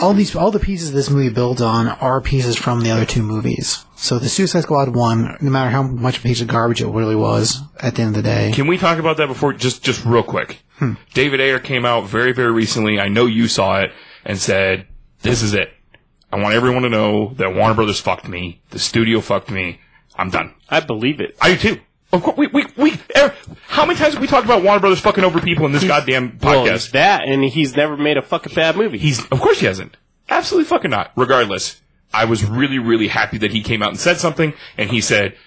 all these all the pieces this movie builds on are pieces from the other two movies. So the Suicide Squad one, no matter how much a piece of garbage it really was, at the end of the day,
can we talk about that before? Just, just real quick. David Ayer came out very, very recently. I know you saw it and said, "This is it. I want everyone to know that Warner Brothers fucked me. The studio fucked me. I'm done.
I believe it.
I do too. Of course, we, we, we, er, how many times have we talked about Warner Brothers fucking over people in this goddamn
Well,
podcast?
that, and he's never made a fucking bad movie.
He's, of course he hasn't. Absolutely fucking not. Regardless, I was really, really happy that he came out and said something, and he said,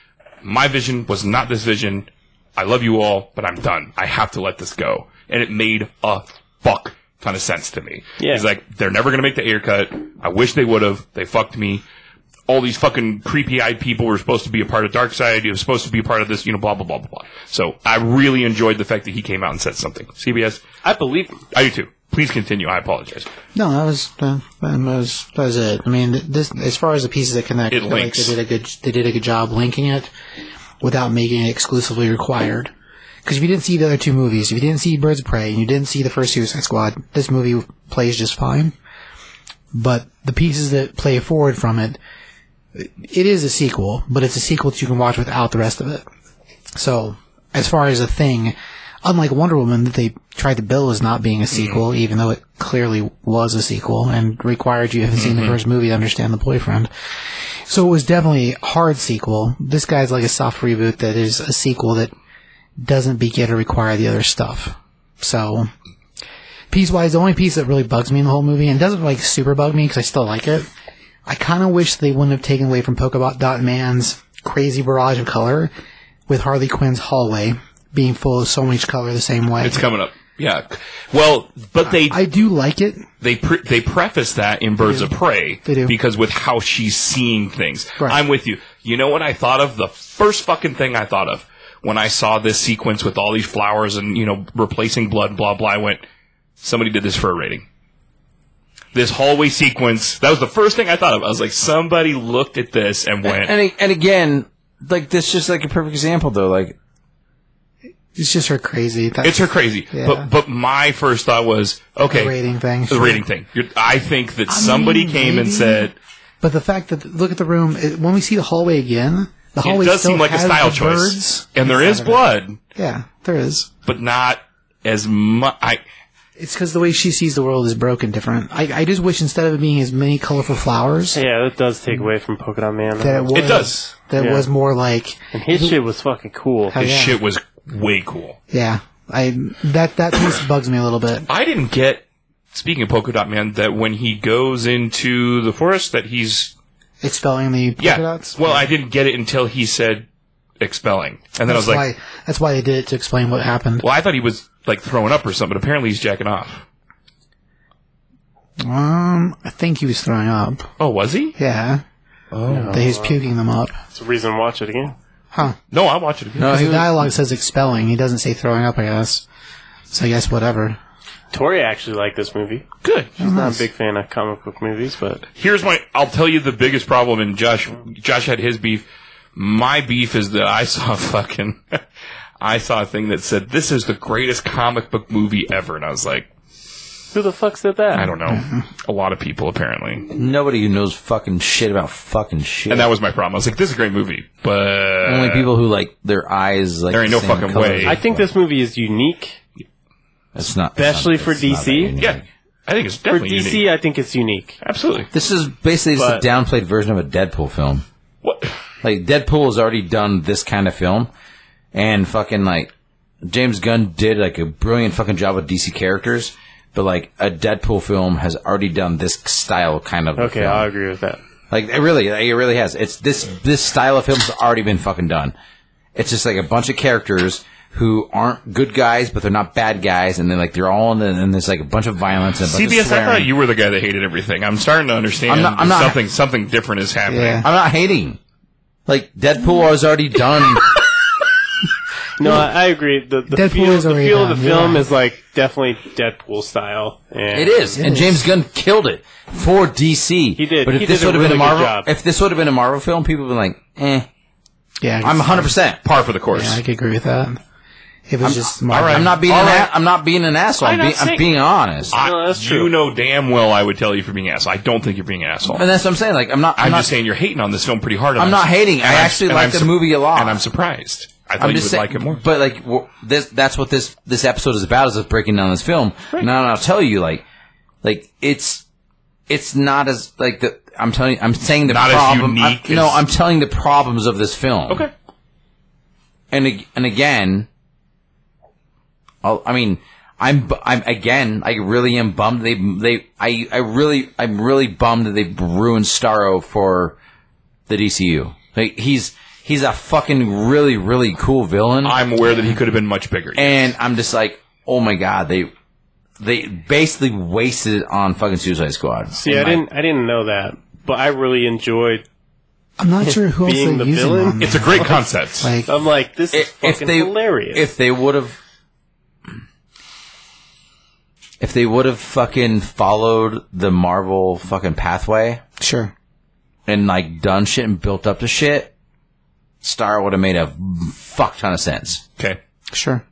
my vision was not this vision. I love you all, but I'm done. I have to let this go. And it made a fuck ton of sense to me.
Yeah.
He's like, they're never gonna make the air cut. I wish they would have. They fucked me. All these fucking creepy eyed people were supposed to be a part of Dark Side. It was supposed to be a part of this, you know, blah, blah, blah, blah, blah. So I really enjoyed the fact that he came out and said something. CBS,
I believe him.
I do too. Please continue. I apologize.
no, that was uh, that was that was it. I mean, th- this as far as the pieces that connect,
It
I feel like
links.
they did a good they did a good job linking it without making it exclusively required. Because if you didn't see the other two movies, if you didn't see Birds of Prey, and you didn't see the first Suicide Squad, this movie plays just fine. But the pieces that play forward from it, it is a sequel, but it's a sequel that you can watch without the rest of it. So, as far as a thing, unlike Wonder Woman that they tried to bill as not being a sequel, even though it clearly was a sequel and required you haven't seen the first movie to understand the boyfriend. So it was definitely a hard sequel. This guy's like a soft reboot that is a sequel that doesn't beget or require the other stuff. So, piece-wise, the only piece that really bugs me in the whole movie, and doesn't like super bug me because I still like it, I kind of wish they wouldn't have taken away from Pokebot Dot Man's crazy barrage of color with Harley Quinn's hallway being full of so much color the same way.
It's coming up. Yeah. Well, but they
I do like it.
they pre- they preface that in Birds of Prey
They do.
because with how she's seeing things.
Right.
I'm with you. You know what I thought of? The first fucking thing I thought of when I saw this sequence with all these flowers and you know replacing blood, blah blah. I went, somebody did this for a rating. This hallway sequence. That was the first thing I thought of. I was like, somebody looked at this and went,
And and again, like this, is just like a perfect example though. Like
It's just her crazy. That's
it's her crazy.
Yeah.
But but my first thought was, okay,
the rating thing.
the rating thing. You're, I think that somebody came and
maybe.
said.
But the fact that look at the room it, when we see the hallway again, the hallway
it does
still
seem like a
has
style
the
choice,
birds.
and there is blood,
Yeah, there is.
but not as much. I
It's because the way she sees the world is broken different. I, I just wish instead of it being as many colorful flowers,
Yeah, that does take away from Pokemon Man.
that it was
It does.
that it
Yeah.
was more like
and his shit was fucking cool.
how-
his
yeah,
shit was way cool.
yeah. I that that piece bugs me a little bit.
I didn't get. Speaking of Polka Dot Man, that when he goes into the forest, that he's
Expelling the polka
yeah.
dots.
Well, I didn't get it until he said expelling, and then I
that's
was like,
why that's why they did it to explain what happened.
well, I thought he was like throwing up or something, but apparently he's jacking off.
Um, I think he was throwing up.
Oh, was he?
Yeah. Oh. That he was puking them up.
That's the reason to watch it again.
Huh.
No, I'll watch it again.
no,
Because
he
the
was,
dialogue says expelling. He doesn't say throwing up, I guess. So I guess whatever.
Tori actually liked this movie.
Good.
She's not a big fan of comic book movies, but
Here's my. I'll tell you the biggest problem. And Josh, Josh had his beef. My beef is that I saw a fucking. I saw a thing that said this is the greatest comic book movie ever, and I was like,
who the fuck said that?
I don't
Mm-hmm.
know. A lot of people apparently,
Nobody who knows fucking shit about fucking shit.
and that was my problem. I was like, this is a great movie, but
only people who like their eyes like
There ain't
the
no
same
fucking
color.
way.
I think this movie is unique.
That's not
Especially
that's not-
for
that's not
DC?
that unique.
yeah, I think it's
For
definitely
DC,
unique.
I think it's unique.
Absolutely.
This is basically just
But-
a downplayed version of a Deadpool film.
What?
Like Deadpool has already done this kind of film, and fucking like James Gunn did like a brilliant fucking job with DC characters, but like a Deadpool film has already done this style kind of
Okay,
film.
I agree with that.
Like it really, like, it really has. It's this this style of film's already been fucking done. It's just like a bunch of characters who aren't good guys, but they're not bad guys, and then like they're all in. The, and there's like a bunch of violence and a bunch of
CBS, I
swearing.
thought you were the guy that hated everything. I'm starting to understand
I'm not- I'm not-
something something different is happening.
Yeah.
I'm not hating. Like Deadpool was already done.
No, I, I agree. The, the
Deadpool
feel,
is
the
already
feel of
done,
the film
yeah.
is like definitely Deadpool style. And
it is, and
is.
James Gunn killed it for DC.
He did.
But if
He
this
did a
would have been
really
a
good
Marvel,
job.
if this would have been a Marvel film, people would have been like, "Eh,
Yeah, I
I'm
guess-
100." percent
Par for the course.
yeah, I could agree with that. If it's just
all right.
I'm not being.
All
An
right.
a- I'm not being an asshole. I'm,
I'm not
being, I'm
saying-
being honest.
I-
No, that's true.
You know damn well I would tell you for being an asshole. I don't think you're being an asshole.
and that's what I'm saying. Like I'm not. I'm,
I'm
not
just saying you're hating on this film pretty hard.
I'm not hating. I actually like the movie a lot.
and I'm surprised. I thought
I'm
you would
just saying,
like it more.
but like w- this—that's what this this episode is about—is us breaking down this film. And Now, I'll tell you, like, like it's it's not as like the I'm telling you, I'm saying the
Not as
problem. I'm-
unique
no,
as-
I'm telling the problems of this film.
Okay.
and ag- and again, I'll, I mean, I'm bu- I'm again, I really am bummed. They they I I really I'm really bummed that they ruined Starro for the DCU. Like he's he's a fucking really really cool villain,
I'm aware that he could have been much bigger.
and I'm just like, oh my god, they they basically wasted it on fucking Suicide Squad.
See, I didn't, I didn't know that, but I really enjoyed.
I'm not sure who else
Being
they're
the
using
villain?
on
it's
there.
a great concept.
like
I'm like, this is
If,
fucking
if they
hilarious.
if they would have if they would have fucking followed the Marvel fucking pathway,
sure.
and like done shit and built up to shit, Star would have made a fuck ton of sense.
okay.
Sure.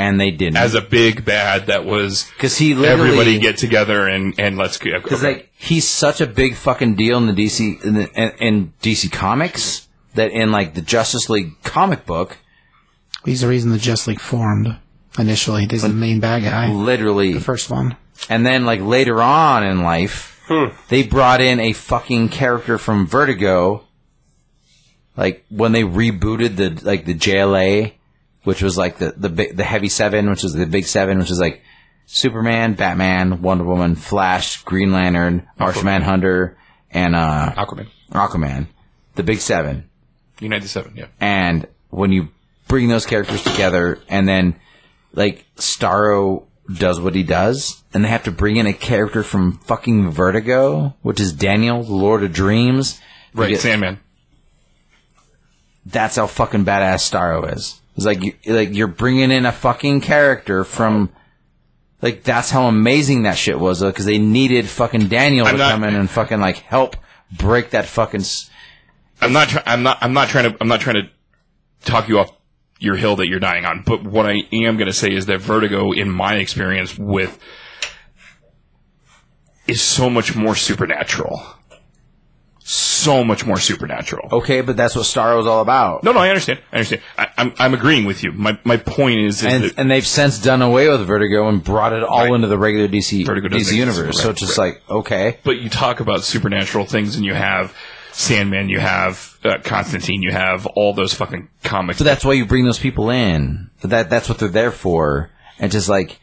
And they didn't.
As a big bad that was
Because he literally.
everybody get together and, and let's go.
Because like he's such a big fucking deal in the DC in, the, in, in DC comics that in like the Justice League comic book,
He's the reason the Just League formed initially. He's the main bad guy.
literally,
The first one.
and then like later on in life, they brought in a fucking character from Vertigo. Like when they rebooted the like the JLA, which was like the the big, the heavy seven, which is the big seven, which is like Superman, Batman, Wonder Woman, Flash, Green Lantern, Martian Manhunter, and uh,
Aquaman.
Aquaman, the big seven
United Seven, yeah.
and when you bring those characters together and then like Starro does what he does and they have to bring in a character from fucking Vertigo, which is Daniel, the Lord of Dreams.
Right,
Because
Sandman.
That's how fucking badass Starro is. It's like you, like you're bringing in a fucking character from like that's how amazing that shit was though cuz they needed fucking Daniel
I'm
to
not-
come in and fucking like help break that fucking s-
I'm not. Try- I'm not. I'm not trying to. I'm not trying to talk you off your hill that you're dying on. But what I am going to say is that Vertigo, in my experience with, is so much more supernatural. So much more supernatural.
Okay, but that's what Starro's all about.
No, no, I understand. I understand. I, I'm, I'm agreeing with you. My, my point is, is
and
that
and they've since done away with Vertigo and brought it all
Right.
into the regular DC
Vertigo doesn't
DC universe.
exist.
so
Right,
it's just
right.
like okay,
but you talk about supernatural things and you have Sandman, you have uh, Constantine, you have all those fucking comics.
so that's why you bring those people in. That that's what they're there for. And just like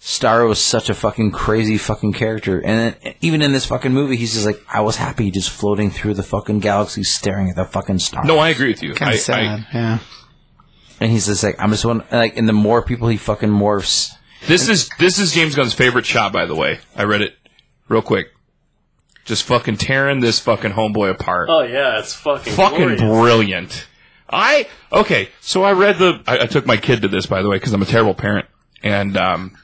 Starro is such a fucking crazy fucking character, and then, even in this fucking movie, he's just like I was happy just floating through the fucking galaxy, staring at the fucking star.
no, I agree with you.
Kind
I-
of sad.
I-
yeah.
and he's just like I'm just one like, and the more people he fucking morphs,
This is this is James Gunn's favorite shot, by the way. I read it real quick. Just fucking tearing this fucking homeboy apart.
oh yeah, it's fucking
fucking
glorious.
brilliant. I okay. So I read the. I, I took my kid to this, by the way, because I'm a terrible parent, and um,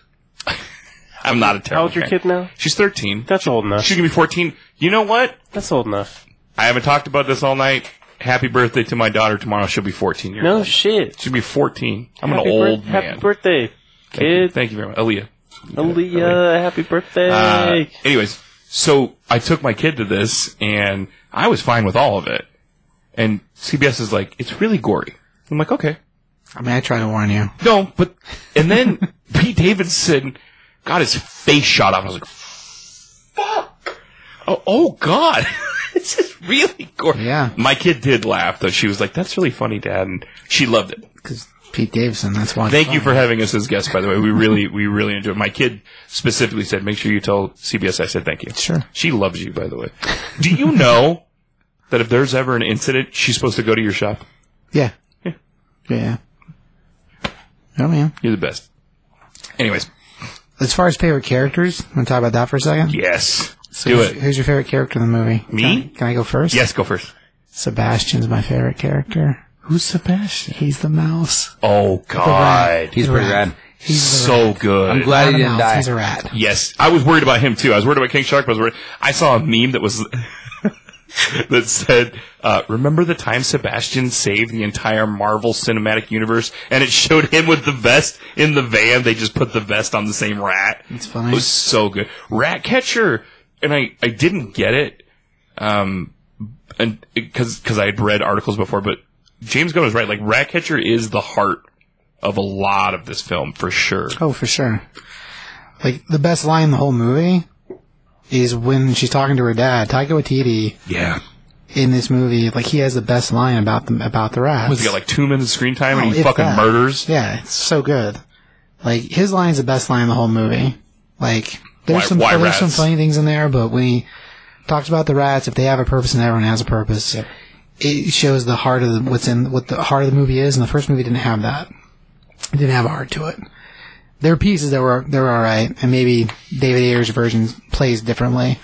I'm not a terrible.
How old's your
fan.
kid now?
She's 13.
That's old enough.
She can be 14. You know what?
That's old enough.
I haven't talked about this all night. Happy birthday to my daughter tomorrow. She'll be 14 years
No
old.
shit.
She'll be 14. I'm
Happy
an
birth-
old man.
Happy birthday,
Thank you.
kid.
Thank you very much, Aaliyah.
Aaliyah, happy birthday.
Uh, anyways, so I took my kid to this, and I was fine with all of it. And CBS is like, it's really gory. I'm like, okay,
I mean, I try to warn you.
no, but and then Pete Davidson got his face shot off. I was like, fuck. Oh, oh God, this is really gory.
Yeah.
my kid did laugh though. She was like, that's really funny, Dad, and she loved it.
Because Pete Davidson, that's why.
Thank you for having us as guests, by the way. We really, we really enjoyed. My kid specifically said, "Make sure you tell CBS." I said, "Thank you."
Sure.
She loves you, by the way. Do you know that if there's ever an incident, she's supposed to go to your shop?
Yeah. Yeah. Yeah. Oh, man.
You're the best. Anyways,
As far as favorite characters, want to talk about that for a second?
yes,
So
do
who's,
it.
Who's your favorite character in the movie?
Me?
Can, can I go first?
Yes, go first.
Sebastian's my favorite character.
Who's Sebastian?
He's the mouse.
Oh God,
He's pretty
Rat.
rad.
He's the rat.
so good.
I'm glad
Not
he
a
didn't
mouse,
die.
He's a rat.
Yes, I was worried about him too. I was worried about King Shark. But I was worried. I saw a meme that was that said, uh, "Remember the time Sebastian saved the entire Marvel Cinematic Universe?" And it showed him with the vest in the van. They just put the vest on the same rat.
It's funny.
It was so good. Rat catcher, and I, I didn't get it, um, and because because I had read articles before, but James Gunn was right. Like rat catcher is the heart of a lot of this film for sure.
Oh, for sure. Like the best line in the whole movie is when she's talking to her dad, Taika Waititi.
Yeah,
In this movie, like he has the best line about the about the rats.
he got like two minutes of screen time and
Oh,
he
if
fucking
that.
murders.
Yeah, it's so good. Like his line is the best line in the whole movie. Like there's
Why-
some
why
there's some
rats?
funny things in there, but when he talks about the rats, if they have a purpose and everyone has a purpose, it shows the heart of the, what's in what the heart of the movie is. And the first movie didn't have that. It didn't have a heart to it. There are pieces that were they were all right, and maybe David Ayer's version plays differently,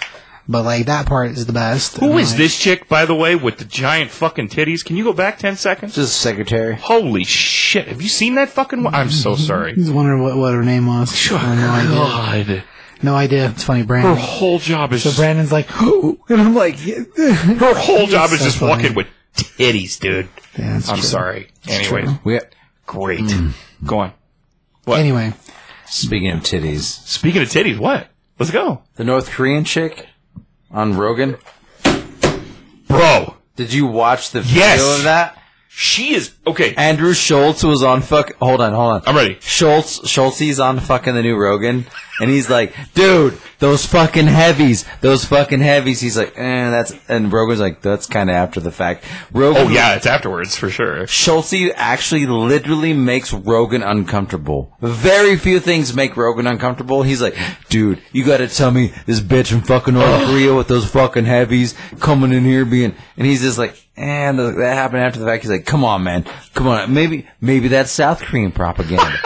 but like that part is the best.
Who
And,
is
like,
this chick, by the way, with the giant fucking titties? Can you go back ten seconds?
Just a secretary.
Holy shit! Have you seen that fucking? One? I'm so sorry. Oh,
I was wondering what, what her name was. I had no idea.
God,
No idea. It's funny,
her
Brandon.
whole job is
So
just,
Brandon's like, and I'm like, yeah,
her whole job is
so
just
funny.
walking with titties, dude.
it's
I'm
true.
sorry. Anyway,
true. Mm.
We
great. Go on.
Anyway,
speaking of titties,
Speaking of titties, what? Let's go,
the North Korean chick on Rogan.
bro.
Did you watch the video
Yes.
of that?
She is okay.
Andrew Schultz was on fuck. Hold on, hold on.
I'm ready.
Schultz Schultze's on fucking the new Rogan, and he's like, "Dude, those fucking heavies, those fucking heavies." He's like, "Eh, that's," and Rogan's like, "That's kind of after the fact." Rogan,
Oh yeah, it's afterwards for sure.
Schultze actually literally makes Rogan uncomfortable. Very few things make Rogan uncomfortable. He's like, dude, you gotta tell me this bitch in fucking North Korea with those fucking heavies coming in here being, and he's just like, and that happened after the fact. He's like, come on, man, come on, maybe, maybe that's South Korean propaganda.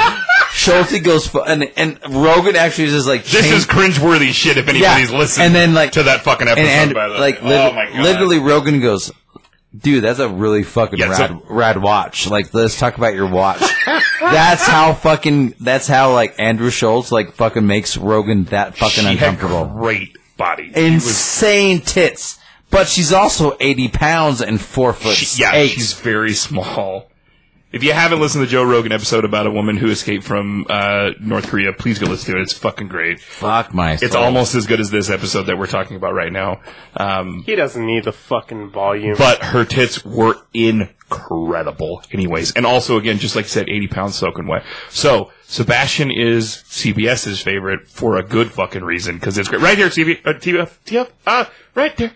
Schultze goes, fu- and, and Rogan actually is just like,
This
change-
is cringeworthy shit. If anybody's listening,
and then, like-
to that fucking episode,
and, and
by the
like,
way.
lit-
oh my god,
literally Rogan goes, dude, that's a really fucking
Yeah, it's
rad, rad watch. Like, let's talk about your watch. that's how fucking, that's how like Andrew Schultz like fucking makes Rogan that fucking
she Had
uncomfortable.
great body.
Insane tits. But she's also 80 pounds and four foot
She- yeah,
eight.
she's very small. If you haven't listened to the Joe Rogan episode about a woman who escaped from uh, North Korea, please go listen to it. It's fucking great.
Fuck my
It's
soul.
almost as good as this episode that we're talking about right now. Um,
he doesn't need the fucking volume.
but her tits were incredible, anyways. And also, again, just like I said, 80 pounds soaking wet. So, Sebastian is CBS's favorite for a good fucking reason because it's great. Right here, CB, uh, TF, TF, uh, right there.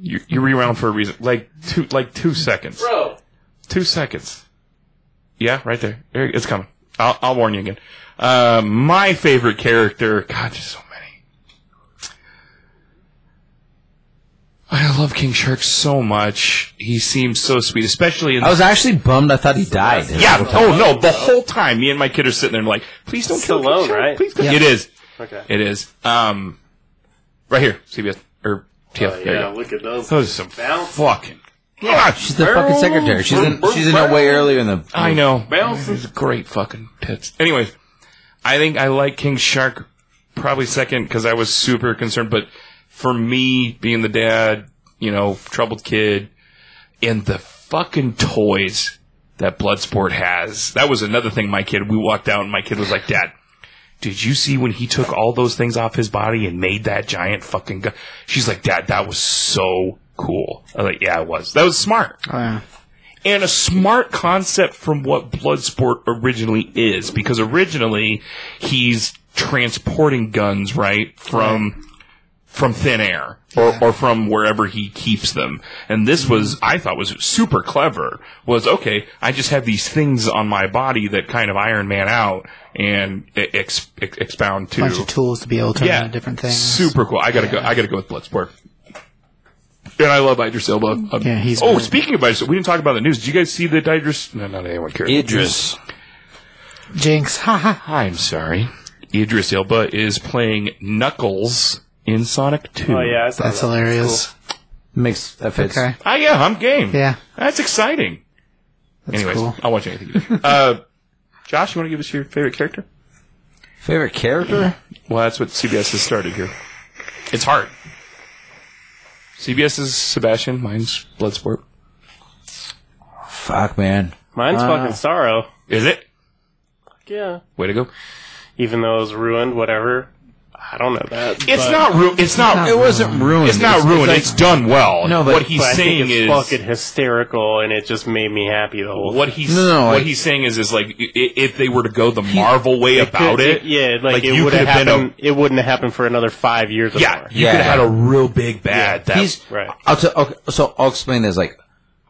You, you rewound for a reason. Like two, like two seconds.
Bro.
Two seconds. Yeah, right there. There- It's coming. I'll, I'll warn you again. Uh, my favorite character. God, there's so many. I love King Shark so much. He seems so sweet, especially in.
I was actually bummed. I thought he died.
yeah. Oh no! The whole time, me and my kid are sitting there and like, please don't kill
Stallone,
King Shark.
right?
Please don't.
Yeah.
It is.
Okay.
It is. Um, right here, CBS or TF. there you go.
look at those.
Those are some
Oh, Bounce.
fucking.
She's the fucking secretary.
Oh,
She's in, she's in way earlier in the.
I know.
Bounce.
It's great fucking tits. Anyways, I think I like King Shark probably second because I was super concerned. But for me, being the dad, you know, troubled kid, and the fucking toys that Bloodsport has, that was another thing. My kid, we walked out, and my kid was like, "Dad." Did you see when he took all those things off his body and made that giant fucking gun? She's like, Dad, that was so cool. I was like, Yeah, it was. That was smart
Oh, yeah.
and a smart concept from what Bloodsport originally is, because originally he's transporting guns right from from thin air or, or from wherever he keeps them. And this was I thought was super clever. Was okay, I just have these things on my body that kind of Iron Man out and e-, ex- ex- expound to
bunch of tools to be able to turn
yeah,
into different things.
Super cool. I gotta go. I gotta go with Bloodsport. And I love Idris Elba. Um,
Yeah, he's
Oh,
great.
speaking of Idris, we didn't talk about the news. Did you guys see that Idris? No, not anyone cares.
Idris.
Jinx, ha ha.
I'm sorry. Idris Elba is playing Knuckles in Sonic Two.
Oh yeah, I saw
That's
that.
hilarious.
Makes that fits.
Okay,
Ah, yeah, I'm game.
Yeah.
that's exciting.
that's
Anyways,
cool.
I'll watch anything. you do. uh, Josh, you want to give us your favorite character?
Favorite character?
Well, that's what CBS has started here. It's hard. CBS is Sebastian. Mine's Bloodsport.
Fuck, man.
Mine's fucking sorrow.
Is it?
Yeah.
Way to go.
Even though it was ruined, whatever. I don't know that.
It's not ruined. It's not.
It wasn't ruined.
It's not ruined. It's, done well.
No, but-
what he's
But I
saying
think it's
is
fucking hysterical, and it just made me happy the whole.
what he's
No, no,
what
like-
he's saying is is like i- i- if they were to go the Marvel way about it,
Yeah, like, it
you
would have
could have been
happened. it wouldn't have happened for another five years. Or
a yeah,
more.
you could have had a real big bad. that
He's
Right.
I'll t- okay, so I'll explain this. Like,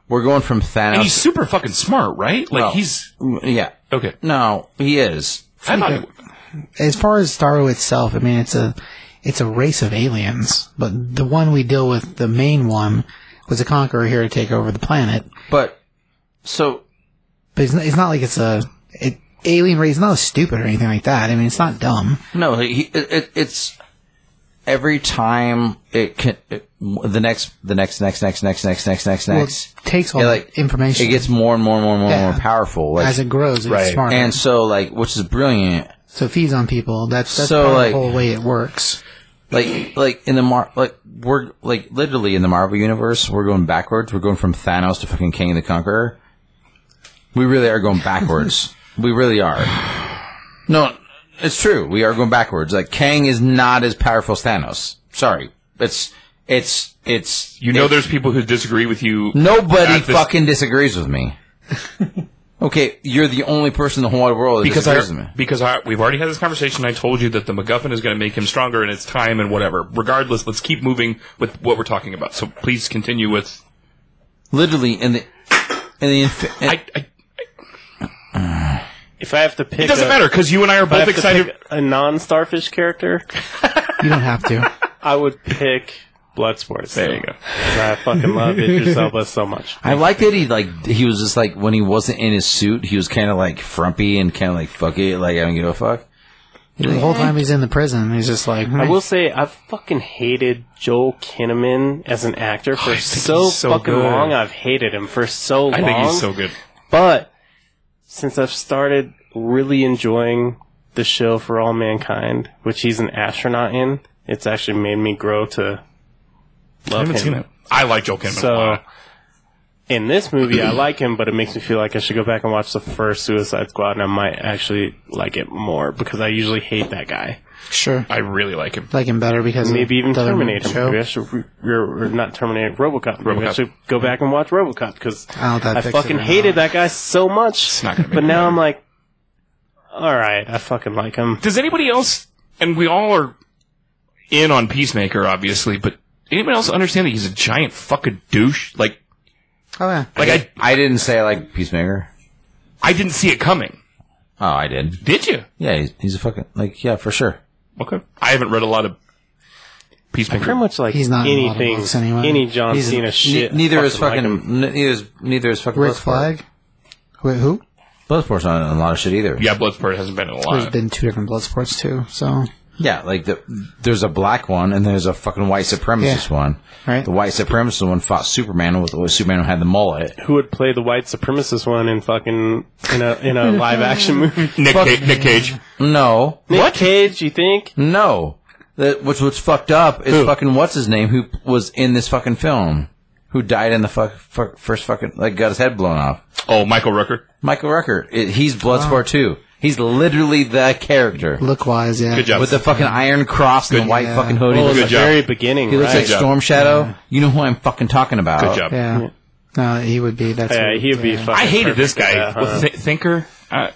we're going from Thanos.
and he's super fucking smart, right? Like
No.
he's
yeah.
okay.
No, he is.
I thought he-
As far as Starro itself, I mean, it's a it's a race of aliens, but the one we deal with, the main one, was a conqueror here to take over the planet.
But so
But it's not, it's not like it's a it, alien race. It's not stupid or anything like that. I mean, it's not dumb.
no, he, it, it, it's every time it can it, the next the next next next next next next next
Well,
next.
it takes all
Yeah,
that information
It gets more and more and more and more, and
Yeah.
more powerful. Like,
as it grows. It's
Right.
smarter,
and so like, which is brilliant.
so it feeds on people. That's that's
So,
part of
like-
the whole way it works.
like like in the Mar like we're like literally in the Marvel universe, we're going backwards. We're going from Thanos to fucking King the Conqueror. We really are going backwards. we really are. No, it's true. We are going backwards. Like Kang is not as powerful as Thanos. Sorry, it's it's it's
you know, there's people who disagree with you.
nobody
At this-
fucking disagrees with me. okay, you're the only person in the whole world that
Because I,
disagrees with me.
because I, we've already had this conversation. I told you that the MacGuffin is going to make him stronger, and it's time and whatever. Regardless, let's keep moving with what we're talking about. So please continue with
Literally in the in the inf- in-
I, I,
If I have to pick,
it doesn't
a,
matter because you and I are
If I
both
have to
excited.
pick a non-starfish character,
You don't have to.
I would pick Bloodsport.
There you go.
I fucking love Idris Elba so much.
I like that he like he was just like when he wasn't in his suit, he was kind of like frumpy and kind of like fuck it, like I don't give a fuck.
The whole time he's in the prison, he's just like,
I will say I've fucking hated Joel Kinnaman as an actor for so,
Oh, he's so
fucking
good.
long. I've hated him for so long.
I think he's so good.
But since I've started really enjoying the show For All Mankind, which he's an astronaut in, it's actually made me grow to love him.
I like Joel Kinnaman a
So
lot.
in this movie, I like him, but it makes me feel like I should go back and watch the first Suicide Squad, and I might actually like it more because I usually hate that guy.
sure,
I really like him.
like him better because of
Maybe even
the other
Terminator.
show.
Maybe I should, re- or, or not Terminator, RoboCop. Maybe I
RoboCop.
should go back and watch RoboCop because
I don't know if that
I
fixes
fucking
it or
hated
not.
that guy so much.
not gonna make
But now I'm like, all right, I fucking like him.
Does anybody else? And we all are in on Peacemaker, obviously, but anybody else understand that he's a giant fucking douche? Like,
Oh yeah,
like I,
I didn't say I like Peacemaker.
I didn't see it coming.
Oh, I did.
Did you?
Yeah, he's, he's a fucking like yeah for sure.
Okay. I haven't read a lot of Peacemaker.
Pretty much like
He's not in a lot of
anything,
books anyway.
any John
He's
Cena shit.
ne- neither
I
is fucking
like him.
n- neither is neither is fucking
Rick
Bloodsport.
Flag. Wait, who?
Bloodsport's not in a lot of shit either.
yeah, Bloodsport hasn't been in a
Uh,
There's
lot.
been two different blood sports too, so
Yeah, like the, there's a black one and there's a fucking white supremacist
Yeah.
one.
Right.
The white supremacist one fought Superman with Superman had the mullet.
Who would play the white supremacist one in fucking in a in a live action movie?
Nick, Ca- Nick Cage.
No,
Nick Cage, you think?
no. That which what's fucked up is fucking what's his name who was in this fucking film, who died in the fuck, fuck first fucking like got his head blown off.
Oh, Michael Rooker.
Michael Rucker. It, he's Bloodsport too. He's literally the character
Look wise, yeah.
Good job.
with the fucking iron cross and the white
Yeah.
fucking hoodie.
Well, in
Good
the
job.
very beginning,
he looks
right?
like Storm Shadow. You know who I'm fucking talking about.
Good job.
Yeah. No, he would be. That's
yeah, he would be. Fucking
I hated this
perfect
guy.
Uh-huh. for that, huh?
Well, Th- thinker, I,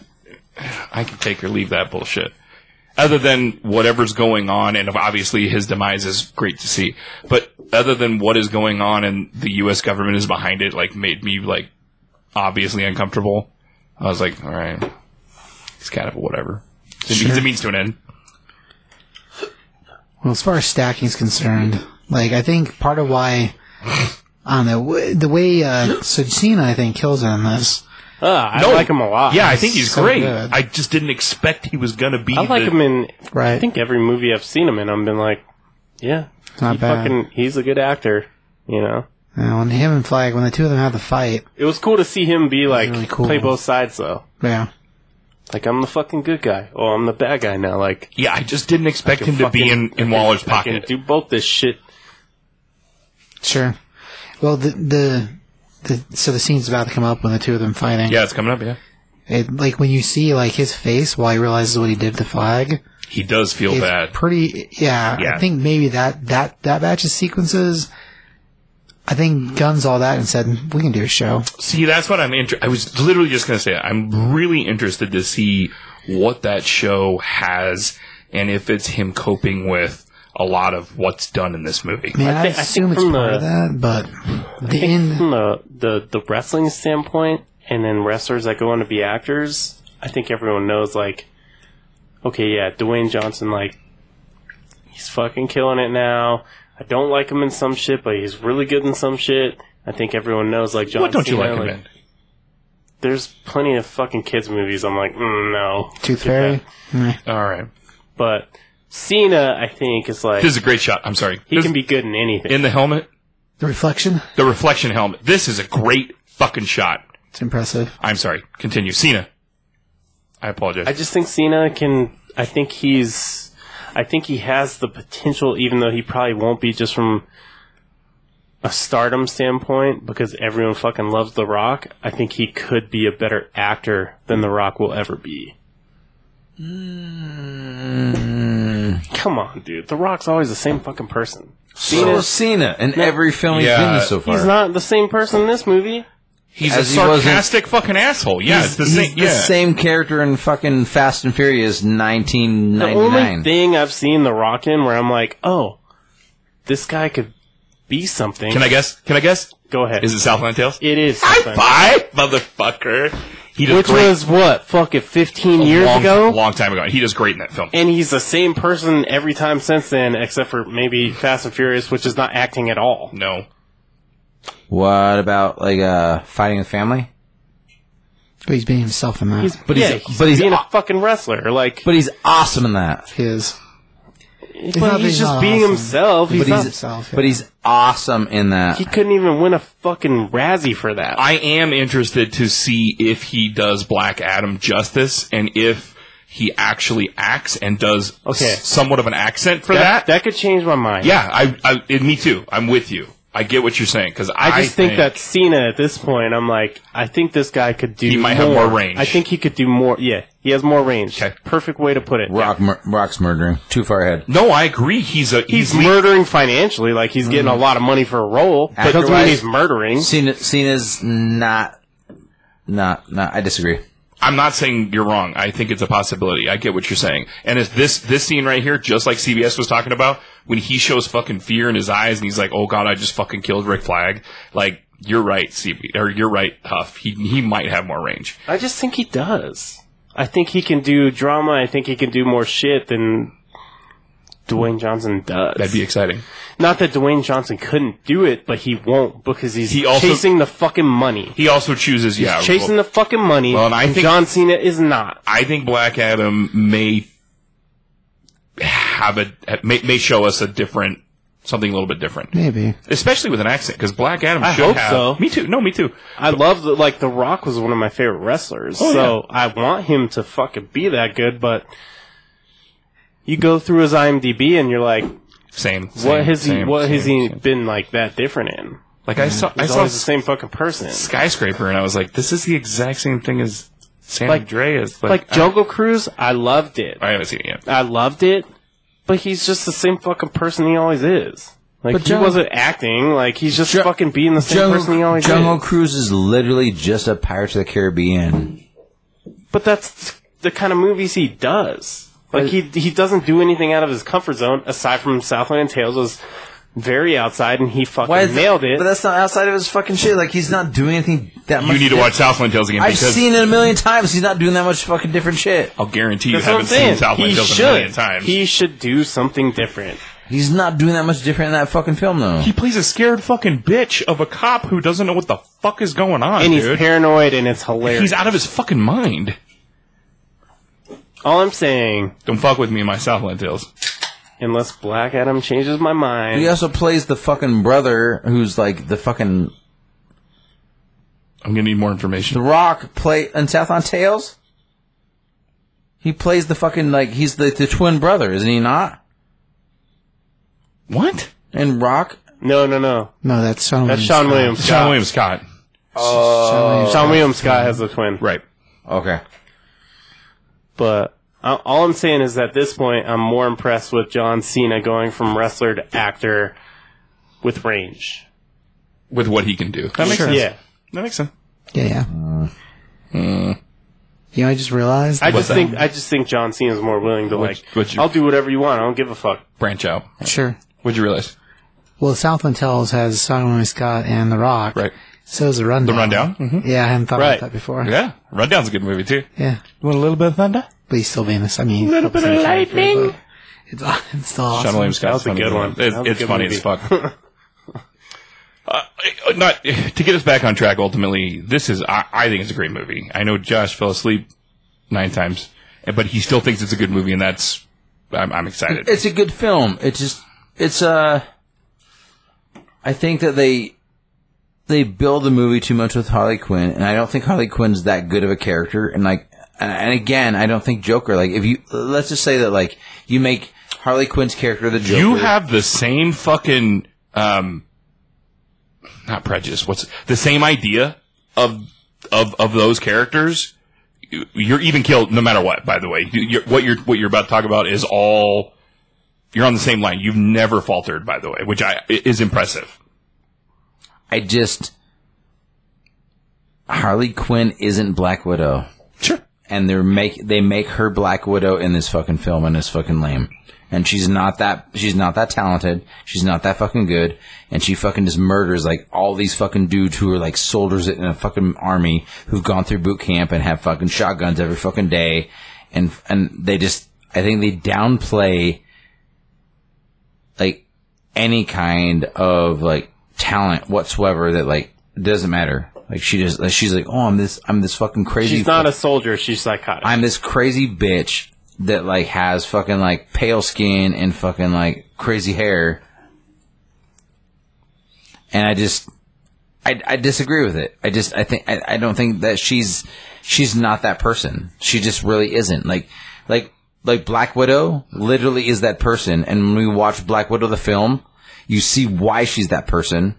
I can take or leave that bullshit. Other than whatever's going on, and obviously his demise is great to see. But other than what is going on and the U.S. government is behind it, like made me like obviously uncomfortable. I was like, all right, it's kind of a whatever. It means it means to an end.
Well, as far as stacking is concerned, like I think part of why I don't know w- the way uh, Sujina I think kills it in this.
Ah, I like him a lot.
Yeah, I think he's
So
great.
good.
I just didn't expect he was gonna be.
I like
the-
him in.
Right.
I think every movie I've seen him in, I've been like, yeah,
Not
he
bad.
Fucking, he's a good actor. You know,
Uh, when him and Flag, when the two of them have the fight,
it was cool to see him be like
really cool.
play both sides though.
yeah,
Like I'm the fucking good guy. Oh, I'm the bad guy now. Like
Yeah, I just didn't expect him to be in,
fucking-
in Waller's
I can
pocket.
do both this shit.
sure. Well, the the. The, so the scene's about to come up when the two of them fighting.
Yeah, it's coming up. Yeah,
It, like when you see like his face while he realizes what he did to Flag,
he does feel
it's
bad.
pretty. Yeah,
Yeah.
I think maybe that that that batch of sequences. I think guns all that and said we can do a show.
See, that's what I'm interested. I was literally just going to say that. I'm really interested to see what that show has and if it's him coping with a lot of what's done in this movie.
I mean, I,
I think- I
assume
think
it's
from
part of
the-
that, but the end.
From the, the the wrestling standpoint, and then wrestlers that go on to be actors, I think everyone knows. Like, okay, yeah, Dwayne Johnson, like, he's fucking killing it now. I don't like him in some shit, but he's really good in some shit. I think everyone knows. Like, John
What don't you
Cena,
like him in?
There's plenty of fucking kids movies. I'm like, mm, no,
Tooth Fairy. Meh.
All right.
but. Cena, I think, is like
This is a great shot. I'm sorry.
he
This-
can be good in anything.
in the helmet,
The reflection.
the reflection helmet. This is a great fucking shot.
It's impressive.
I'm sorry. Continue. Cena. I apologize.
I just think Cena can. I think he's. I think he has the potential, even though he probably won't be just from a stardom standpoint, because everyone fucking loves The Rock. I think he could be a better actor than The Rock will ever be.
Hmm.
Come on, dude. The Rock's always the same fucking person.
So is Cena in every film he's
Yeah.
been in so far.
He's not the same person in this movie.
he's a
as he was in-
sarcastic fucking asshole. Yeah, it's the
He's
same.
the
yeah.
same character in fucking Fast and Furious
The only
1999.
thing I've seen The Rock in where I'm like, oh, this guy could be something.
Can I guess? Can I guess?
Go ahead.
Is it Southland Tales?
It is. something.
High five, motherfucker. He did
Which
great.
was what, fucking 15 years
long,
ago?
long time ago. He does great in that film.
And he's the same person every time since then, except for maybe Fast and Furious, which is not acting at all.
No,
what about like uh fighting the family?
But he's being himself in that.
He's,
But
but
he's-
yeah, he's,
but he's-
being a fucking wrestler. Like,
But he's awesome in that.
he is.
but,
not-
he's
he's
just
not
being
awesome.
himself. He's
But
not,
he's
himself, yeah.
but he's awesome in that.
he couldn't even win a fucking Razzie for that.
I am interested to see if he does Black Adam justice and if he actually acts and does
Okay.
s- somewhat of an accent for that.
that, that could change my mind.
yeah, I, I it, me too. I'm with you. I get what you're saying because
I just think, that Cena at this point, I'm like, I think this guy could do.
He might have more range.
I think he could do more. Yeah, he has more range.
Okay.
Perfect way to put it.
Rock mur- Rock's murdering too far ahead.
no, I agree. He's a
he's
he's, le- Mm-hmm.
murdering financially. Like he's getting a lot of money for a role, but doesn't mean
Actor-wise-
he's murdering.
Cena Cena's not not not I disagree.
I'm not saying you're wrong. I think it's a possibility. I get what you're saying. And if this this scene right here, just like CBS was talking about, when he shows fucking fear in his eyes and he's like, "Oh God, I just fucking killed Rick Flag." Like you're right, CB, or you're right, Huff. He he might have more range.
I just think he does. I think he can do drama. I think he can do more shit than Dwayne Johnson does.
That'd be exciting.
Not that Dwayne Johnson couldn't do it, but he won't because he's
He also-
chasing the fucking money.
He also chooses, yeah,
He's chasing
well,
the fucking money.
Well, and I think-
John Cena is not.
I think Black Adam may have a may, may show us a different something a little bit different,
Maybe.
especially with an accent because Black Adam
I
should
hope
have.
so.
Me too. No, me too.
I love that. Like The Rock was one of my favorite wrestlers,
Oh,
so I want him to fucking be that good. But you go through his IMDb and you're like,
Same. same
what has he?
same,
What has
same,
he
same.
been like that different in?
Like I saw. I
He's
saw
always the same fucking person.
skyscraper, and I was like, this is the exact same thing as San
Like-
Andreas.
Like
I-
Jungle Cruise, I loved it.
I haven't seen it yet.
I loved it, but he's just the same fucking person he always is. Like
But
he
Jungle-
wasn't acting. Like he's just
Ju-
fucking being the same person he
Jungle,
always
Jungle
is.
Cruise is literally just a Pirates of the Caribbean.
But that's the kind of movies he does. Like he he doesn't do anything out of his comfort zone aside from Southland and Tales was very outside and he fucking nailed it.
But that's not outside of his fucking shit. Like he's not doing anything that much.
You need to watch Southland Tales again
I've
because
seen it a million times. He's not doing that much fucking different shit.
I'll guarantee you
that's what I'm
haven't seen
saying.
Southland
He
Tales
should.
a million times.
He should do something different.
He's not doing that much different in that fucking film though.
He plays a scared fucking bitch of a cop who doesn't know what the fuck is going on,
And he's
dude.
paranoid and it's hilarious.
He's out of his fucking mind.
All I'm saying,
Don't fuck with me and my Southland Tales.
unless Black Adam changes my mind,
He also plays the fucking brother who's like the fucking
I'm gonna need more
The
information.
Rock play in South on Tales. He plays the fucking like he's the, the twin brother, isn't he not?
What?
And Rock
no, no, no,
No, that's Sean
that's
Williams.
Sean Williams.
Sean
Scott.
William Scott.
Sean Williams.
Uh,
Sean Williams Scott has a twin,
Right.
Okay.
but I- all I'm saying is at this point, I'm more impressed with John Cena going from wrestler to actor with range.
With what he can do. That makes sense.
Yeah,
That makes sense.
Yeah, yeah.
hmm.
You know, I just realized.
I
What's
just
that?
think I just think John Cena's more willing to
Which-
like.
which you-
I'll do whatever you want. I don't give a fuck.
Branch out.
sure.
What'd you realize?
Well, Southland Tales has Sean Williams Scott and The Rock.
Right.
So is The Rundown.
The Rundown? Mm-hmm.
Yeah, I hadn't thought
Right.
about that before.
Yeah. Rundown's a good movie too.
Yeah.
You want a little bit of thunder?
But he's still Venus. I mean, a little bit of lightning. It's, it's still awesome.
Sean William Scott's
That
funny.
was a good one.
It's,
That was a
it's
good
funny
movie.
as fuck. Uh, not to get us back on track. Ultimately, this is I, I think it's a great movie. I know Josh fell asleep nine times, but he still thinks it's a good movie, and that's I'm, I'm excited.
It's a good film. It's just it's uh I think that they they build the movie too much with Harley Quinn and I don't think Harley Quinn's that good of a character and like and, and again, I don't think Joker like if you let's just say that like you make Harley Quinn's character the Joker.
You have the same fucking um, not prejudice. What's the same idea of of of those characters? You- You're even killed no matter what. By the way, You- you're, what you're what you're about to talk about is all. You're on the same line. You've never faltered, by the way, which I is impressive.
I just Harley Quinn isn't Black Widow.
Sure.
and they're make they make her Black Widow in this fucking film and it's fucking lame. And she's not that she's not that talented. She's not that fucking good. And she fucking just murders like all these fucking dudes who are like soldiers in a fucking army who've gone through boot camp and have fucking shotguns every fucking day. And and they just I think they downplay like any kind of like talent whatsoever that like doesn't matter. Like she just like, she's like oh I'm this I'm this fucking crazy.
She's not a soldier. She's psychotic.
I'm this crazy bitch that like has fucking like pale skin and fucking like crazy hair. And I just I, I disagree with it. I just I think I, I don't think that she's she's not that person. She just really isn't. Like like like Black Widow literally is that person and when we watch Black Widow the film, you see why she's that person.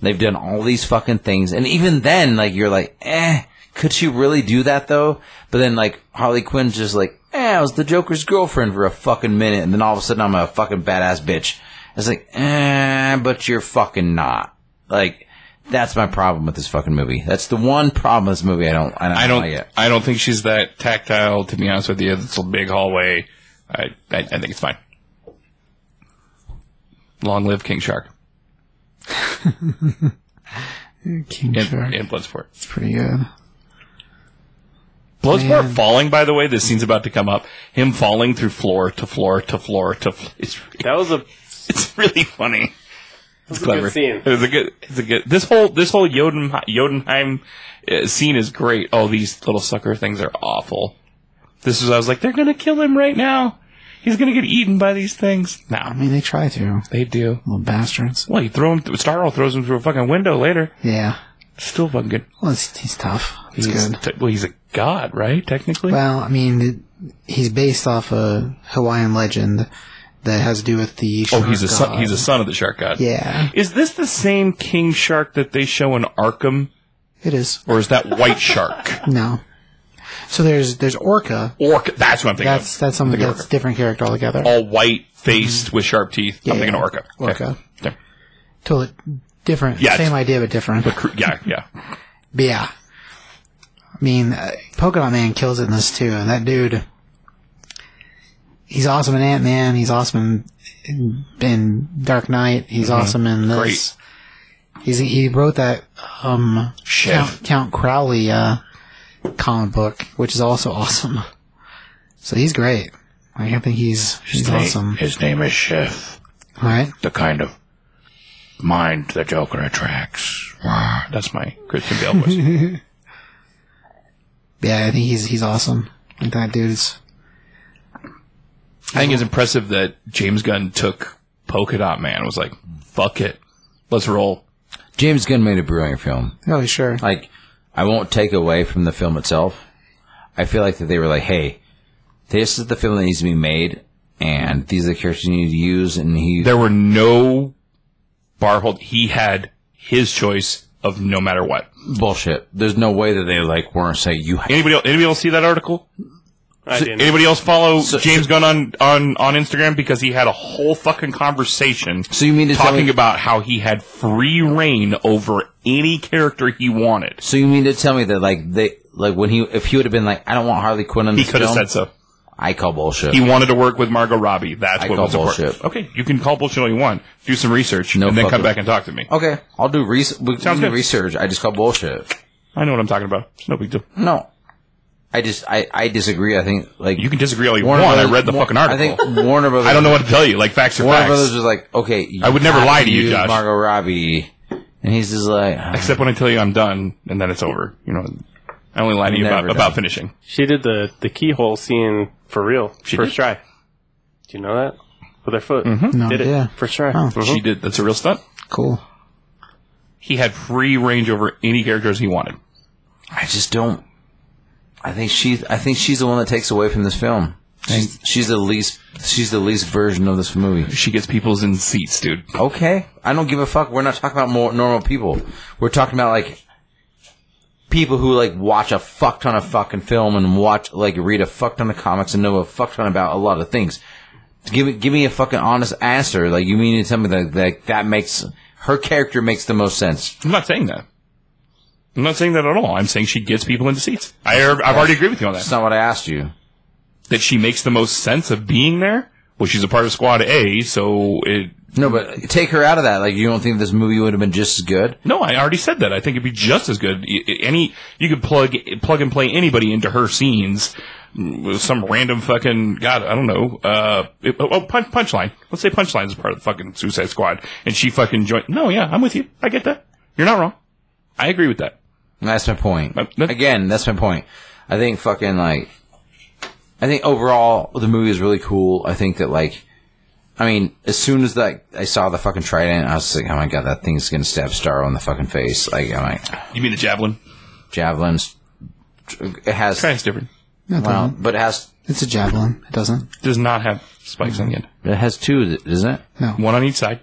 They've done all these fucking things, and even then, like you're like, eh, could she really do that though? But then, like Harley Quinn's just like, eh, I was the Joker's girlfriend for a fucking minute, and then all of a sudden I'm a fucking badass bitch. It's like, eh, but you're fucking not. Like that's my problem with this fucking movie. That's the one problem with this movie I don't I don't,
I don't.
like it.
I don't think she's that tactile. To be honest with you, it's a big hallway. I, I, I think it's fine. Long live King Shark
King
and,
Shark.
and Bloodsport.
It's pretty good.
Bloodsport
Man.
falling, by the way, this scene's about to come up. Him falling through floor to floor to floor to floor. It's,
that was a, that
it's really funny.
was a
Clever.
good scene.
It was a good, it's a good, this whole, this whole Yoden, Jotunheim uh, scene is great. Oh, these little sucker things are awful. This is, I was like, they're gonna kill him right now. He's gonna get eaten by these things.
I
Nah,
mean, they try to.
they do.
Little bastards.
Well, you throw him. Th- Starro throws him through a fucking window later.
Yeah.
Still fucking good.
Well, it's, he's tough. He's,
He's-
good.
te- well, he's a god, right? Technically.
Well, I mean, it, he's based off a Hawaiian legend that has to do with the.
oh,
shark
he's a son.
god.
He's a son of the shark god.
Yeah,
Is this the same king shark that they show in Arkham,
it is.
or is that white shark?
No. So there's there's orca.
Orca. That's what I'm thinking.
That's
of.
that's something
Think of
that's
orca. Oh.
different character altogether.
all white faced with sharp teeth.
Yeah,
I'm thinking
yeah.
of Orca. Okay.
Orca.
Okay.
Totally different.
Yeah,
Same
it's-
idea, but different. But,
Cr- Yeah, yeah.
yeah. I mean, uh, Pokemon Man kills it in this too. And that dude, he's awesome in Ant Man. He's awesome in, in Dark Knight. He's awesome in this. He's, he wrote that um,
Shit.
Count, Count Crowley uh, comic book, which is also awesome. So he's great. Like, I think he's he's awesome.
His name is Chef,
All right.
the kind of mind the Joker attracts. Wah.
That's my Christian Bale voice.
Yeah, I think he's he's awesome. Like that dude's
I think it's impressive that James Gunn took Polka Dot Man. and Was like, fuck it, let's roll.
James Gunn made a brilliant film.
oh sure.
Like, I won't take away from the film itself. I feel like that they were like, hey, this is the film that needs to be made, and these are the characters you need to use, and he.
There were no bar hold. He had his choice of no matter what.
bullshit. There's no way that they, like, weren't saying, you have.
Anybody else, anybody else see that article?
I didn't.
Anybody else follow
So-
James Gunn on, on, on Instagram because he had a whole fucking conversation
So you mean to tell
talking
me.
about how he had free reign over any character he wanted.
so you mean to tell me that, like, they. Like, when he. If he would have been like, I don't want Harley Quinn in
He
this
could have
film,
said so.
I call bullshit.
He wanted to work with Margot Robbie. That's
I
what
call
was important.
bullshit.
Okay, you can call bullshit all you want. Do some research
No
and then come
fucking-
back and talk to me.
Okay, I'll do research. We can
Sounds
do
good.
research. I just call bullshit.
I know what I'm talking about. It's no big deal.
No, I just I, I disagree. I think like
You can disagree all you want. I read the fucking
War-
article. I,
I think Warner Brothers.
don't know what to tell you. Like facts are
Warner
facts.
Brothers was like, okay, you
I would never
have
lie to you,
use
Josh.
Margot Robbie, and he's just like, "Ah,
Except when I tell you I'm done, and then it's over. You know, I only lie to you
Never
about,
done.
about finishing.
She did the, the keyhole scene for real.
She
first
did.
try. Do you know that? With her foot.
No
Did it.
idea.
First try.
Oh.
She did. That's a real stunt.
Cool.
He had free range over any characters he wanted.
I just don't. I think she's I think she's the one that takes away from this film. She's, she's the least she's the least version of this movie.
She gets people's in seats, dude.
Okay, I don't give a fuck. We're not talking about more normal people. We're talking about like people who like watch a fuck ton of fucking film and watch like read a fuck ton of comics and know a fuck ton about a lot of things. Give me give me a fucking honest answer. Like you mean to tell me that that, that makes her character makes the most sense?
I'm not saying that. I'm not saying that at all. I'm saying she gets people into seats. I, I've already agreed with you on that.
That's not what I asked you.
that she makes the most sense of being there. Well, she's a part of Squad A, so it.
No, but take her out of that. Like you don't think this movie would have been just as good?
No, I already said that. I think it'd be just as good. I- I- Any you could plug plug and play anybody into her scenes. With Some random fucking god, I don't know. Uh, it- oh, punch, punchline. Let's say punchline is part of the fucking Suicide Squad, and she fucking joined. No, yeah, I'm with you. I get that. You're not wrong. I agree with that.
That's my point.
Uh, that-
Again, that's my point. I think fucking like, I think overall the movie is really cool. I think that like, I mean, as soon as like I saw the fucking trident, I was like, oh my god, that thing's gonna stab Starro in the fucking face. Like, I'm like,
You mean the javelin?
javelins. It has,
Try it's different.
No, it
well,
doesn't.
but it has
it's a javelin. It doesn't.
Does not have spikes on the end.
it has two, doesn't it?
No.
One on each side.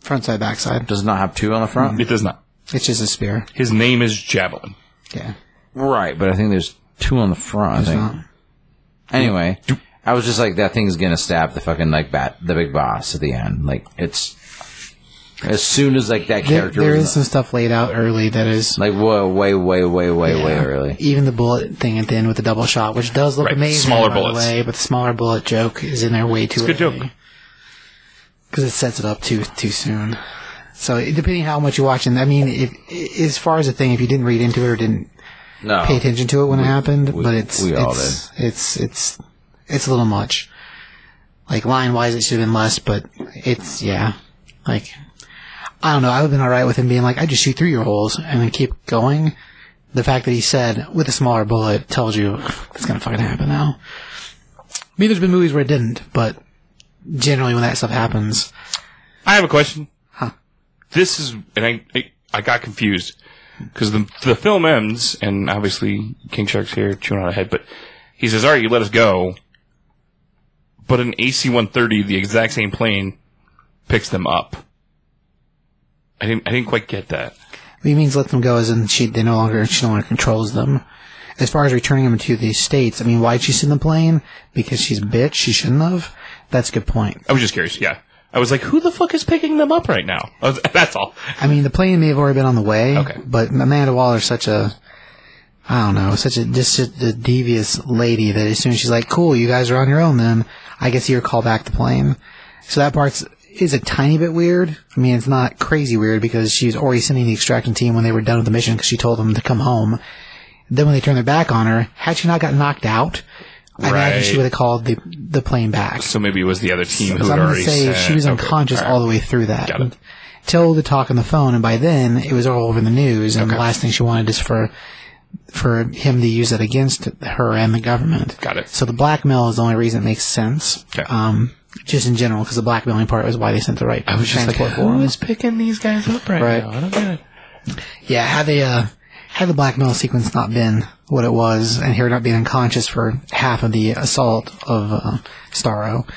Front side, back side.
Does it not have two on the front?
It does not.
It's just a spear.
His name is Javelin.
Yeah.
Mm-hmm.
Um,
Right, but I think there's two on the front. I
It's
think.
not.
Anyway, I was just like, that thing's gonna stab the fucking like bat, the big boss at the end. Like it's as soon as like that
There,
character
there
was
is some stuff laid out early that is. uh,
like whoa, way, way, way, way, way early.
Even the bullet thing at the end with the double shot, which does look
Right,
amazing.
smaller
by the
bullets.
way, but the smaller bullet joke is in there way too
It's a good
early.
joke.
Because it sets it up too too soon. So depending how much you're watching, I mean, if, as far as the thing, if you didn't read into it or didn't
No,
pay attention to it when it happened,
we-
but it's
we all
it's, it's it's it's a little much. Like line wise, it should have been less, but it's yeah. Like I don't know. I would have been all right with him being like, "I just shoot through your holes and then keep going." The fact that he said with a smaller bullet tells you it's gonna fucking happen now. I mean, there's been movies where it didn't, but generally when that stuff happens,
I have a question.
Huh.
This is, and I, I, I got confused because the the film ends, and obviously King Shark's here chewing on a head, but he says, "All right, you let us go." But an AC-130, the exact same plane, picks them up. I didn't, I didn't quite get that.
He means let them go as in she they no longer she no longer controls them. As far as returning them to the states, I mean, why'd she send the plane? Because she's a bitch. She shouldn't have. That's a good point.
I was just curious. Yeah, I was like, "Who the fuck is picking them up right now?" I was- that's all.
I mean, the plane may have already been on the way.
Okay.
But Amanda Waller's such a, I don't know, such a just a, a devious lady that as soon as she's like, "Cool, you guys are on your own," then I guess you call back the plane. So that part's is a tiny bit weird. I mean, it's not crazy weird because she was already sending the extraction team when they were done with the mission because she told them to come home. Then when they turned their back on her, had she not got knocked out, I imagine she
Right.
would have called the the plane back.
So maybe it was the other team who
So
had
I'm going
already
to say
sent-
she was
okay,
unconscious
all right.
all the way through that.
Got it.
Till the talk on the phone, and by then it was all over the news. And the last thing she wanted is for for him to use it against her and the government.
Got it.
So the blackmail is the only reason it makes sense.
Okay.
Um, just in general, because the blackmailing part was why they sent the right I was transport for him.
picking these guys up right,
Right.
I don't get it.
Yeah, had the uh, had the blackmail sequence not been what it was, and her not being unconscious for half of the assault of uh, Starro,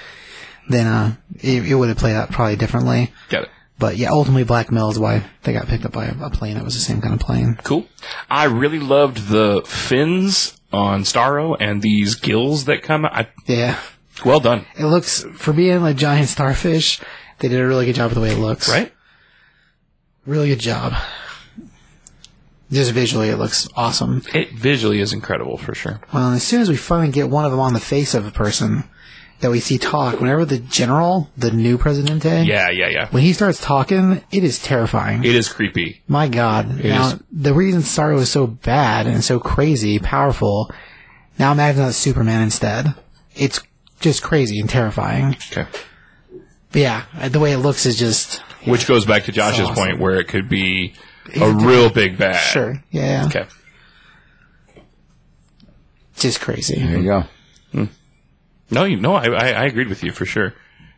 then uh, it, it would have played out probably differently.
Got it.
But yeah, ultimately blackmail is why they got picked up by a, a plane that was the same kind of plane.
Cool. I really loved the fins on Starro and these gills that come out. I,
Yeah,
well done.
it looks for being a giant starfish, they did a really good job with the way it looks.
Right?
really good job. Just visually, it looks awesome.
It visually is incredible for sure.
Well, as soon as we finally get one of them on the face of a person that we see talk, whenever the general, the new presidente,
Yeah, yeah, yeah.
when he starts talking, it is terrifying.
It is creepy.
My God. Now,
is-
the reason Starro was so bad and so crazy, powerful, now imagine that's Superman instead. It's just crazy and terrifying.
Okay.
But yeah, the way it looks is just,
Which goes back to Josh's
awesome.
point where it could be a real big bad.
sure, yeah,
Okay.
just crazy.
There you go.
No, you no, I, I I agreed with you for sure.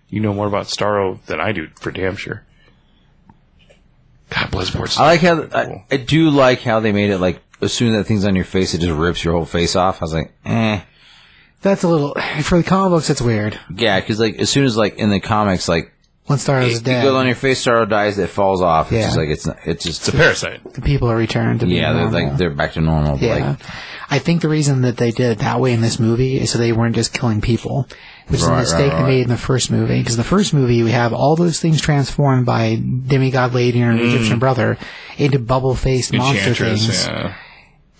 You know more about Starro than I do for damn sure. God bless Sports.
I like how I, I do like how they made it like as soon as that thing's on your face, it just rips your whole face off. I was like, eh,
That's a little, for the comic books, it's weird.
yeah, because like as soon as like in the comics, like
Once Starro's
it, it goes on
dead,
your face, Starro dies, it falls off. It's
Yeah.
just like it's not, it's just
it's a parasite.
the people are returned to
yeah,
being
they're like
normal.
they're back to normal. but,
Yeah.
Like,
I think the reason that they did it that way in this movie is so they weren't just killing people, which is a
Right,
mistake
right,
they
right.
made in the first movie. Because the first movie, we have all those things transformed by demigod lady and her Egyptian brother into bubble faced monster
Mm. Enchantress.
things.
Yeah.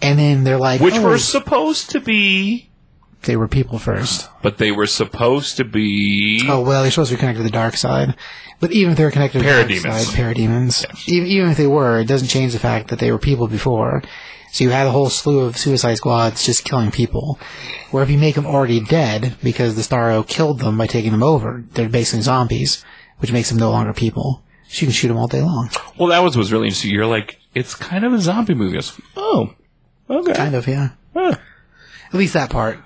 And then they're like,
Which
oh,
were supposed to be
they were people first.
but they were supposed to be.
Oh, well, they're supposed to be connected to the dark side. But even if they're connected to the dark
Parademons.
side, parademons, even, even if they were, it doesn't change the fact that they were people before. So you had a whole slew of suicide squads just killing people. Where if you make them already dead because the Starro killed them by taking them over, they're basically zombies, which makes them no longer people. So you can shoot them all day long.
Well, that was was really interesting. You're like, it's kind of a zombie movie. I was, oh, okay.
Kind of, yeah.
Huh.
At least that part.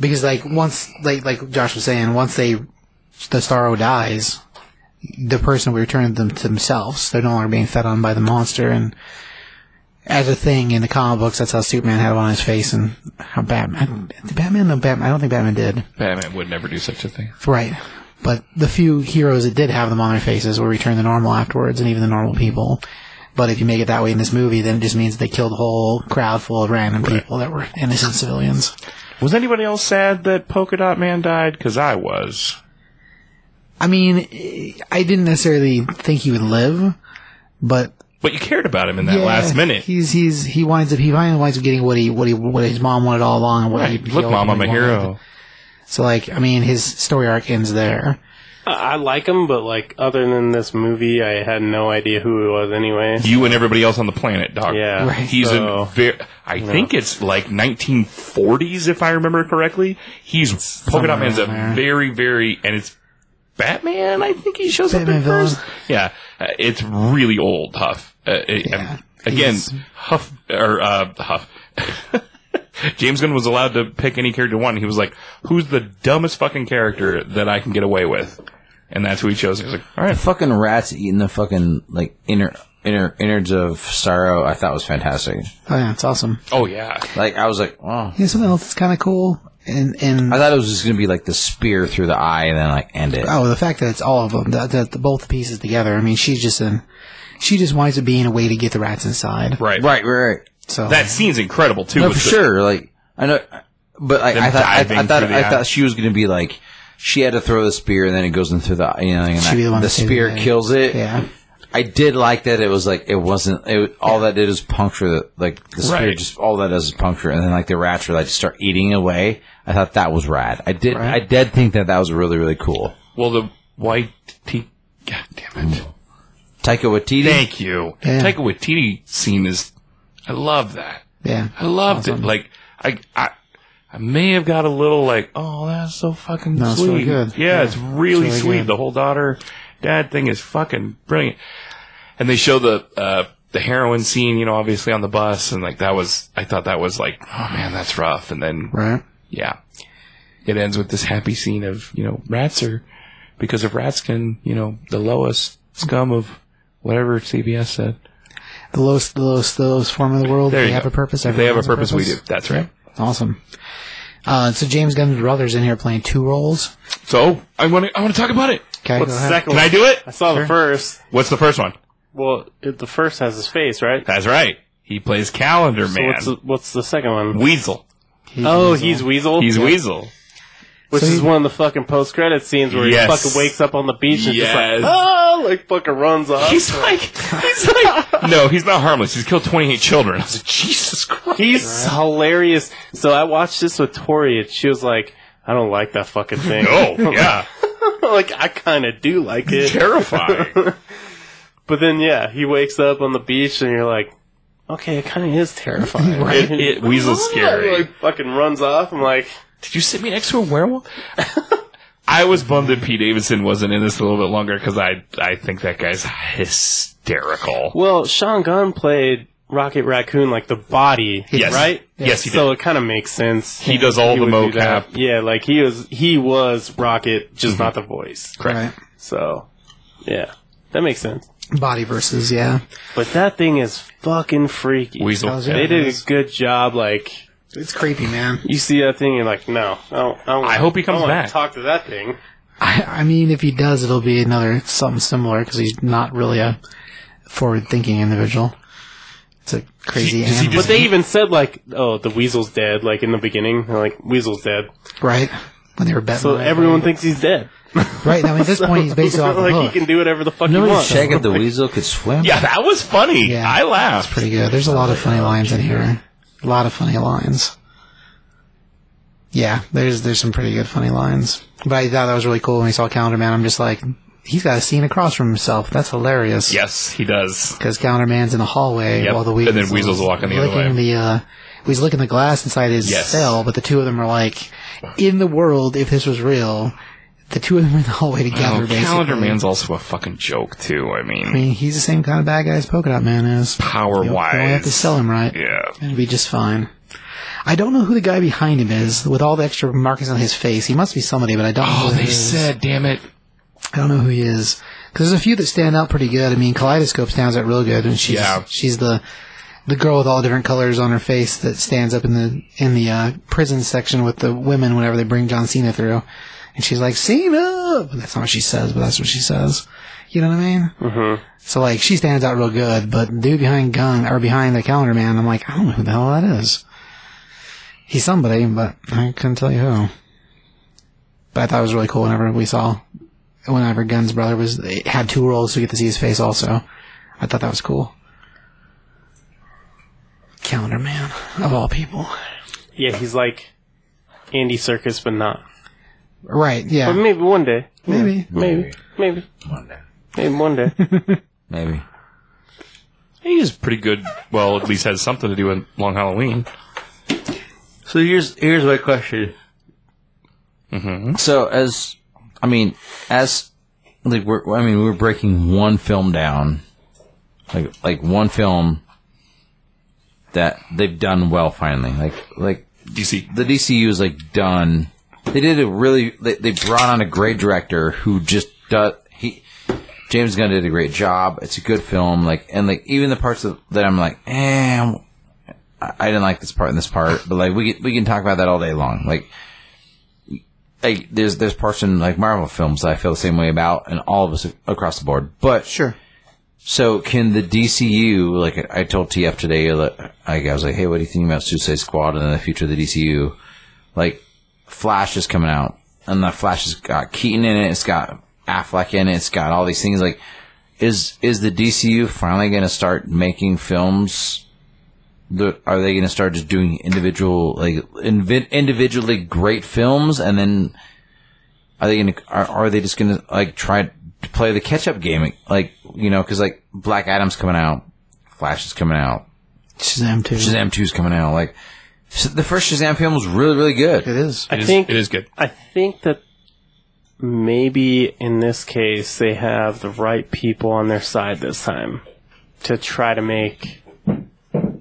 Because like once like like Josh was saying, once they the Starro dies, the person will return them to themselves. They're no longer being fed on by the monster and as a thing in the comic books, that's how Superman had one on his face and how Batman did Batman no Batman I don't think Batman did.
Batman would never do such a thing.
Right. But the few heroes that did have them on their faces will return to normal afterwards and even the normal people. But if you make it that way in this movie, then it just means they killed a whole crowd full of random people that were innocent civilians.
Was anybody else sad that Polka Dot Man died? Because I was.
I mean, eh, I didn't necessarily think he would live, but
But you cared about him in that
yeah,
last minute.
he's he's he winds up he finally winds up getting what he what he what his mom wanted all along. And what he,
Right.
he
Look, Mom, I'm a
ultimately wanted.
hero.
So like, I mean, his story arc ends there.
I I like him, but like other than this movie, I had no idea who he was anyway.
You and everybody else on the planet, dog.
Yeah,
Right.
He's a
so,
very, I think it's like 1940s, if I remember correctly. He's, Polka Dot Man's a
around there.
very, very, and it's Batman, I think he shows up
Batman
in
villain.
first. Yeah. Uh, it's really old Huff. Uh, it-
Yeah,
um, again,
he's-
Huff, or, uh, Huff. James Gunn was allowed to pick any character he wanted. He was like, "Who's the dumbest fucking character that I can get away with?" And that's who he chose. He was like, "All
The
right,
fucking rats eating the fucking like inner inner innards of sorrow. I thought was fantastic.
Oh yeah, it's awesome.
oh yeah,
Like I was like, wow.
You know, something else that's kind of cool, and and
I thought it was just gonna be like the spear through the eye and then like end it.
oh, the fact that it's all of them, that, that the, both pieces together. I mean, she's just in. She just winds up being a way to get the rats inside.
right,
Right, right, right.
So
That scene's incredible too.
No,
with
for
the-
sure. Like I know, but like,
Them
I thought I, I
diving
thought
through the
I
eye.
thought she was gonna be like she had to throw the spear and then it goes in through the you know and
She'd be the
I-
one
the,
to save
spear
the day.
kills it.
yeah,
I did like that. It was like it wasn't. It all that did is puncture the like the spear.
Right.
Just all that does is puncture, and then like the rats were like start eating away. I thought that was rad. I did. I did think that that was really really cool.
Well, the white T. God damn it!
Taika Waititi.
Thank you.
Mm. Yeah.
Taika Waititi scene is. I love that.
yeah.
I loved it. Like I, I, I may have got a little like, oh, that's so fucking
No, it's
sweet.
really good.
Yeah, it's really,
really
sweet.
good.
The whole daughter dad thing is fucking brilliant. And they show the uh, the heroin scene, you know, obviously on the bus, and like that was, I thought that was like, oh man, that's rough. And then
Right.
yeah, it ends with this happy scene of you know rats are because of rats can you know the lowest scum of whatever CBS said.
The lowest, the lowest, the lowest form of the world.
There
they
you
have
go.
a purpose.
If they have
everyone
a
has
purpose, we do. That's right.
Awesome. Uh, so James Gunn's brother's in here playing two roles.
So I want to I want to talk about it.
Okay,
What's
go
the
ahead.
second
Can I
one?
do it?
I saw the first.
What's the first one?
Well, it, the first has his face, right?
That's right. He plays Calendar
So
Man.
what's the, what's the second one?
Weasel.
oh, he's Weasel.
He's
Yeah.
Weasel.
Which
So
is
he-
one of the fucking post credit scenes where
Yes.
he fucking wakes up on the beach and just
Yes.
like, oh, like fucking runs off.
He's like, he's like, no, he's not harmless. He's killed 28 children. I was like, Jesus Christ.
He's hilarious. So I watched this with Tori, and she was like, "I don't like that fucking thing."
Oh, yeah.
like I kind of do like it.
Terrifying.
But then, yeah, he wakes up on the beach, and you're like, "Okay, it kind of is terrifying."
It, it, Weasel's scary.
Like fucking runs off. I'm like,
Did you sit me next to a werewolf? I was bummed that Pete Davidson wasn't in this a little bit longer because I, I think that guy's hysterical.
"Well, Sean Gunn played Rocket Raccoon like the body,
Yes.
right?"
Yes, he did.
So it kind of makes sense.
He does all the
would do
mocap.
that. Yeah, like he was he was Rocket, just
Mm-hmm.
not the voice.
Correct.
So, yeah, that makes sense.
Right. Body versus yeah.
But that thing is fucking freaky.
Weasel.
How's it?
Yeah.
They did a good job. Like
It's creepy, man.
you see that thing, you're like, no, I don't. I, don't
I hope he comes
I don't wanna
back.
Talk to that thing.
I, I mean, if he does, it'll be another something similar because he's not really a forward-thinking individual. It's a crazy
Does he
animal,
just-
But they even said like, oh, the weasel's dead. Like in the beginning, they're like weasel's dead.
right? When they were betting,
So
on it.
everyone thinks he's dead.
right now at this point he's based off the
like
book.
he can do whatever the fuck he
Nobody
wants.
check if the weasel could swim.
Yeah, that was funny.
Yeah.
I laughed.
Pretty good. There's a lot of funny lines in here. A lot of funny lines. Yeah, there's there's some pretty good funny lines. But I thought that was really cool when we saw Calendar Man. I'm just like, he's got a scene across from himself. That's hilarious.
Yes, he does.
Because Calendar Man's in the hallway
Yep,
while the
and
weasel
then Weasel's walking the other
licking
way.
The, uh, he's licking the glass inside his
Yes.
cell, but the two of them are like, in the world, if this was real, the two of them are in the hallway together.
Oh, Calendar
basically.
Man's also a fucking joke too. I
I
mean,
mean, he's the same kind of bad guy as Polka Dot Man is.
power
You'll, you'll have to
wise.
sell him right.
Yeah.
It'll be just fine. I don't know who the guy behind him is with all the extra markings on his face. He must be somebody, but I don't know.
Oh,
who
they
it is.
said, damn it.
I don't know who he is because there's a few that stand out pretty good. I mean, Kaleidoscope stands out real good, and she's
Yeah.
she's the the girl with all different colors on her face that stands up in the in the uh, prison section with the women whenever they bring John Cena through, and she's like Cena. That's not what she says, but that's what she says. You know what I mean? Mm-hmm. So like she stands out real good, but the dude behind gun or behind the calendar man, I'm like I don't know who the hell that is. He's somebody, but I couldn't tell you who. But I thought it was really cool whenever we saw whenever Gunn's brother was had two roles, we get to see his face also. I thought that was cool. Calendar man of all people,
Yeah, he's like Andy Circus, but not.
right?
But
Yeah,
maybe one day.
maybe.
Maybe. Maybe. Maybe one day.
Maybe.
He's pretty good. Well, at least has something to do with Long Halloween.
So here's here's my question. So as I mean, as like we're I mean we're breaking one film down, like like one film that they've done well finally. Like like
DC.
the DCU is like done. They did a really. They, they brought on a great director who just does. He James Gunn did a great job. It's a good film. Like and like even the parts of, that I'm like, eh, I'm- I I didn't like this part and this part. But like we can, we can talk about that all day long. Like. Like, there's there's parts in like Marvel films that I feel the same way about, and all of us across the board. But
Sure.
so can the DCU? Like I told TF today, like, I was like, "Hey, what do you think about Suicide Squad and the future of the DCU?" Like Flash is coming out, and the Flash has got Keaton in it. It's got Affleck in it. It's got all these things. Like, is is the DCU finally going to start making films? The, are they going to start just doing individual, like invi- individually great films, and then are they going to are, are they just going to like try to play the catch up game? Like you know, because like Black Adam's coming out, Flash is coming out,
Shazam too.
Shazam two is coming out. Like so the first Shazam film was really really
It
good.
is.
I
It is,
think
it is good.
I think that maybe in this case they have the right people on their side this time to try to make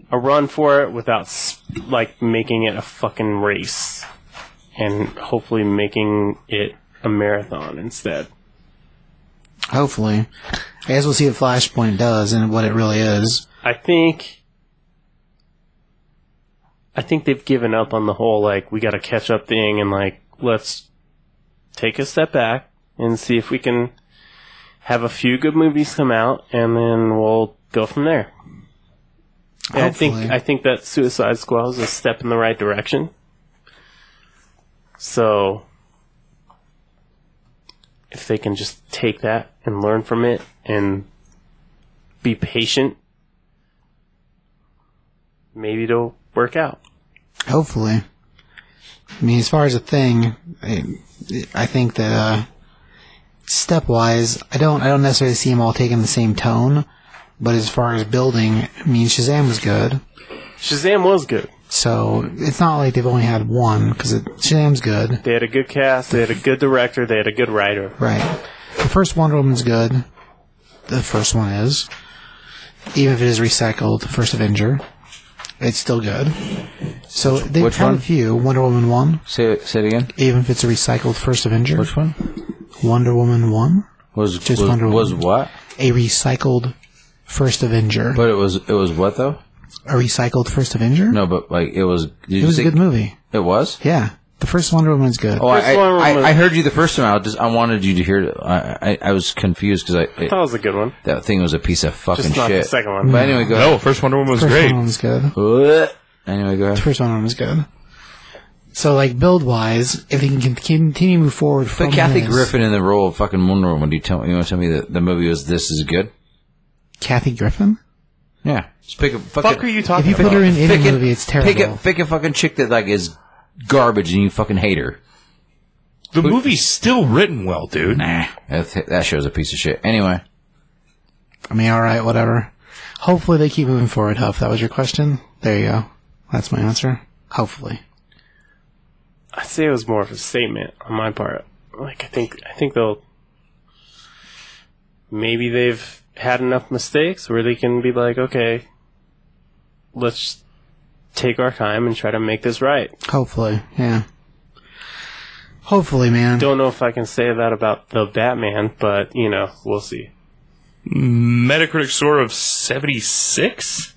a run for it without s- like making it a fucking race and hopefully making it a marathon instead.
Hopefully. I guess we'll see what Flashpoint does and what it really is.
I think I think they've given up on the whole like we got to catch up thing and like let's take a step back and see if we can have a few good movies come out and then we'll go from there. And I think
Hopefully.
I think that Suicide Squad was a step in the right direction. So if they can just take that and learn from it and be patient maybe it'll work out.
Hopefully. I mean, as far as a thing, I, I think that uh, stepwise, I don't, I don't necessarily see them all taking the same tone. But as far as building, I mean, Shazam was good,
Shazam was good.
so it's not like they've only had one because Shazam's good,
They had a good cast. They had a good director. They had a good writer.
right? The first Wonder Woman's good. The first one is, even if it is recycled, the first Avenger, it's still good. So they've
which
had
one?
a few. Wonder Woman one,
Say it- say it again.
even if it's a recycled first Avenger.
Which one
Wonder Woman 1,
was
Just
was,
Wonder
was
Woman.
what?
a recycled First Avenger.
But it was it was what though?
a recycled First Avenger?
No, but like it was. Did
It was
you
a
say
good movie.
It was.
Yeah. The first Wonder Woman is good.
Oh, I,
First one
I,
was-
I, I heard you the first time. I just I wanted you to hear. It. I I, I was confused because I,
That was a good one.
that thing was a piece of fucking
Just not
shit.
the second one.
But anyway, go.
No, first Wonder Woman was
first
great.
Wonder Woman is good.
ahead. Anyway, go ahead.
The first Wonder Woman is good. So, like, build-wise, if they can con- continue to move forward from
Put Kathy
this-
Griffin in the role of fucking Wonder Woman. Do you tell you want to tell me that the movie was this is good?
Kathy Griffin?
Yeah, just pick a fucking.
Fuck are you
If
talking
you
about?
put her in any
pick a-
movie, it's terrible.
Pick a pick a fucking chick that like is garbage and you fucking hate her.
The movie's still written well, dude.
Nah, that, th- that show's a piece of shit. Anyway,
I mean, alright, whatever. Hopefully they keep moving forward, Huff. That was your question? There you go. That's my answer. Hopefully.
I say it was more of a statement on my part. Like I think I think they'll maybe they've had enough mistakes where they can be like, okay, let's take our time and try to make this right.
Hopefully, yeah. Hopefully, man.
Don't know if I can say that about the Batman, but you know, we'll see.
Metacritic score of 76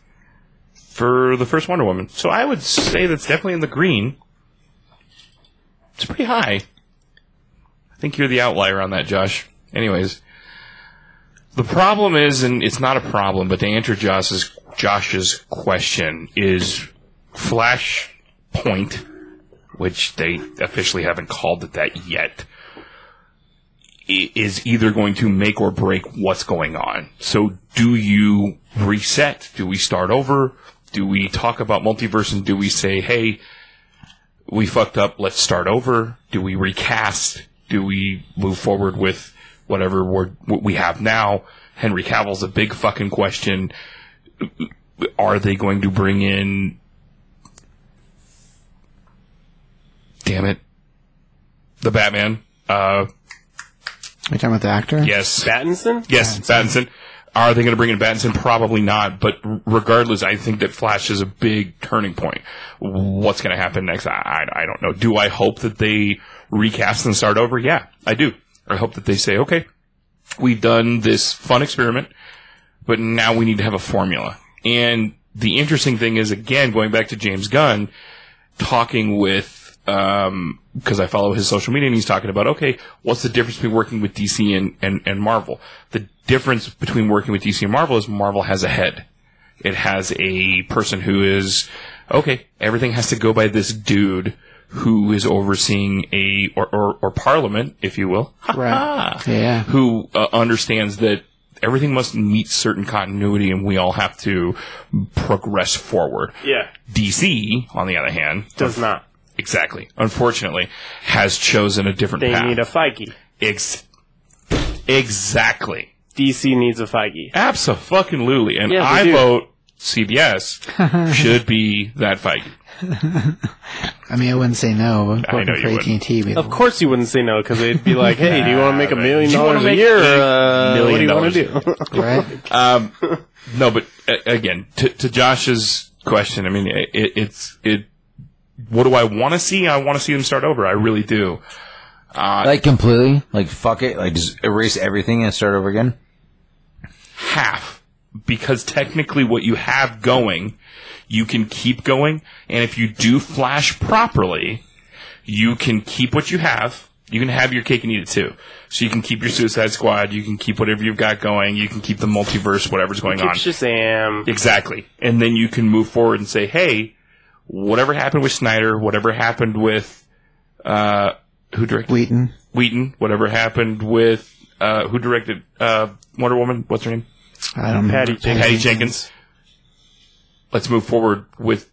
for the first Wonder Woman. So I would say that's definitely in the green. It's pretty high. I think you're the outlier on that, Josh. Anyways, the problem is, and it's not a problem, but to answer Josh's Josh's question is Flashpoint, which they officially haven't called it that yet i- is either going to make or break what's going on. So do you reset? Do we start over? Do we talk about multiverse and do we say, hey, we fucked up, let's start over? Do we recast? Do we move forward with whatever we're, what we have now? Henry Cavill's a big fucking question. Are they going to bring in. Damn it. The Batman. Uh,
Are you talking about the actor?
yes.
Battinson?
Yes, Pattinson. Are they going to bring in Pattinson? Probably not. But r- regardless, I think that Flash is a big turning point. What's going to happen next? I, I, I don't know. Do I hope that they recast and start over? Yeah, I do. I hope that they say, okay, we've done this fun experiment, but now we need to have a formula. And the interesting thing is, again, going back to James Gunn, talking with um because I follow his social media and he's talking about okay, what's the difference between working with DC and, and, and Marvel? The difference between working with DC and Marvel is Marvel has a head. It has a person who is okay, everything has to go by this dude who is overseeing a or or, or parliament, if you will
Right. yeah.
who uh, understands that everything must meet certain continuity and we all have to progress forward.
Yeah.
DC, on the other hand,
Does not.
exactly, unfortunately, has chosen a different
They
path.
need a Feige.
Ex- exactly.
DC needs a Feige.
Absolutely. And
Yeah, they
I
do.
vote CBS should be that fight.
I mean, I wouldn't say no, but
I know
working for
you
AT&T,
wouldn't.
be
Of course you wouldn't say no because they'd be like, hey, do you want to make a million
Do you wanna
dollars a
make
year?
a
Uh, what do
million
you want to
dollars
do?
right.
Um, no, but uh, again, to, to Josh's question, I mean, it, it, it's it. What do I want to see? I want to see them start over. I really do.
Like completely, like fuck it, like just erase everything and start over again.
Half, because technically, what you have going, you can keep going, and if you do flash properly, you can keep what you have. You can have your cake and eat it too. So you can keep your Suicide Squad. You can keep whatever you've got going. You can keep the multiverse, whatever's going on.
Shazam.
Exactly. And then you can move forward and say, hey, whatever happened with Snyder, whatever happened with, uh, who directed
Wheaton.
Wheaton, whatever happened with, uh, who directed, uh, Wonder Woman, what's her name?
I don't know.
Patty Jenkins.
Patty Jenkins. Let's move forward with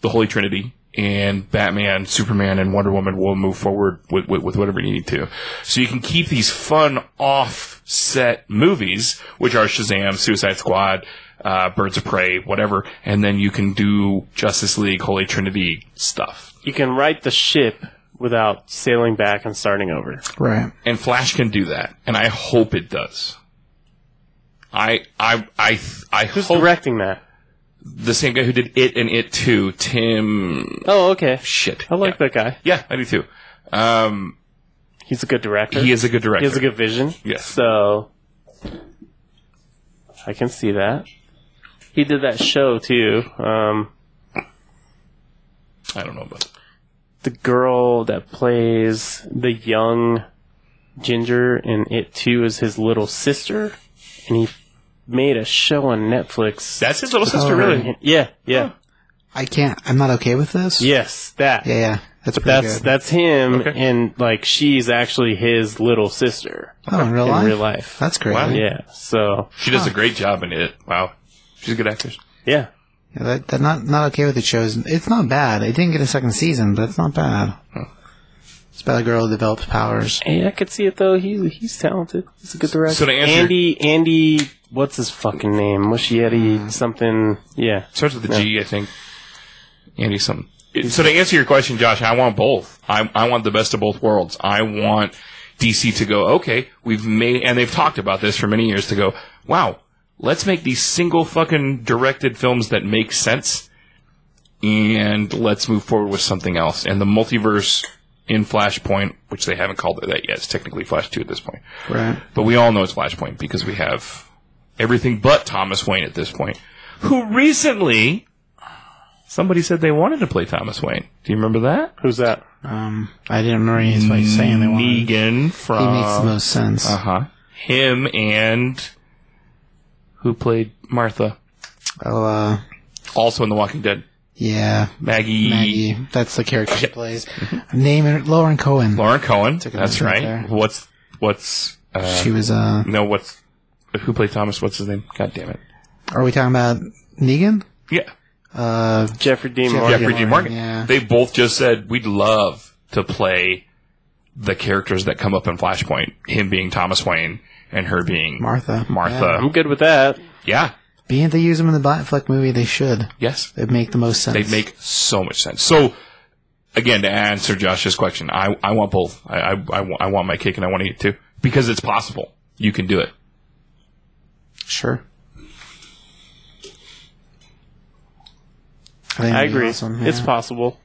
the Holy Trinity and Batman, Superman, and Wonder Woman will move forward with, with, with whatever you need to. So you can keep these fun offset movies, which are Shazam, Suicide Squad, uh, Birds of Prey, whatever, and then you can do Justice League, Holy Trinity stuff.
You can right the ship without sailing back and starting over.
Right.
and Flash can do that, and I hope it does. I I I I
Who's
hope
directing that?
the same guy who did it and it too, Tim.
Oh, okay.
Shit,
I like
yeah.
that guy.
Yeah, I do too. Um,
He's a good director.
he is a good director.
He has a good vision.
Yes.
So I can see that. He did that show too. Um,
I don't know about.
the girl that plays the young Ginger in It Too is his little sister, and he made a show on Netflix.
That's his little sister, really.
Yeah, yeah,
I can't. I'm not okay with this.
yes, that.
Yeah. yeah. That's pretty
That's
good.
that's him, and like she's actually his little sister
oh, in real
in
life.
real life.
That's great.
Wow.
Yeah.
yeah, so
She does a great job in it. Wow, she's a good actress.
yeah,
That, that not not okay with the shows. It's not bad. It didn't get a second season, but it's not bad. It's about a girl who develops powers.
Hey, I could see it though. He he's talented. He's a good director.
So to answer-
Andy Andy, what's his fucking name?
Uh,
Muschietti something. Yeah,
Starts with the G, I think. Andy something. So to answer your question, Josh, I want both. I, I want the best of both worlds. I want DC to go, okay, we've made, and they've talked about this for many years to go, wow, let's make these single fucking directed films that make sense and let's move forward with something else. And the multiverse in Flashpoint, which they haven't called it that yet, it's technically Flash 2 at this point.
Right.
But we all know it's Flashpoint because we have everything but Thomas Wayne at this point. Who recently somebody said they wanted to play Thomas Wayne. Do you remember that?
who's that?
Um, I didn't remember any like saying they wanted.
Negan
He makes the
from
most sense.
Uh huh. Him and who played Martha.
oh, uh,
Also in The Walking Dead.
yeah,
Maggie,
Maggie. That's the character she plays. Name her Lauren Cohen.
Lauren Cohen.
a
That's
minute
right.
there.
What's what's uh,
She was. Uh,
no what's who played Thomas? What's his name? God damn it.
are we talking about Negan?
Yeah.
Uh,
Jeffrey Dean
Jeffrey-
Morgan.
Jeffrey Dean Morgan.
Morgan, yeah.
They both just said we'd love to play the characters that come up in Flashpoint. Him being Thomas Wayne and her being
Martha.
Martha.
I'm good with that.
Yeah.
Being that they use them in the Batfleck movie, they should.
Yes.
It'd make the most sense.
They make so much sense. So again, to answer Josh's question, I, I want both. I, I, I, want, I want my cake and I want to eat it too because it's possible. You can do it.
Sure. I, think
I
that'd be
agree.
awesome,
It's
yeah.
possible.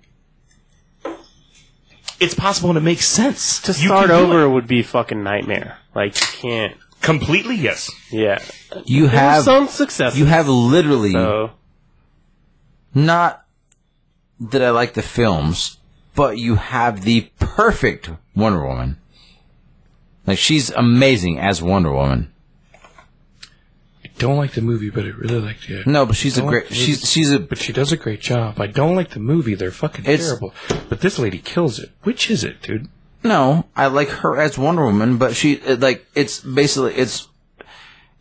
It's possible and it makes sense.
To
You
start
can do
over
it.
would be fucking nightmare. Like you can't.
completely, yes.
Yeah.
You
There were
have
some successes.
you have literally
So
not that I like the films, but you have the perfect Wonder Woman. Like she's amazing as Wonder Woman.
I don't like the movie, but I really liked it.
No, but she's a
Don't
great.
lose.
She's she's a.
But she does a great job. I don't like the movie. They're fucking
It's-
terrible. But this lady kills it. Which is it, dude?
No, I like her as Wonder Woman, but she it, like it's basically it's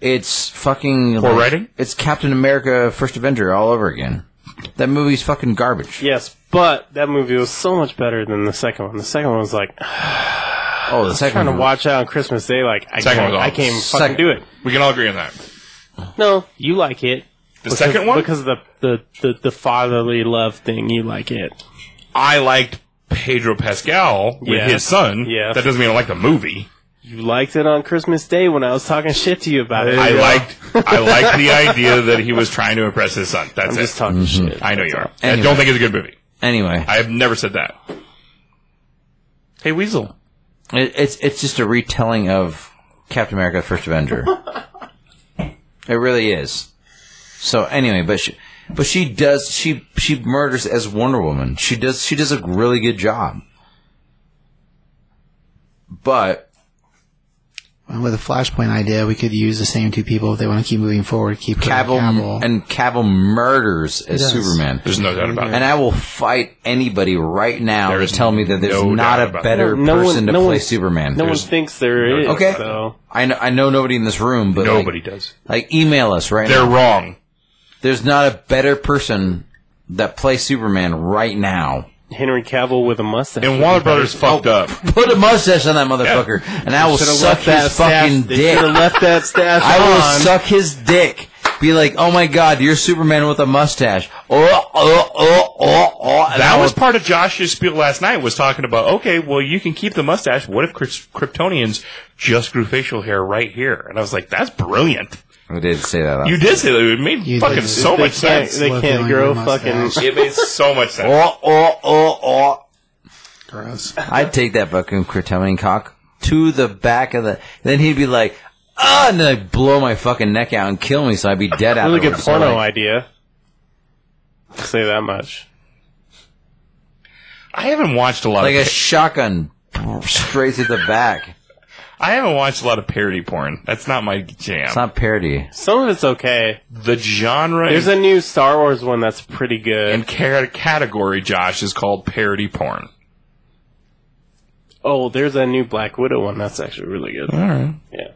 it's fucking
Poor
like-
writing?
It's Captain America: First Avenger all over again. That movie's fucking garbage.
yes, but that movie was so much better than the second one. The second one was like
Oh, the second
trying to
one-
watch out on Christmas Day. Like I
Second
can't,
one's
I
awful.
can't even
Second-
fucking do it.
We can all agree on that.
No, you like it.
The second one,
because of the, the, the, the fatherly love thing. You like it.
I liked Pedro Pascal with
Yeah.
his son.
Yeah.
That doesn't mean I like the movie.
You liked it on Christmas Day when I was talking shit to you about it.
I liked I liked the idea that he was trying to impress his son. That's
I'm
it.
just talking
Mm-hmm.
shit.
I know you are. I
Anyway.
don't think it's a good movie.
Anyway,
I have never said that.
Hey, Weasel.
it, it's it's just a retelling of Captain America: First Avenger. it really is. So anyway, but she but she does she she murders as Wonder Woman. She does she does a really good job. But
And with a Flashpoint idea, we could use the same two people if they want to keep moving forward. Keep
Cavill,
Cavill, Cavill.
and Cavill murders as
does.
Superman.
There's no doubt about it.
And I will fight anybody right now
There
to
is
tell me that there's
no
not
doubt
a
about
better
it. No one-
person to
no
play
one-
Superman.
No one thinks there is.
okay,
So.
I know I know nobody in this room, but like-
Nobody does.
Like, email us right
They're
now.
wrong.
There's not a better person that plays Superman right now.
Henry Cavill with a mustache.
And Warner Brothers fucked
Oh.
up.
Put a mustache on that motherfucker, and I will
Should've
suck
left that
his
stash-
fucking
they
dick.
should've left that stash
I will
on.
suck his dick. Be like, oh my god, you're Superman with a mustache. Oh, oh, oh, oh, oh. And I
That
will-
was part of Josh's spiel last night. Was talking about okay, well, you can keep the mustache. What if Kryps- Kryptonians just grew facial hair right here? And I was like, that's brilliant.
I did say that. out
You did say that. It made
You
fucking
did.
so much
They can't-
sense.
They
Love
can't
feeling
grow
your mustache.
fucking.
It made so much sense.
Oh, oh, oh, oh.
Gross.
I'd take that fucking Kryptonian cock to the back of the. Then he'd be like, ah, and then I'd blow my fucking neck out and kill me, so I'd be dead.
Really good
afterwards. So,
porno
like,
idea. I'll say that much.
I haven't watched a lot.
like
of
a shotgun straight to the back.
I haven't watched a lot of parody porn. That's not my jam.
It's not parody.
Some of it's okay.
the genre
There's
is
a new Star Wars one that's pretty good.
and ca- category, Josh, is called parody porn.
oh, there's a new Black Widow one that's actually really good.
All right.
Yeah.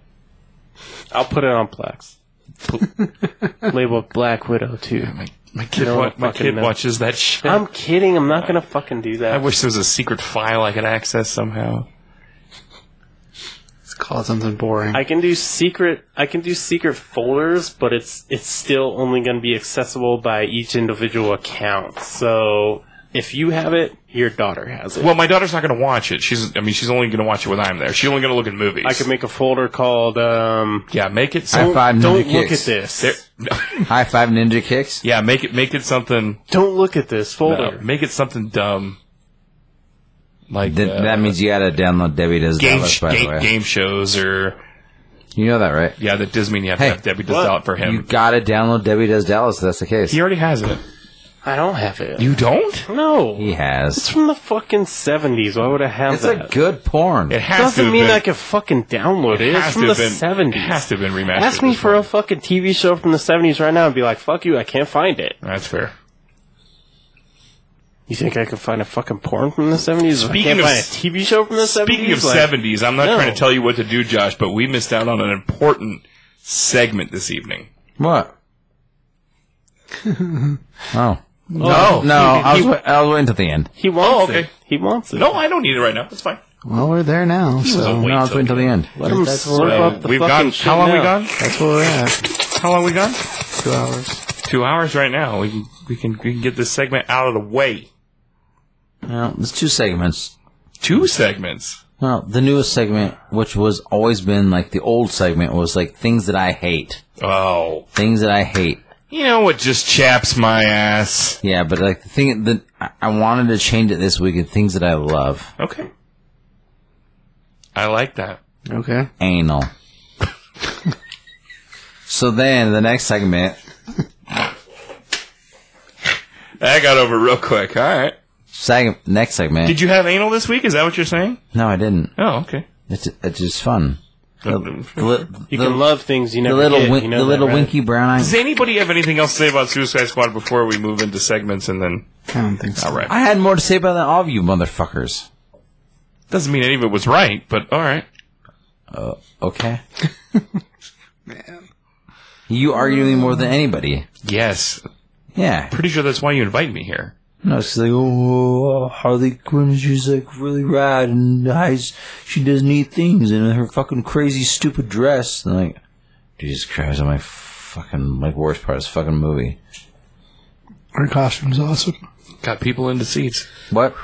I'll put it on Plex. Label Black Widow too.
My kid,
No,
wa- my
fucking
kid
no.
watches that shit.
I'm kidding. I'm not gonna fucking do
I
that.
wish there was a secret file I could access somehow.
Let's call it something boring.
I can do secret. I can do secret folders, but it's it's still only going to be accessible by each individual account. So if you have it, your daughter has it.
Well, my daughter's not going to watch it. She's, I mean, she's only going to watch it when I'm there. She's only going to look at movies.
I could make a folder called um,
yeah, make it.
High
Some,
five
"Don't
ninja
look at
kicks.
this.
there,
High five ninja kicks.
yeah, make it. Make it something.
Don't look at this
Uh,
folder."
make it something dumb. Like
Th-
uh,
that means you gotta download Debbie Does
game,
Dallas,
sh-
by the
game,
way.
game shows or
You know that, right?
yeah, that does mean you have
Hey,
to have Debbie does out for him.
You gotta download Debbie Does Dallas if that's the case.
he already has it.
I don't have it.
You don't?
no,
He
it's
has.
from the fucking seventies. Why would I have
It's
that?
a good porn.
It has to
doesn't
have
mean
been,
I could fucking download it.
It
It's
has to
from the
have been- It
seventies.
has to have been remastered.
Ask me
this
for
one.
a fucking TV show from the seventies right now and be like, "Fuck you, I can't find it."
That's fair.
You think I could find a fucking porn from the seventies? I
Speaking
can't
of
find a
s-
TV show from the seventies.
Speaking of seventies, I'm not
no.
trying to tell you what to do, Josh, but we missed out on an important segment this evening.
What? oh.
No,
No, I was, wa- I was waiting till the end.
he wants
Oh, okay.
it. He wants it.
no, I don't need it right now. That's fine.
well, we're there now, so
No, I was waiting till the end.
Let him
That's
slurp
So,
up the
we've
fucking
gone.
shit
How long we
now.
gone?
that's where we're at.
How long we gone?
Two hours.
Two hours right now. We can we can we can get this segment out of the way.
No, it's two segments.
Two segments.
Well, the newest segment, which was always been like the old segment, was like things that I hate.
Oh,
Things that I hate.
you know what just chaps my ass?
Yeah, but like the thing that I- I wanted to change it this week and things that I love.
Okay, I like that.
Okay.
Anal. so then the next segment,
That got over real quick. All right.
seg- next segment.
Did you have anal this week? Is that what you're saying?
no, I didn't.
Oh, okay.
It's it's just fun.
Uh,
The, the li-
You
the-
can love things you
the
never
little
get.
win-
you know
the
that,
little
right?
winky brown eyes.
Does anybody have anything else to say about Suicide Squad before we move into segments and then?
I don't think so.
All right.
I had more to say about that all of you motherfuckers.
Doesn't mean any of it was right, but all right.
Okay. Man. You argue me more than anybody.
Yes.
Yeah.
Pretty sure that's why you invite me here.
No, it's like, oh, Harley Quinn, she's like really rad and nice. She does neat things in her fucking crazy, stupid dress. And like, Jesus Christ, my fucking, like, worst part of this fucking movie.
Her costume's awesome.
Got people into seats.
What?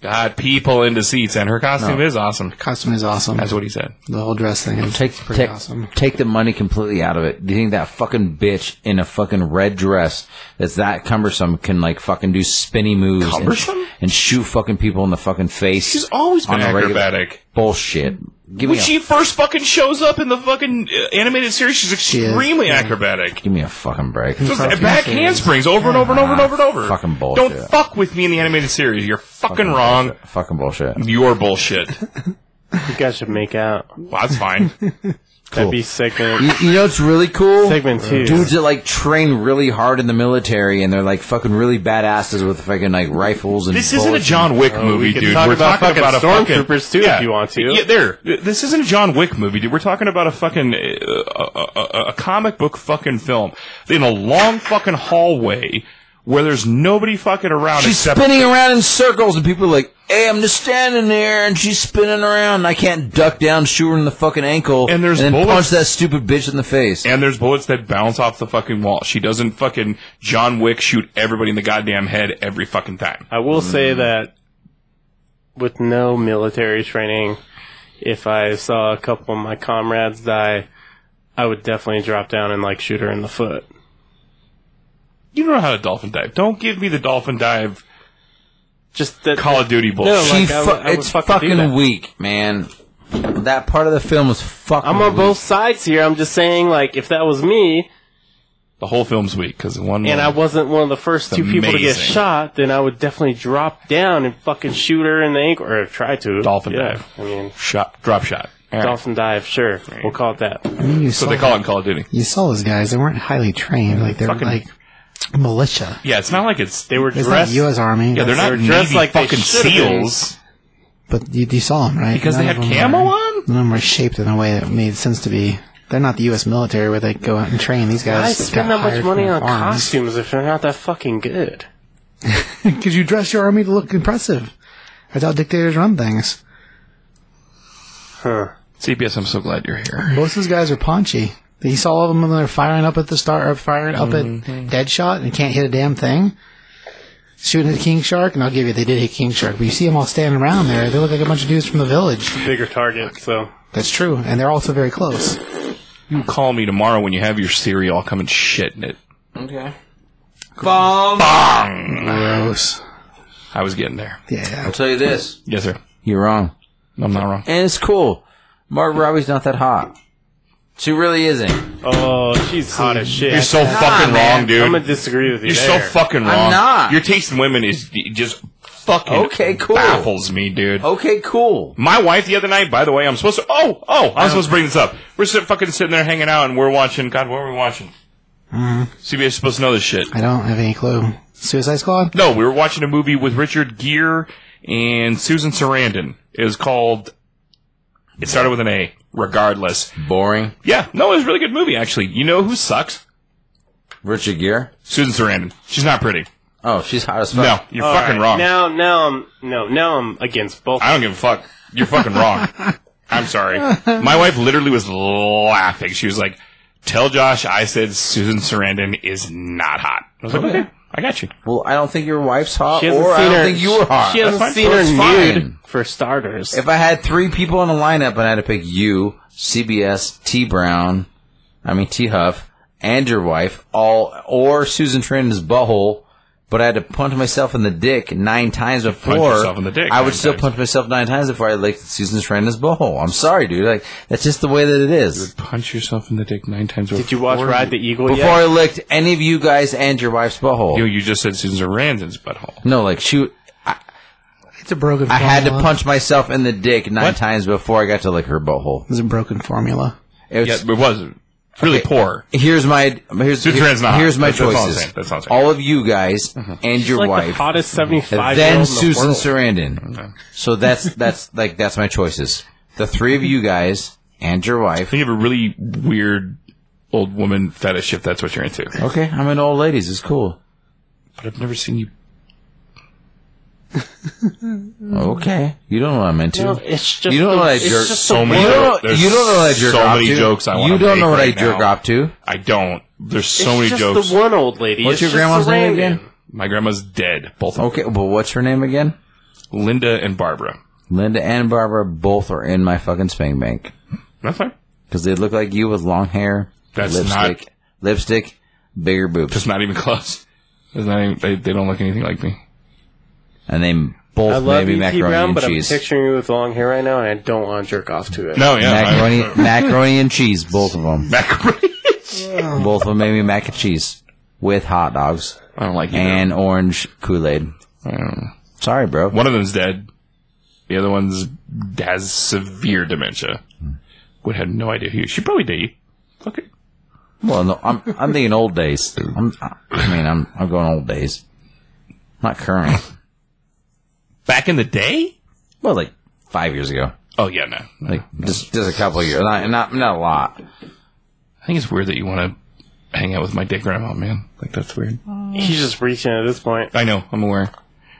Got people into seats, and her costume is awesome.
Costume is awesome.
That's what he said.
the whole dress thing is
Take,
pretty
take,
awesome.
take the money completely out of it. Do you think that fucking bitch in a fucking red dress that's that cumbersome can, like, fucking do spinny moves and sh-
Cumbersome?
And, shoot fucking people in the fucking face?
She's always been
On a regular-
acrobatic.
Bullshit. Give me,
When
a,
she first fucking shows up in the fucking uh, animated series, she's
is,
extremely acrobatic.
give me a fucking break.
Those back handsprings over and over and over and over and over.
Fucking bullshit.
Don't fuck with me in the animated series. You're fucking, wrong.
Bullshit. Fucking bullshit.
You're bullshit.
You guys should make out.
well, that's fine.
That'd be segment
You, you know what's really cool?
segment two.
Dudes that like train really hard in the military and they're like fucking really badasses with fucking like rifles and
This isn't a
bullets.
John Wick movie,
can
dude.
Oh, talk
We're
about
talking about
fucking
a fucking
Stormtroopers, too, if you want to.
Yeah, there. This isn't a John Wick movie, dude. We're talking about a fucking uh, a, a, a- a comic book fucking film in a long fucking hallway where there's nobody fucking around
She's
except
spinning around in circles and people are like, hey, I'm just standing there and she's spinning around and I can't duck down, shoot her in the fucking ankle
And there's
then
bullets.
punch that stupid bitch in the face.
and there's bullets that bounce off the fucking wall. She doesn't fucking John Wick shoot everybody in the goddamn head every fucking time.
I will say that with no military training, if I saw a couple of my comrades die, I would definitely drop down and like shoot her in the foot.
You know how to dolphin dive. Don't give me the dolphin dive
Just that,
Call of Duty bullshit.
No,
she
like, I
fu-
would- I would
it's
fucking do
fucking,
that.
weak, man. That part of the film was fucking
I'm on
weak.
both sides here. I'm just saying, like, if that was me
The whole film's weak because one.
and I
moment-
wasn't one of the first two people to get
amazing.
shot, then I would definitely drop down and fucking shoot her in the ankle or try to.
Dolphin
Yeah.
dive.
I mean,
shot drop shot. All right.
dolphin dive, sure. We'll call it that.
I mean, you,
So
saw,
they call it in Call of Duty.
you saw those guys. They weren't highly trained. Like they were
Fucking-
like militia.
Yeah, it's not like it's
They were
It's not
dressed.
the U.S. Army.
Yeah, they're
They
not
were dressed
Navy
like they
fucking
should've been.
seals
But you, you saw them, right?
because they had
None of them
camo
were-
on.
None of them were shaped in a way that made sense to be. They're not the U.S. military where they go out and train. These guys.
I spend that
got
much
hired
money
from
on
farms.
costumes if they're not that fucking good.
Because you dress your army to look impressive. That's how dictators run things.
Huh.
CBS, I'm so glad you're here.
Most of those guys are paunchy. You saw all of them when they're firing up at the start, or firing up at Deadshot and can't hit a damn thing. Shooting at King Shark, and I'll give you, they did hit King Shark. But you see them all standing around there. They look like a bunch of dudes from the village.
Bigger target, so.
That's true, and they're also very close.
You call me tomorrow when you have your cereal. I'll come and shit in it.
Okay. Bomb.
Gross.
I was getting there.
Yeah.
I'll tell you this.
Yes, sir.
You're wrong.
I'm not wrong.
and it's cool. Margot Robbie's not that hot. She really isn't.
Oh, she's hot as shit.
You're so fucking
man.
wrong,
I'm
dude.
gonna disagree with you.
you're so
there.
fucking wrong.
not.
Your taste in women is it just fucking
Okay, cool.
baffles me, dude.
Okay, cool.
My wife the other night, by the way, I'm supposed to. Oh, oh, I'm supposed to bring this up. We're sit, fucking sitting there hanging out, and we're watching. God, what were we watching? CBS is supposed to know this shit.
I don't have any clue. Suicide Squad?
No, we were watching a movie with Richard Gere and Susan Sarandon. It was called. It started with an A. Regardless,
Boring.
yeah, no, it was a really good movie actually. You know who sucks?
Richard Gere.
Susan Sarandon. She's not pretty.
Oh, she's hot as fuck.
No, you're
All
fucking
right,
wrong.
Now, now I'm no, now I'm against both.
I don't give a fuck. You're fucking wrong. I'm sorry. My wife literally was laughing. She was like, "Tell Josh I said Susan Sarandon is not hot." I was like, "Okay, I got you.
Well, I don't think your wife's hot,
She hasn't
or I
seen
don't
her.
think you were hot.
She hasn't
That's
seen
fine.
her
That's fine.
nude for starters.
If I had three people in a lineup and I had to pick you, CBS, T Brown, I mean T Huff, and your wife, all or Susan Trent's butthole, but I had to punch myself in the dick nine times before.
yourself in the dick
I
nine
would still
times.
punch myself nine times before I licked Susan Sarandon's butthole. I'm sorry, dude. Like that's just the way that it is.
Punch yourself in the dick nine times.
Did you watch Ride the Eagle
Before
yet?
I licked any of you guys and your wife's butthole.
You, you just said Susan Sarandon's butthole.
no, like shoot.
It's a broken.
I
Formula.
had to punch myself in the dick nine
What?
times before I got to lick her butthole.
It's a broken formula.
It was
Yeah, it was It's really poor.
here's my here's
Two trans not.
here's my
That's- that's all I'm
choices.
saying. That's all I'm saying.
all, of you guys
Mm-hmm.
and your
Like the
wife,
hottest
and
seventy-five. year
then
old in the
Susan
world.
Sarandon. So that's that's like that's my choices. The three of you guys and your wife.
You have a really weird old woman fetish if that's what you're into.
Okay, I'm an old ladies. It's cool.
But I've never seen you.
Mm-hmm.
Okay, you don't know what I'm into.
No, it's just
You don't
the-
know that
it's
jerk-
just
so
the
many
you,
world.
jokes.
don't know,
There's
you don't know what I jerk
so
off
many
to.
jokes I wanna
You don't
make
know what
right
I jerk
now.
off to.
I don't. There's so
It's
many
just
jokes.
The one old lady.
What's
It's
your
just
grandma's name
Sarandon.
again?
My grandma's dead. Both of
Okay, well, what's her name again?
them. Linda and Barbara.
Linda and Barbara both are in my fucking spank bank
That's fine.
because they look like you with long hair,
That's
lipstick, lipstick, bigger boobs.
It's not even close. It's not even, they, they don't look anything like me.
and they
I
both
love
maybe
you, T.
macaroni
Brown,
and
but
cheese.
I'm picturing you with long hair right now, and I don't want to jerk off to it.
No, yeah.
macaroni,
I,
macaroni and cheese, both of them.
macaroni.
Both of them made me mac and cheese with hot dogs
I don't like either.
and orange Kool Aid.
I don't know.
Sorry, bro.
One of them's dead. The other one's has severe dementia. Would have no idea who. She probably did. Okay.
Well, no, I'm I'm thinking old days. I'm, I mean, I'm I'm going old days, not current.
Back in the day?
Well, like five years ago,
Oh yeah, no.
like just just a couple of years, not not not a lot.
I think it's weird that you want to hang out with my dead grandma, man. Like that's weird.
He's just reaching at this point.
I know. I'm aware.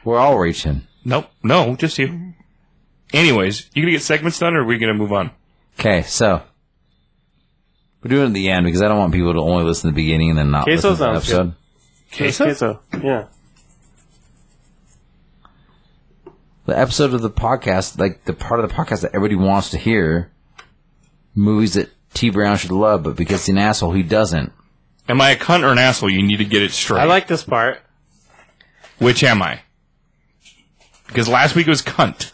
We're all reaching.
Nope. No, just you. Anyways, you gonna get segments done, or are we gonna move on?
Okay, so we're doing it at the end because I don't want people to only listen to the beginning and then not
Okay, so
listen to the
sounds good.
episode.
Okay, so yeah,
the episode of the podcast, like the part of the podcast that everybody wants to hear, movies that T Brown should love, but because he's an asshole, he doesn't.
Am I a cunt or an asshole? You need to get it straight.
I like this part.
Which am I? Because last week it was cunt.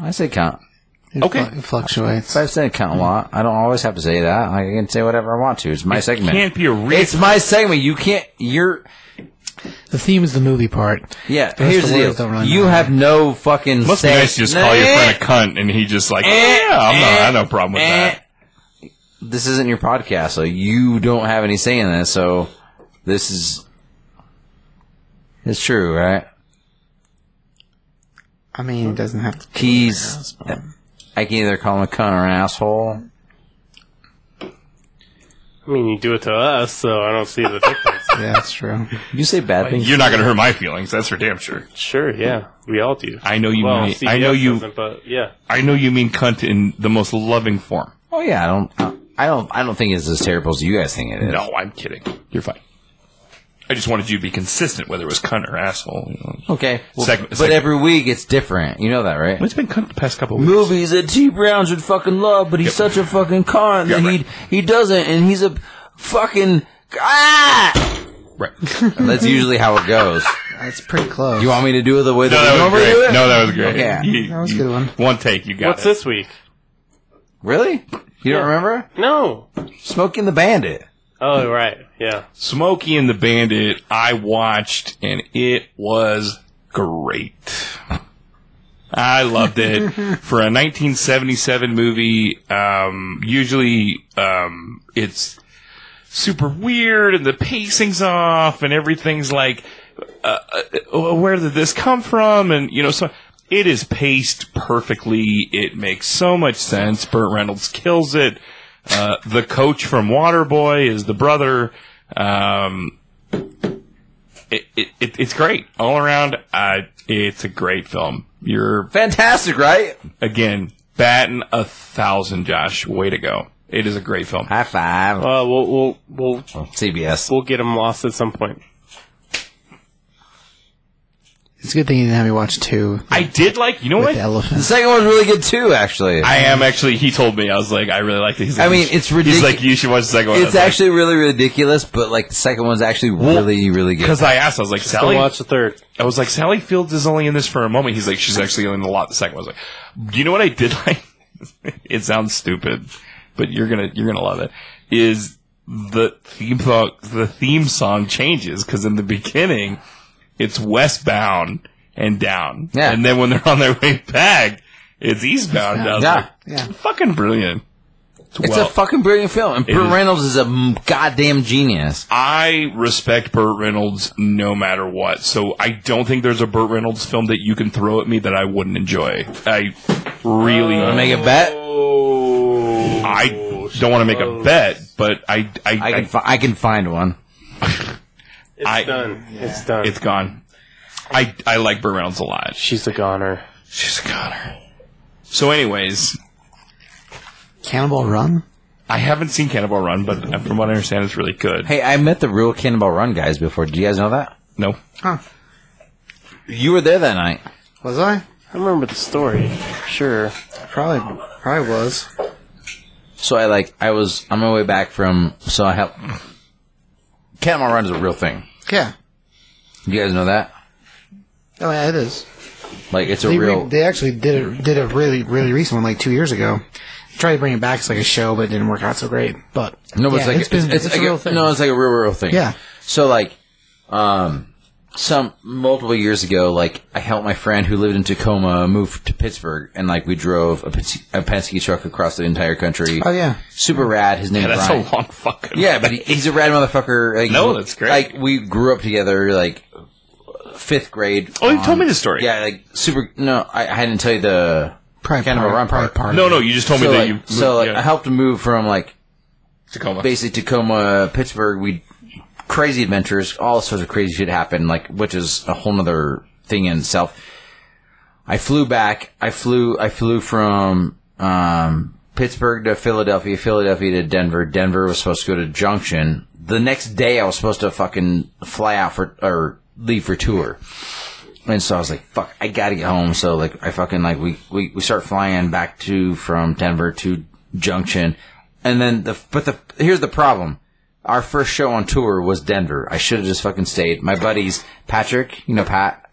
I say count.
It
Okay.
flu- it fluctuates.
I've said count a lot. I don't always have to say that. I can say whatever I want to. It's my segment.
Can't be a real.
it's my segment. You can't. You're.
The theme is the movie part.
Yeah.
The rest
here's
of
the
the words
deal.
don't really
you
matter.
have no fucking.
Must be
say-
nice to just
No,
call your
eh,
friend a cunt, and he just like, yeah, I'm not. I have no problem with
eh.
that.
This isn't your podcast, so you don't have any say in this. So this is. It's true, right?
I mean, it doesn't have to.
He's. I can either call him a cunt or an asshole.
I mean, you do it to us, so I don't see the difference.
Yeah, that's true.
You say bad things.
You're not gonna hurt my feelings. That's for damn sure.
sure, yeah, we all do.
I know you.
well,
mean,
CBS
I know you.
doesn't, but yeah,
I know you mean cunt in the most loving form.
Oh yeah, I don't. I don't. I don't think it's as terrible as you guys think it is.
No, I'm kidding. You're fine. I just wanted you to be consistent, whether it was cunt or asshole. You know.
Okay. Well,
Segment-
but
segment.
every week it's different. You know that, right?
Well, Oh, It's been cunt the past couple of weeks.
Movies that T Brown should fucking love, but he's such a fucking con that
right.
he he doesn't, and he's a fucking ah.
Right.
That's usually how it goes.
That's pretty close.
You want me to do it the way that,
No,
we
that was
normally do it?
great. No, that was great.
Okay.
You-
That was a
you-
good one.
One take, you got
what's
it.
this week?
Really? You don't remember?
No.
Smoking the Bandit.
Oh, right. Yeah.
Smokey and the Bandit. I watched, and it was great. I loved it for a 1977 movie. Um, usually, um, it's super weird, and the pacing's off, and everything's like, uh, uh, where did this come from? And you know, so it is paced perfectly. It makes so much sense. Burt Reynolds kills it. Uh, the coach from Waterboy is the brother. Um, it, it, it, it's great all around. Uh, it's a great film. You're
Fantastic, right?
again batting a thousand, Josh. Way to go! It is a great film.
High five.
Uh, we'll we'll we'll
CBS.
we'll get him lost at some point.
It's a good thing you didn't have me watch two
I did like. You know
with
what?
the
The
elephant.
second one's really good too, actually.
I am actually. He told me. I was like, I really liked it. He's like,
I mean,
you
it's
should- He's like,
ridicu-
you should watch the second one.
it's actually really ridiculous, but like the second one's actually really, really good.
because I asked. I was like,
Go
Sally.
watch the third.
I was like, Sally Fields is only in this for a moment. He's like, she's actually in a lot. The second one. I was like, do you know what I did like? it sounds stupid, but you're gonna you're gonna love it. Is the theme song the theme song changes because in the beginning it's westbound and down,
Yeah.
and then when they're on their way back, it's eastbound. And I was
Yeah.
like,
Yeah.
fucking brilliant.
It's
well,
a fucking brilliant film, and Burt
is.
Reynolds is a m- goddamn genius.
I respect Burt Reynolds no matter what. So I don't think there's a Burt Reynolds film that you can throw at me that I wouldn't enjoy. I really
Make a bet.
Oh,
I don't want to make a bet, but I
I
I,
can
I,
fi- I can find one.
it's
I-
done. It's done.
it's gone. I I like Burt Reynolds a lot.
She's a goner.
She's a goner. So anyways,
Cannibal Run?
I haven't seen Cannibal Run, but from what I understand, it's really good.
Hey, I met the real Cannonball Run guys before. Do you guys know that?
No,
Huh.
You were there that night.
Was I?
I remember the story. Sure.
Probably, probably was.
So I like I was on my way back from. So I have Cannonball Run is a real thing.
Yeah.
You guys know that?
Oh yeah, it is.
Like it's a
They, re-
real.
they actually did a, did a really really recent one like two years ago. Tried to bring it back as like a show, but it didn't work out so great. But
No, but
yeah,
it's like
it's been- it's
like
a real thing.
No, it's like a real, real thing.
Yeah.
So like, um, some multiple years ago, like I helped my friend who lived in Tacoma move to Pittsburgh, and like we drove a, Pits- a Penske truck across the entire country.
oh yeah,
Super rad. His name is
that's
Ryan.
a long fucking.
Yeah, but he, he's a rad motherfucker. Like,
No, that's great.
Like we grew up together, like fifth grade.
Oh, you
on-
told me this story.
Yeah, like super. No, I, I didn't tell you the
probably
kind of a
part-
run
probably
part.
part.
No, no, you just told
so
me that
like,
you. Moved,
so like,
yeah,
I helped him move from like
Tacoma.
basically Tacoma, Pittsburgh, we crazy adventures, all sorts of crazy shit happened, like which is a whole nother thing in itself. I flew back. I flew. I flew from um, Pittsburgh to Philadelphia, Philadelphia to Denver. Denver was supposed to go to Junction. The next day, I was supposed to fucking fly out for or leave for tour. And so I was like, fuck, I gotta get home. So like, I fucking like, we, we, we start flying back to, from Denver to Junction. And then the, but the, here's the problem. Our first show on tour was Denver. I should have just fucking stayed. My buddies, Patrick, you know Pat?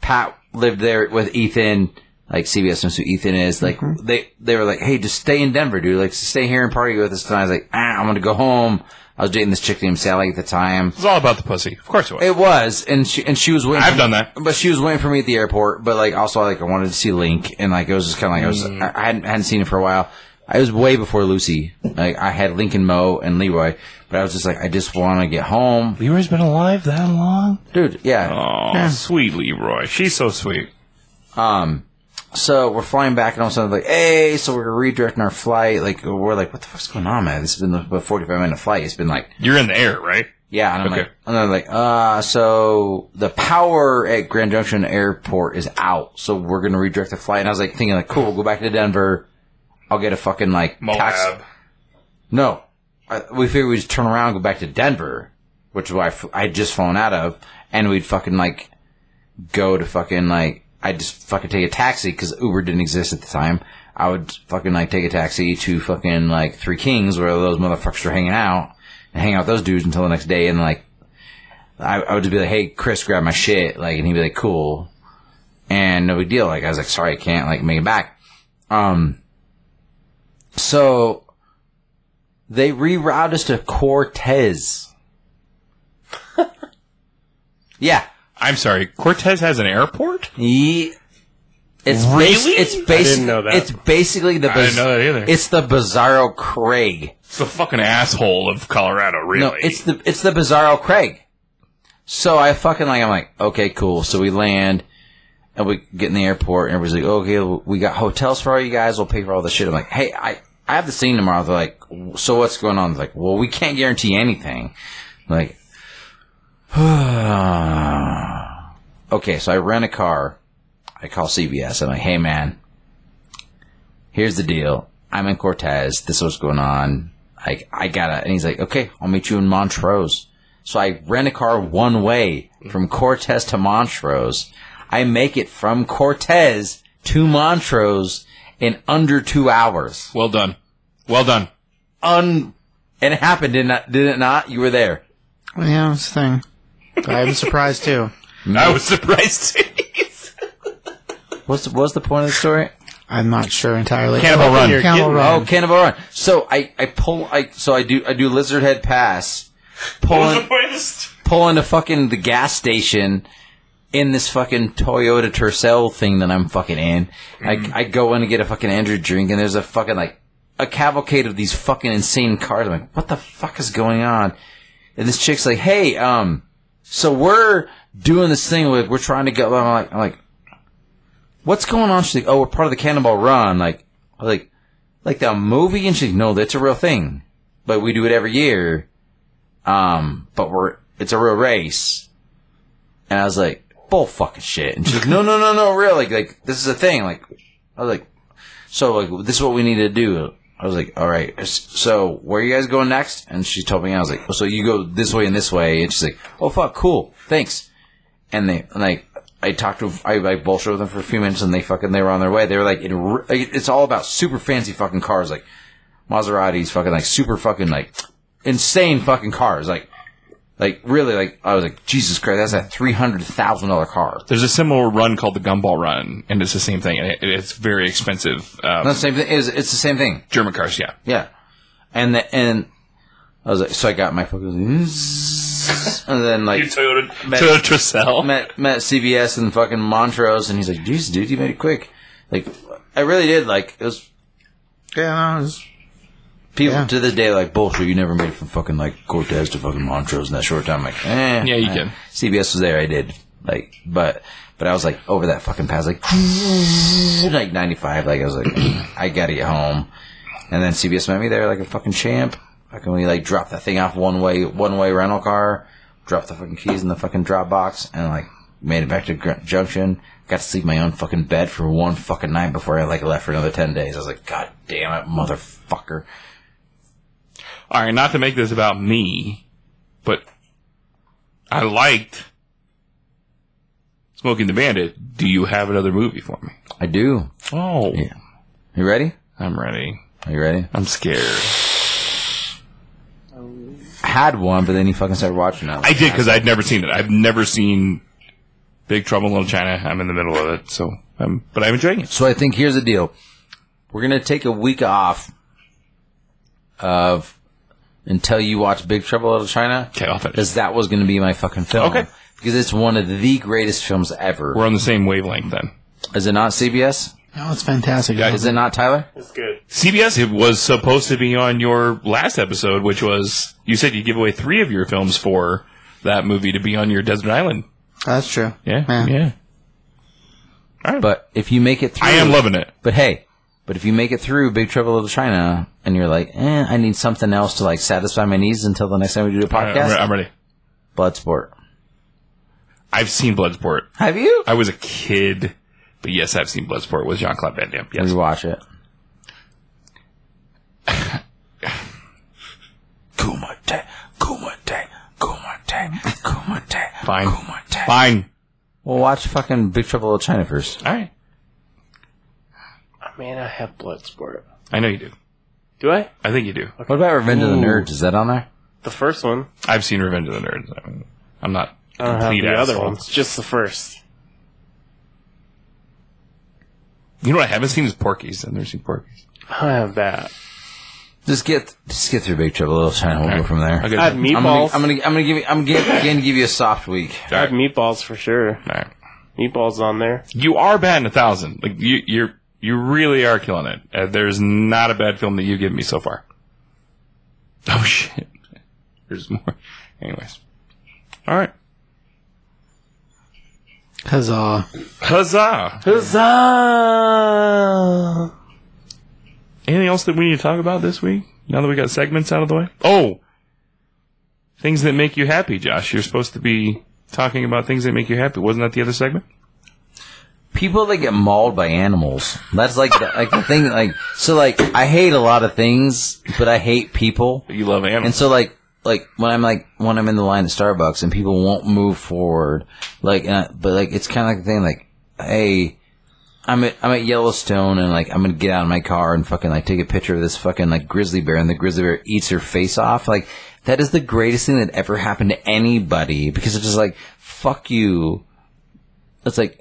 Pat lived there with Ethan, like CBS knows who Ethan is. Like, they, they were like, hey, just stay in Denver, dude. Like, stay here and party with us. And I was like, ah, I'm gonna go home. I was dating this chick named Sally at the time.
It's all about the pussy. Of course it was.
It was, and she and she was waiting.
I've
for-
done that.
but she was waiting for me at the airport. But like, also, like, I wanted to see Link, and like, it was just kind of like I was, I I hadn't, hadn't seen it for a while. I was way before Lucy. Like, I had Link and Mo and Leroy, but I was just like, I just want to get home,
Leroy's been alive that long.
dude. Yeah.
Oh, sweet Leroy. She's so sweet.
Um. So we're flying back, and all of a sudden, like, hey, so we're redirecting our flight. Like, we're like, what the fuck's going on, man? This has been a forty-five minute flight. It's been like
You're in the air, right?
Yeah, and I'm
Okay.
like, and I'm like, uh, so the power at Grand Junction Airport is out, so we're gonna redirect the flight. And I was like thinking, like, cool, we'll go back to Denver. I'll get a fucking like taxi.
Moab.
No, I, we figured we'd just turn around, and go back to Denver, which is why I f- I had just flown out of, and we'd fucking like go to fucking like I just fucking take a taxi because Uber didn't exist at the time. I would fucking like take a taxi to fucking like Three Kings where those motherfuckers were hanging out and hang out with those dudes until the next day. And like, I, I would just be like, "Hey, Chris, grab my shit," like, and he'd be like, "Cool," and no big deal. Like, I was like, "Sorry, I can't like make it back." Um, so they rerouted us to Cortez. yeah.
I'm sorry. Cortez has an airport.
Ye- It's bas-
Really?
it's
didn't
basically
know that.
it's basically the
I didn't know that either.
It's the Bizarro Craig.
It's the fucking asshole of Colorado, really.
No, it's the it's the Bizarro Craig. So I fucking like I'm like okay cool. So we land and we get in the airport and everybody's like okay we got hotels for all you guys. We'll pay for all the shit. I'm like hey I I have the scene tomorrow. They're like so what's going on? They're like well we can't guarantee anything. I'm like okay, so I rent a car. I call CBS. I'm like, hey man, here's the deal. I'm in Cortez. This is what's going on. Like, I gotta. And he's like, okay, I'll meet you in Montrose. So I rent a car one way from Cortez to Montrose. I make it from Cortez to Montrose in under two hours.
Well done. Well done.
Un, and it happened, did not? Did it not? You were there.
Yeah, it's a thing. I'm surprised too.
I was surprised.
What's the, what's the point of the story?
I'm not sure entirely.
Cannibal Run.
Cannibal
Getting-
Run.
Oh, Cannibal Run. So I, I pull, I so I do, I do lizard head pass, pulling, pulling to fucking the gas station in this fucking Toyota Tercel thing that I'm fucking in. I, I go in to get a fucking Andrew drink, and there's a fucking like a cavalcade of these fucking insane cars. I'm like, what the fuck is going on? And this chick's like, hey, um, so we're doing this thing with, we're trying to go. I'm like, I'm like, what's going on? She's like, oh, we're part of the Cannonball Run. Like, I was like, like the movie? And she's like, no, that's a real thing. But we do it every year. Um, but we're, it's a real race. And I was like, bull fucking shit. And she's like, no, no, no, no, real. Like, like, this is a thing. Like, I was like, so like, this is what we need to do. I was like, all right. s- So where are you guys going next? And she told me, I was like, so you go this way and this way. And she's like, oh fuck, cool. Thanks and they and, like I talked to I, I bullshit with them for a few minutes and they fucking they were on their way. They were like in, r- like, it's all about super fancy fucking cars like Maseratis, fucking like super fucking like insane fucking cars like like really like I was like Jesus Christ that's a three hundred thousand dollar car.
There's a similar run called the Gumball Run, and it's the same thing. It, it's very expensive. Um,
That's the same thing. It's, it's the same thing.
German cars, yeah.
Yeah. And the, and I was like so I got my fucking zzzz, and then like
Toyota,
Met-
Toyota Tercel.
met met CBS and fucking Montrose, and he's like, "Jeez, dude, you made it quick." Like, I really did. Like, it was
Oh, Yeah, no, it was-
people
Yeah.
to this day are like bullshit. You never made it from fucking like Cortez to fucking Montrose in that short time. Like, eh,
Yeah, you
eh.
did.
CBS was there. I did. Like, but but I was like over that fucking pass, like like ninety five. Like I was like, I gotta get home. And then CBS met me there like a fucking champ. Fucking we like drop that thing off one way one way rental car, drop the fucking keys in the fucking drop box, and like made it back to Gr- Junction. Got to sleep in my own fucking bed for one fucking night before I like left for another ten days. I was like, God damn it, motherfucker.
All right, not to make this about me, but I liked Smoking the Bandit. Do you have another movie for me?
I do.
Oh,
You ready?
I'm ready.
Are you ready?
I'm scared.
I had one, but then you fucking started watching it.
I did because I'd never seen it. I've never seen Big Trouble in Little China. I'm in the middle of it, so I'm, but I'm enjoying it.
So I think here's the deal. We're gonna take a week off of until you watch Big Trouble in Little China.
Okay, I'll finish.
Because that was gonna be my fucking film.
Okay.
Because it's one of the greatest films ever.
We're on the same wavelength then.
Is it not CBS?
no, it's fantastic.
Yeah,
Is it not Tyler?
It's good.
CBS it was supposed to be on your last episode, which was you said you give away three of your films for that movie to be on your desert island.
That's true.
Yeah, yeah.
But if you make it through,
I am loving it.
But hey, but if you make it through Big Trouble in Little China and you're like, eh, I need something else to like satisfy my needs until the next time we do a
I, am
podcast.
ready.
Bloodsport.
I've seen Bloodsport.
Have you?
I was a kid, but yes, I've seen Bloodsport with Jean Claude Van Damme. Yes.
Rewatch it. kumite, kumite, kumite, kumite,
Fine.
kumite.
Fine.
Well, watch fucking Big Trouble in Little China first.
All right.
Man, I have Bloodsport.
I know you do.
Do I?
I think you do.
What about Revenge of the Nerds? Is that on there?
The first one.
I've seen Revenge of the Nerds. I mean, I'm not.
I don't have
Complete
the other
asshole.
ones. Just the first.
You know what I haven't seen is Porky's. I've never seen Porky's.
I have that.
Just get just get through Big Trouble in Little China. We'll go from there.
Okay.
I have
I'm gonna,
meatballs.
I'm gonna I'm gonna give you I'm gi- gonna give you a soft week.
All
I have
right.
meatballs for sure.
All right.
Meatballs on there.
You are batting a thousand. Like you, you're, you really are killing it. Uh, there's not a bad film that you've given me so far. Oh shit. There's more. Anyways. All right.
Huzzah.
Huzzah!
Huzzah!
Anything else that we need to talk about this week? Now that we got segments out of the way. Oh, things that make you happy, Josh. You're supposed to be talking about things that make you happy. Wasn't that the other segment?
people that get mauled by animals. That's like the, like the thing. Like so, like I hate a lot of things, but I hate people.
You love animals.
And so, like like when I'm like when I'm in the line at Starbucks and people won't move forward. Like, and I, but like it's kind of like the thing like, hey, I'm at I'm at Yellowstone and like I'm gonna get out of my car and fucking like take a picture of this fucking like grizzly bear and the grizzly bear eats her face off. Like that is the greatest thing that ever happened to anybody because it's just like fuck you. It's like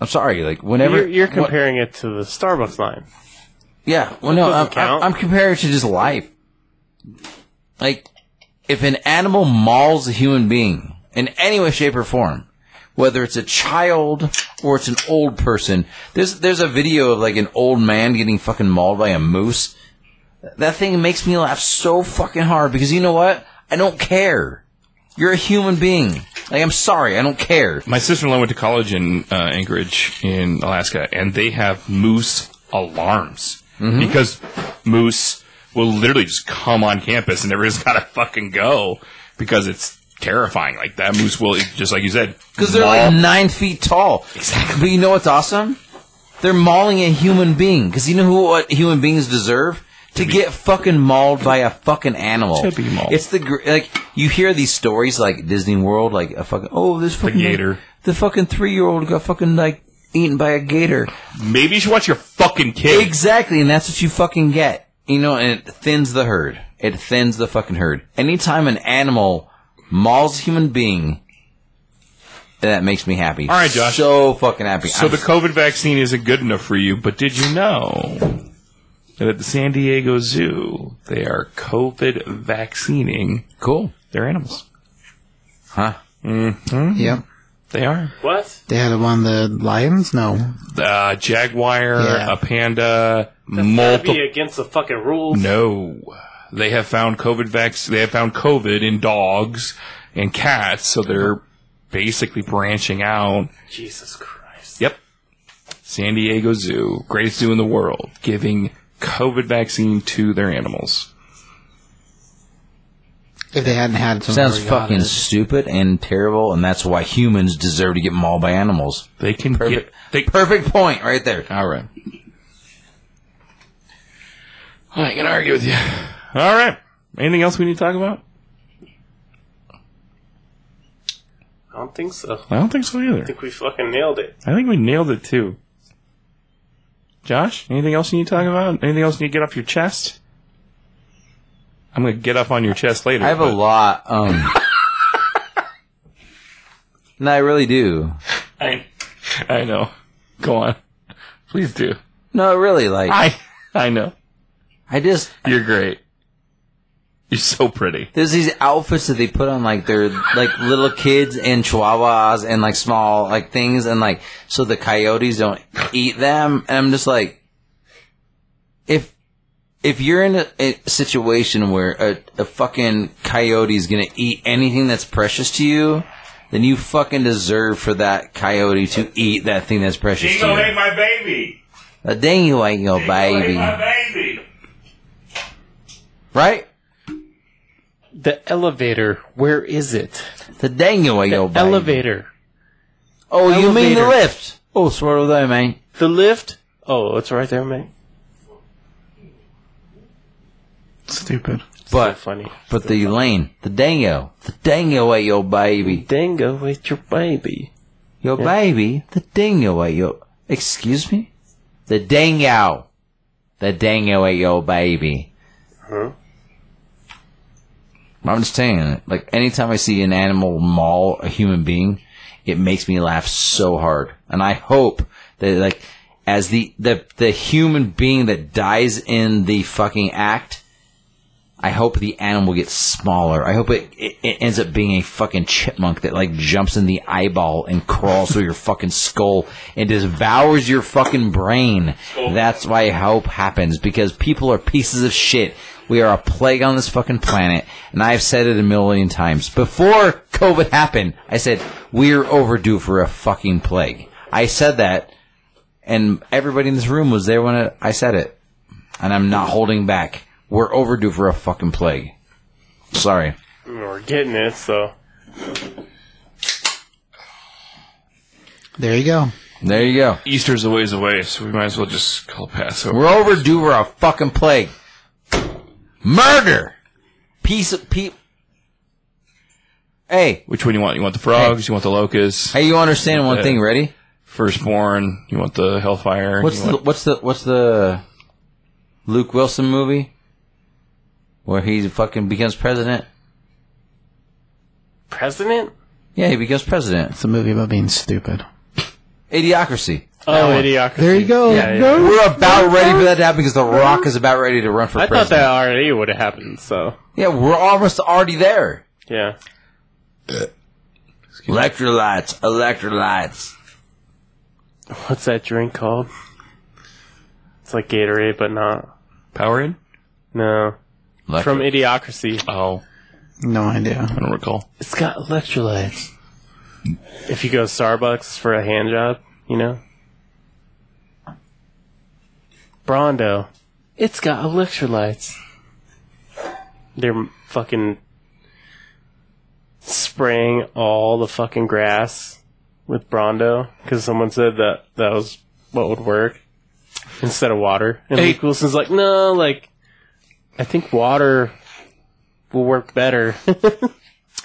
I'm sorry. Like whenever
You're, you're
what-
comparing it to the Starbucks line.
yeah, well, no,
doesn't
I'm,
count.
I'm comparing it to just life. Like, if an animal mauls a human being in any way, shape, or form, whether it's a child or it's an old person, there's there's a video of like an old man getting fucking mauled by a moose. That thing makes me laugh so fucking hard because you know what? I don't care. You're a human being. Like, I'm sorry, I don't care.
My sister in law went to college in uh, Anchorage, in Alaska, and they have moose alarms because moose will literally just come on campus and everyone's got to fucking go because it's terrifying. Like that moose will, just like you said,
Because they're
maul-
like nine feet tall. Exactly. But you know what's awesome? They're mauling a human being. Because you know who, what human beings deserve? To, get fucking mauled by a fucking animal.
To be mauled.
It's the gr- like you hear these stories like Disney World, like a fucking oh this fucking
gator.
the fucking three year old got fucking like eaten by a gator.
maybe you should watch your fucking kid.
Exactly, and that's what you fucking get. You know, and it thins the herd. It thins the fucking herd. Anytime an animal mauls a human being, that makes me happy.
All right, Josh.
So fucking happy.
So
I'm-
the COVID vaccine isn't good enough for you, but did you know that at the San Diego Zoo they are COVID vaccinating
cool.
their animals?
Huh?
Yep.
They are
What?
They had one the lions? No.
uh, jaguar,
Yeah.
a panda,
That'd
multiple.
be against the fucking rules.
no, they have found COVID vac- They have found COVID in dogs and cats, so they're basically branching out.
Jesus Christ.
Yep. San Diego Zoo, greatest zoo in the world, giving COVID vaccine to their animals.
If they hadn't had some
Sounds fucking stupid and terrible, and that's why humans deserve to get mauled by animals.
They can
Perfect.
get. They,
Perfect point right there.
all right.
I ain't gonna argue with you.
All right. Anything else we need to talk about?
I don't think so. I
I don't think so either.
think we fucking nailed it.
I think we nailed it too. Josh, anything else you need to talk about? Anything else you need to get off your chest? I'm gonna get up on your chest later.
I have a
but-
lot. Um, no, I really do.
I, I know. Go on. Please do.
No, really. Like
I I know.
I just
You're great. You're so pretty.
There's these outfits that they put on like they're like little kids and chihuahuas and like small like things and like so the coyotes don't eat them and I'm just like if if you're in a, a situation where a, a fucking coyote is gonna eat anything that's precious to you, then you fucking deserve for that coyote to eat that thing that's precious to you.
my baby.
A dang you ain't your baby,
baby.
right?
The elevator. Where is it?
The dang you ain't your baby.
Elevator.
Oh, you mean the
elevator.
lift? Oh, swear to God, man.
The lift. Oh, it's right there, mate.
stupid.
But
Funny.
But the lane, the dango, the dango ate your baby.
Dango with your baby.
Your baby, the dango ate your. Excuse me? The dango. The dango ate your baby.
Huh?
I'm just saying, like, anytime I see an animal maul a human being, it makes me laugh so hard. And I hope that, like, as the, the, the human being that dies in the fucking act, I hope the animal gets smaller. I hope it, it, it ends up being a fucking chipmunk that like jumps in the eyeball and crawls through your fucking skull and devours your fucking brain. That's why hope happens because people are pieces of shit. We are a plague on this fucking planet, and I've said it a million times. Before COVID happened, I said, we're overdue for a fucking plague. I said that, and everybody in this room was there when I- I said it and I'm not holding back. We're overdue for a fucking plague. Sorry.
We're getting it, so.
There you go.
There you go.
Easter's a ways away, so we might as well just call Passover.
We're overdue for a fucking plague. Murder Piece of pe. Hey,
Which one you want? You want the frogs? You want the locusts?
hey, you understand one
Yeah.
thing? Ready?
Firstborn? You want the hellfire?
What's
you
the
want-
what's the what's the Luke Wilson movie where he fucking becomes president?
President?
Yeah, he becomes president.
It's a movie about being stupid.
Idiocracy.
Oh, idiocracy.
There you go.
Yeah, yeah.
We're about ready for that to happen because The Rock is about ready to run for
I thought
president.
that already would have happened, so.
Yeah, we're almost already there.
Yeah.
Electrolytes, electrolytes.
What's that drink called? It's like Gatorade, but not.
Powerade?
No.
Electro-
From Idiocracy.
Oh,
No idea.
I don't recall.
It's got electrolytes. If you go Starbucks for a hand job, you know? Brondo. It's got electrolytes. They're fucking spraying all the fucking grass with Brondo because someone said that that was what would work instead of water. And
Hey.
Luke Wilson's like, no, like, I think water will work better.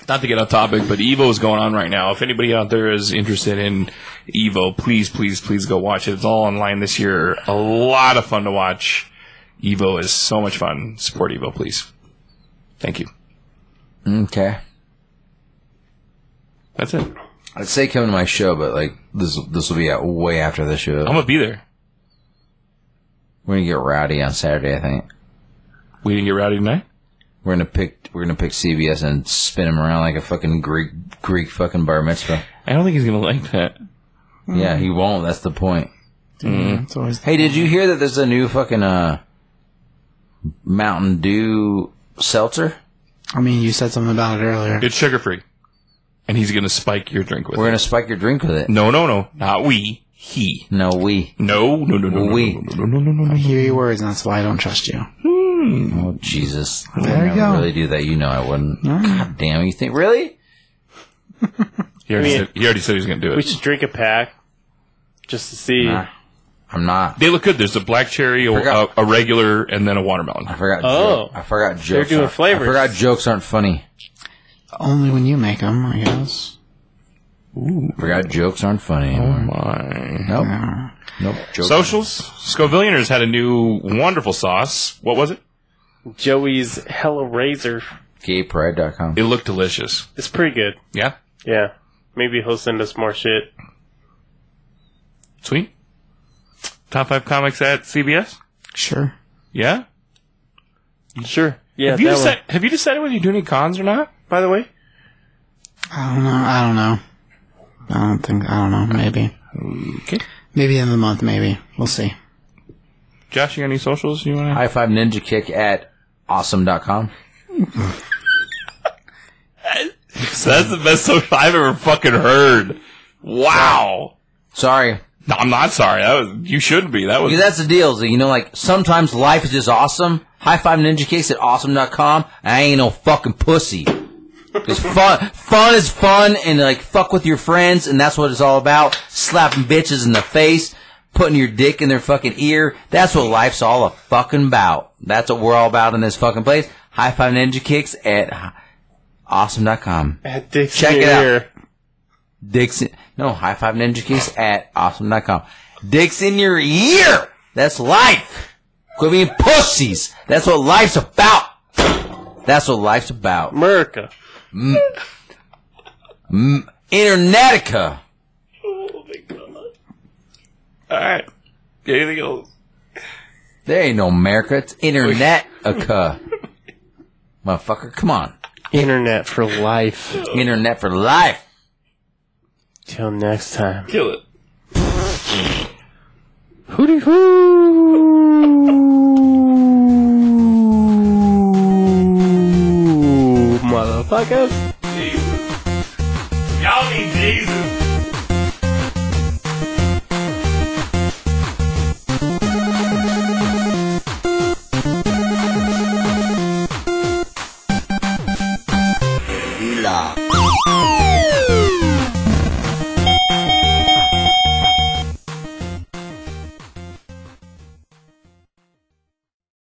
Not to get off topic, but Evo is going on right now. If anybody out there is interested in Evo, please, please, please go watch it. It's all online this year. A lot of fun to watch. Evo is so much fun. Support Evo, please. Thank you.
okay.
That's it.
I'd say come to my show, but like this this will be out way after the show.
I'm gonna be there.
We're gonna get rowdy on Saturday, I think.
We didn't get rowdy tonight.
We're gonna pick we're gonna pick CBS and spin him around like a fucking Greek Greek fucking bar mitzvah.
I don't think he's gonna like that.
Yeah, he won't. That's the point.
It's always
Hey, did you hear that there's a new fucking uh Mountain Dew seltzer?
I mean, you said something about it earlier.
It's sugar free, and he's gonna spike your drink with
We're
it.
gonna spike your drink with it.
No, no, no, not we. He.
No, we.
No, no, no, no, no,
We.
no, no, no, no, no,
I
no.
hear your words, and that's why I don't trust you.
Oh Jesus! I would
There you
never
go.
really do that. You know I wouldn't. God damn! You think really?
He already,
mean-
said, he already said he was gonna do
We
it.
should drink a pack just to see.
Nah. I'm not.
They look good. There's a black cherry, a, a,
Forgot.
a regular, and then a watermelon.
I forgot.
Oh.
joke- I forgot jokes.
doing
aren't-
flavors.
I forgot jokes aren't funny.
Only when you make them, I guess.
I forgot jokes aren't funny anymore.
My.
Nope.
Yeah.
Nope. Jokes.
Socials. Scovillioners had a new wonderful sauce. What was it?
Joey's Hella Razor
GayPride.com.
It looked delicious.
It's pretty good.
Yeah.
Yeah. Maybe he'll send us more shit.
Sweet. Top five comics at CBS.
Sure.
Yeah.
Sure. Yeah.
have you
that
decide, have you decided whether you do any cons or not?
one. By the way,
I don't know. I don't know. I don't think. I don't know. Maybe.
Okay.
Maybe in the month. Maybe we'll see.
Josh, you got any socials you want to?
High five ninja kick at awesome.com.
That's the best social I've ever fucking heard. Wow.
Sorry.
No, I'm not sorry. That was you shouldn't be. That was
Because that's the deal. Is that, you know, like, sometimes life is just awesome. High five ninja kicks at awesome.com. I ain't no fucking pussy. It's fun. Fun is fun, and like fuck with your friends, and that's what it's all about. Slapping bitches in the face, putting your dick in their fucking ear. That's what life's all a fucking about. That's what we're all about in this fucking place. High five ninja kicks at awesome.com.
at Dick's
Check it
Beer.
Dicks in, no high five ninja kicks at awesome.com. Dicks in your ear. That's life. Quit being pussies. That's what life's about. That's what life's about.
America.
Internetica.
Oh, all right. Anything else?
There ain't no America. It's Internetica. Motherfucker, come on.
Internet for life.
Internet for life.
Till next time.
Kill it.
Hooty hoo. Motherfuckers.
Y'all need Jesus.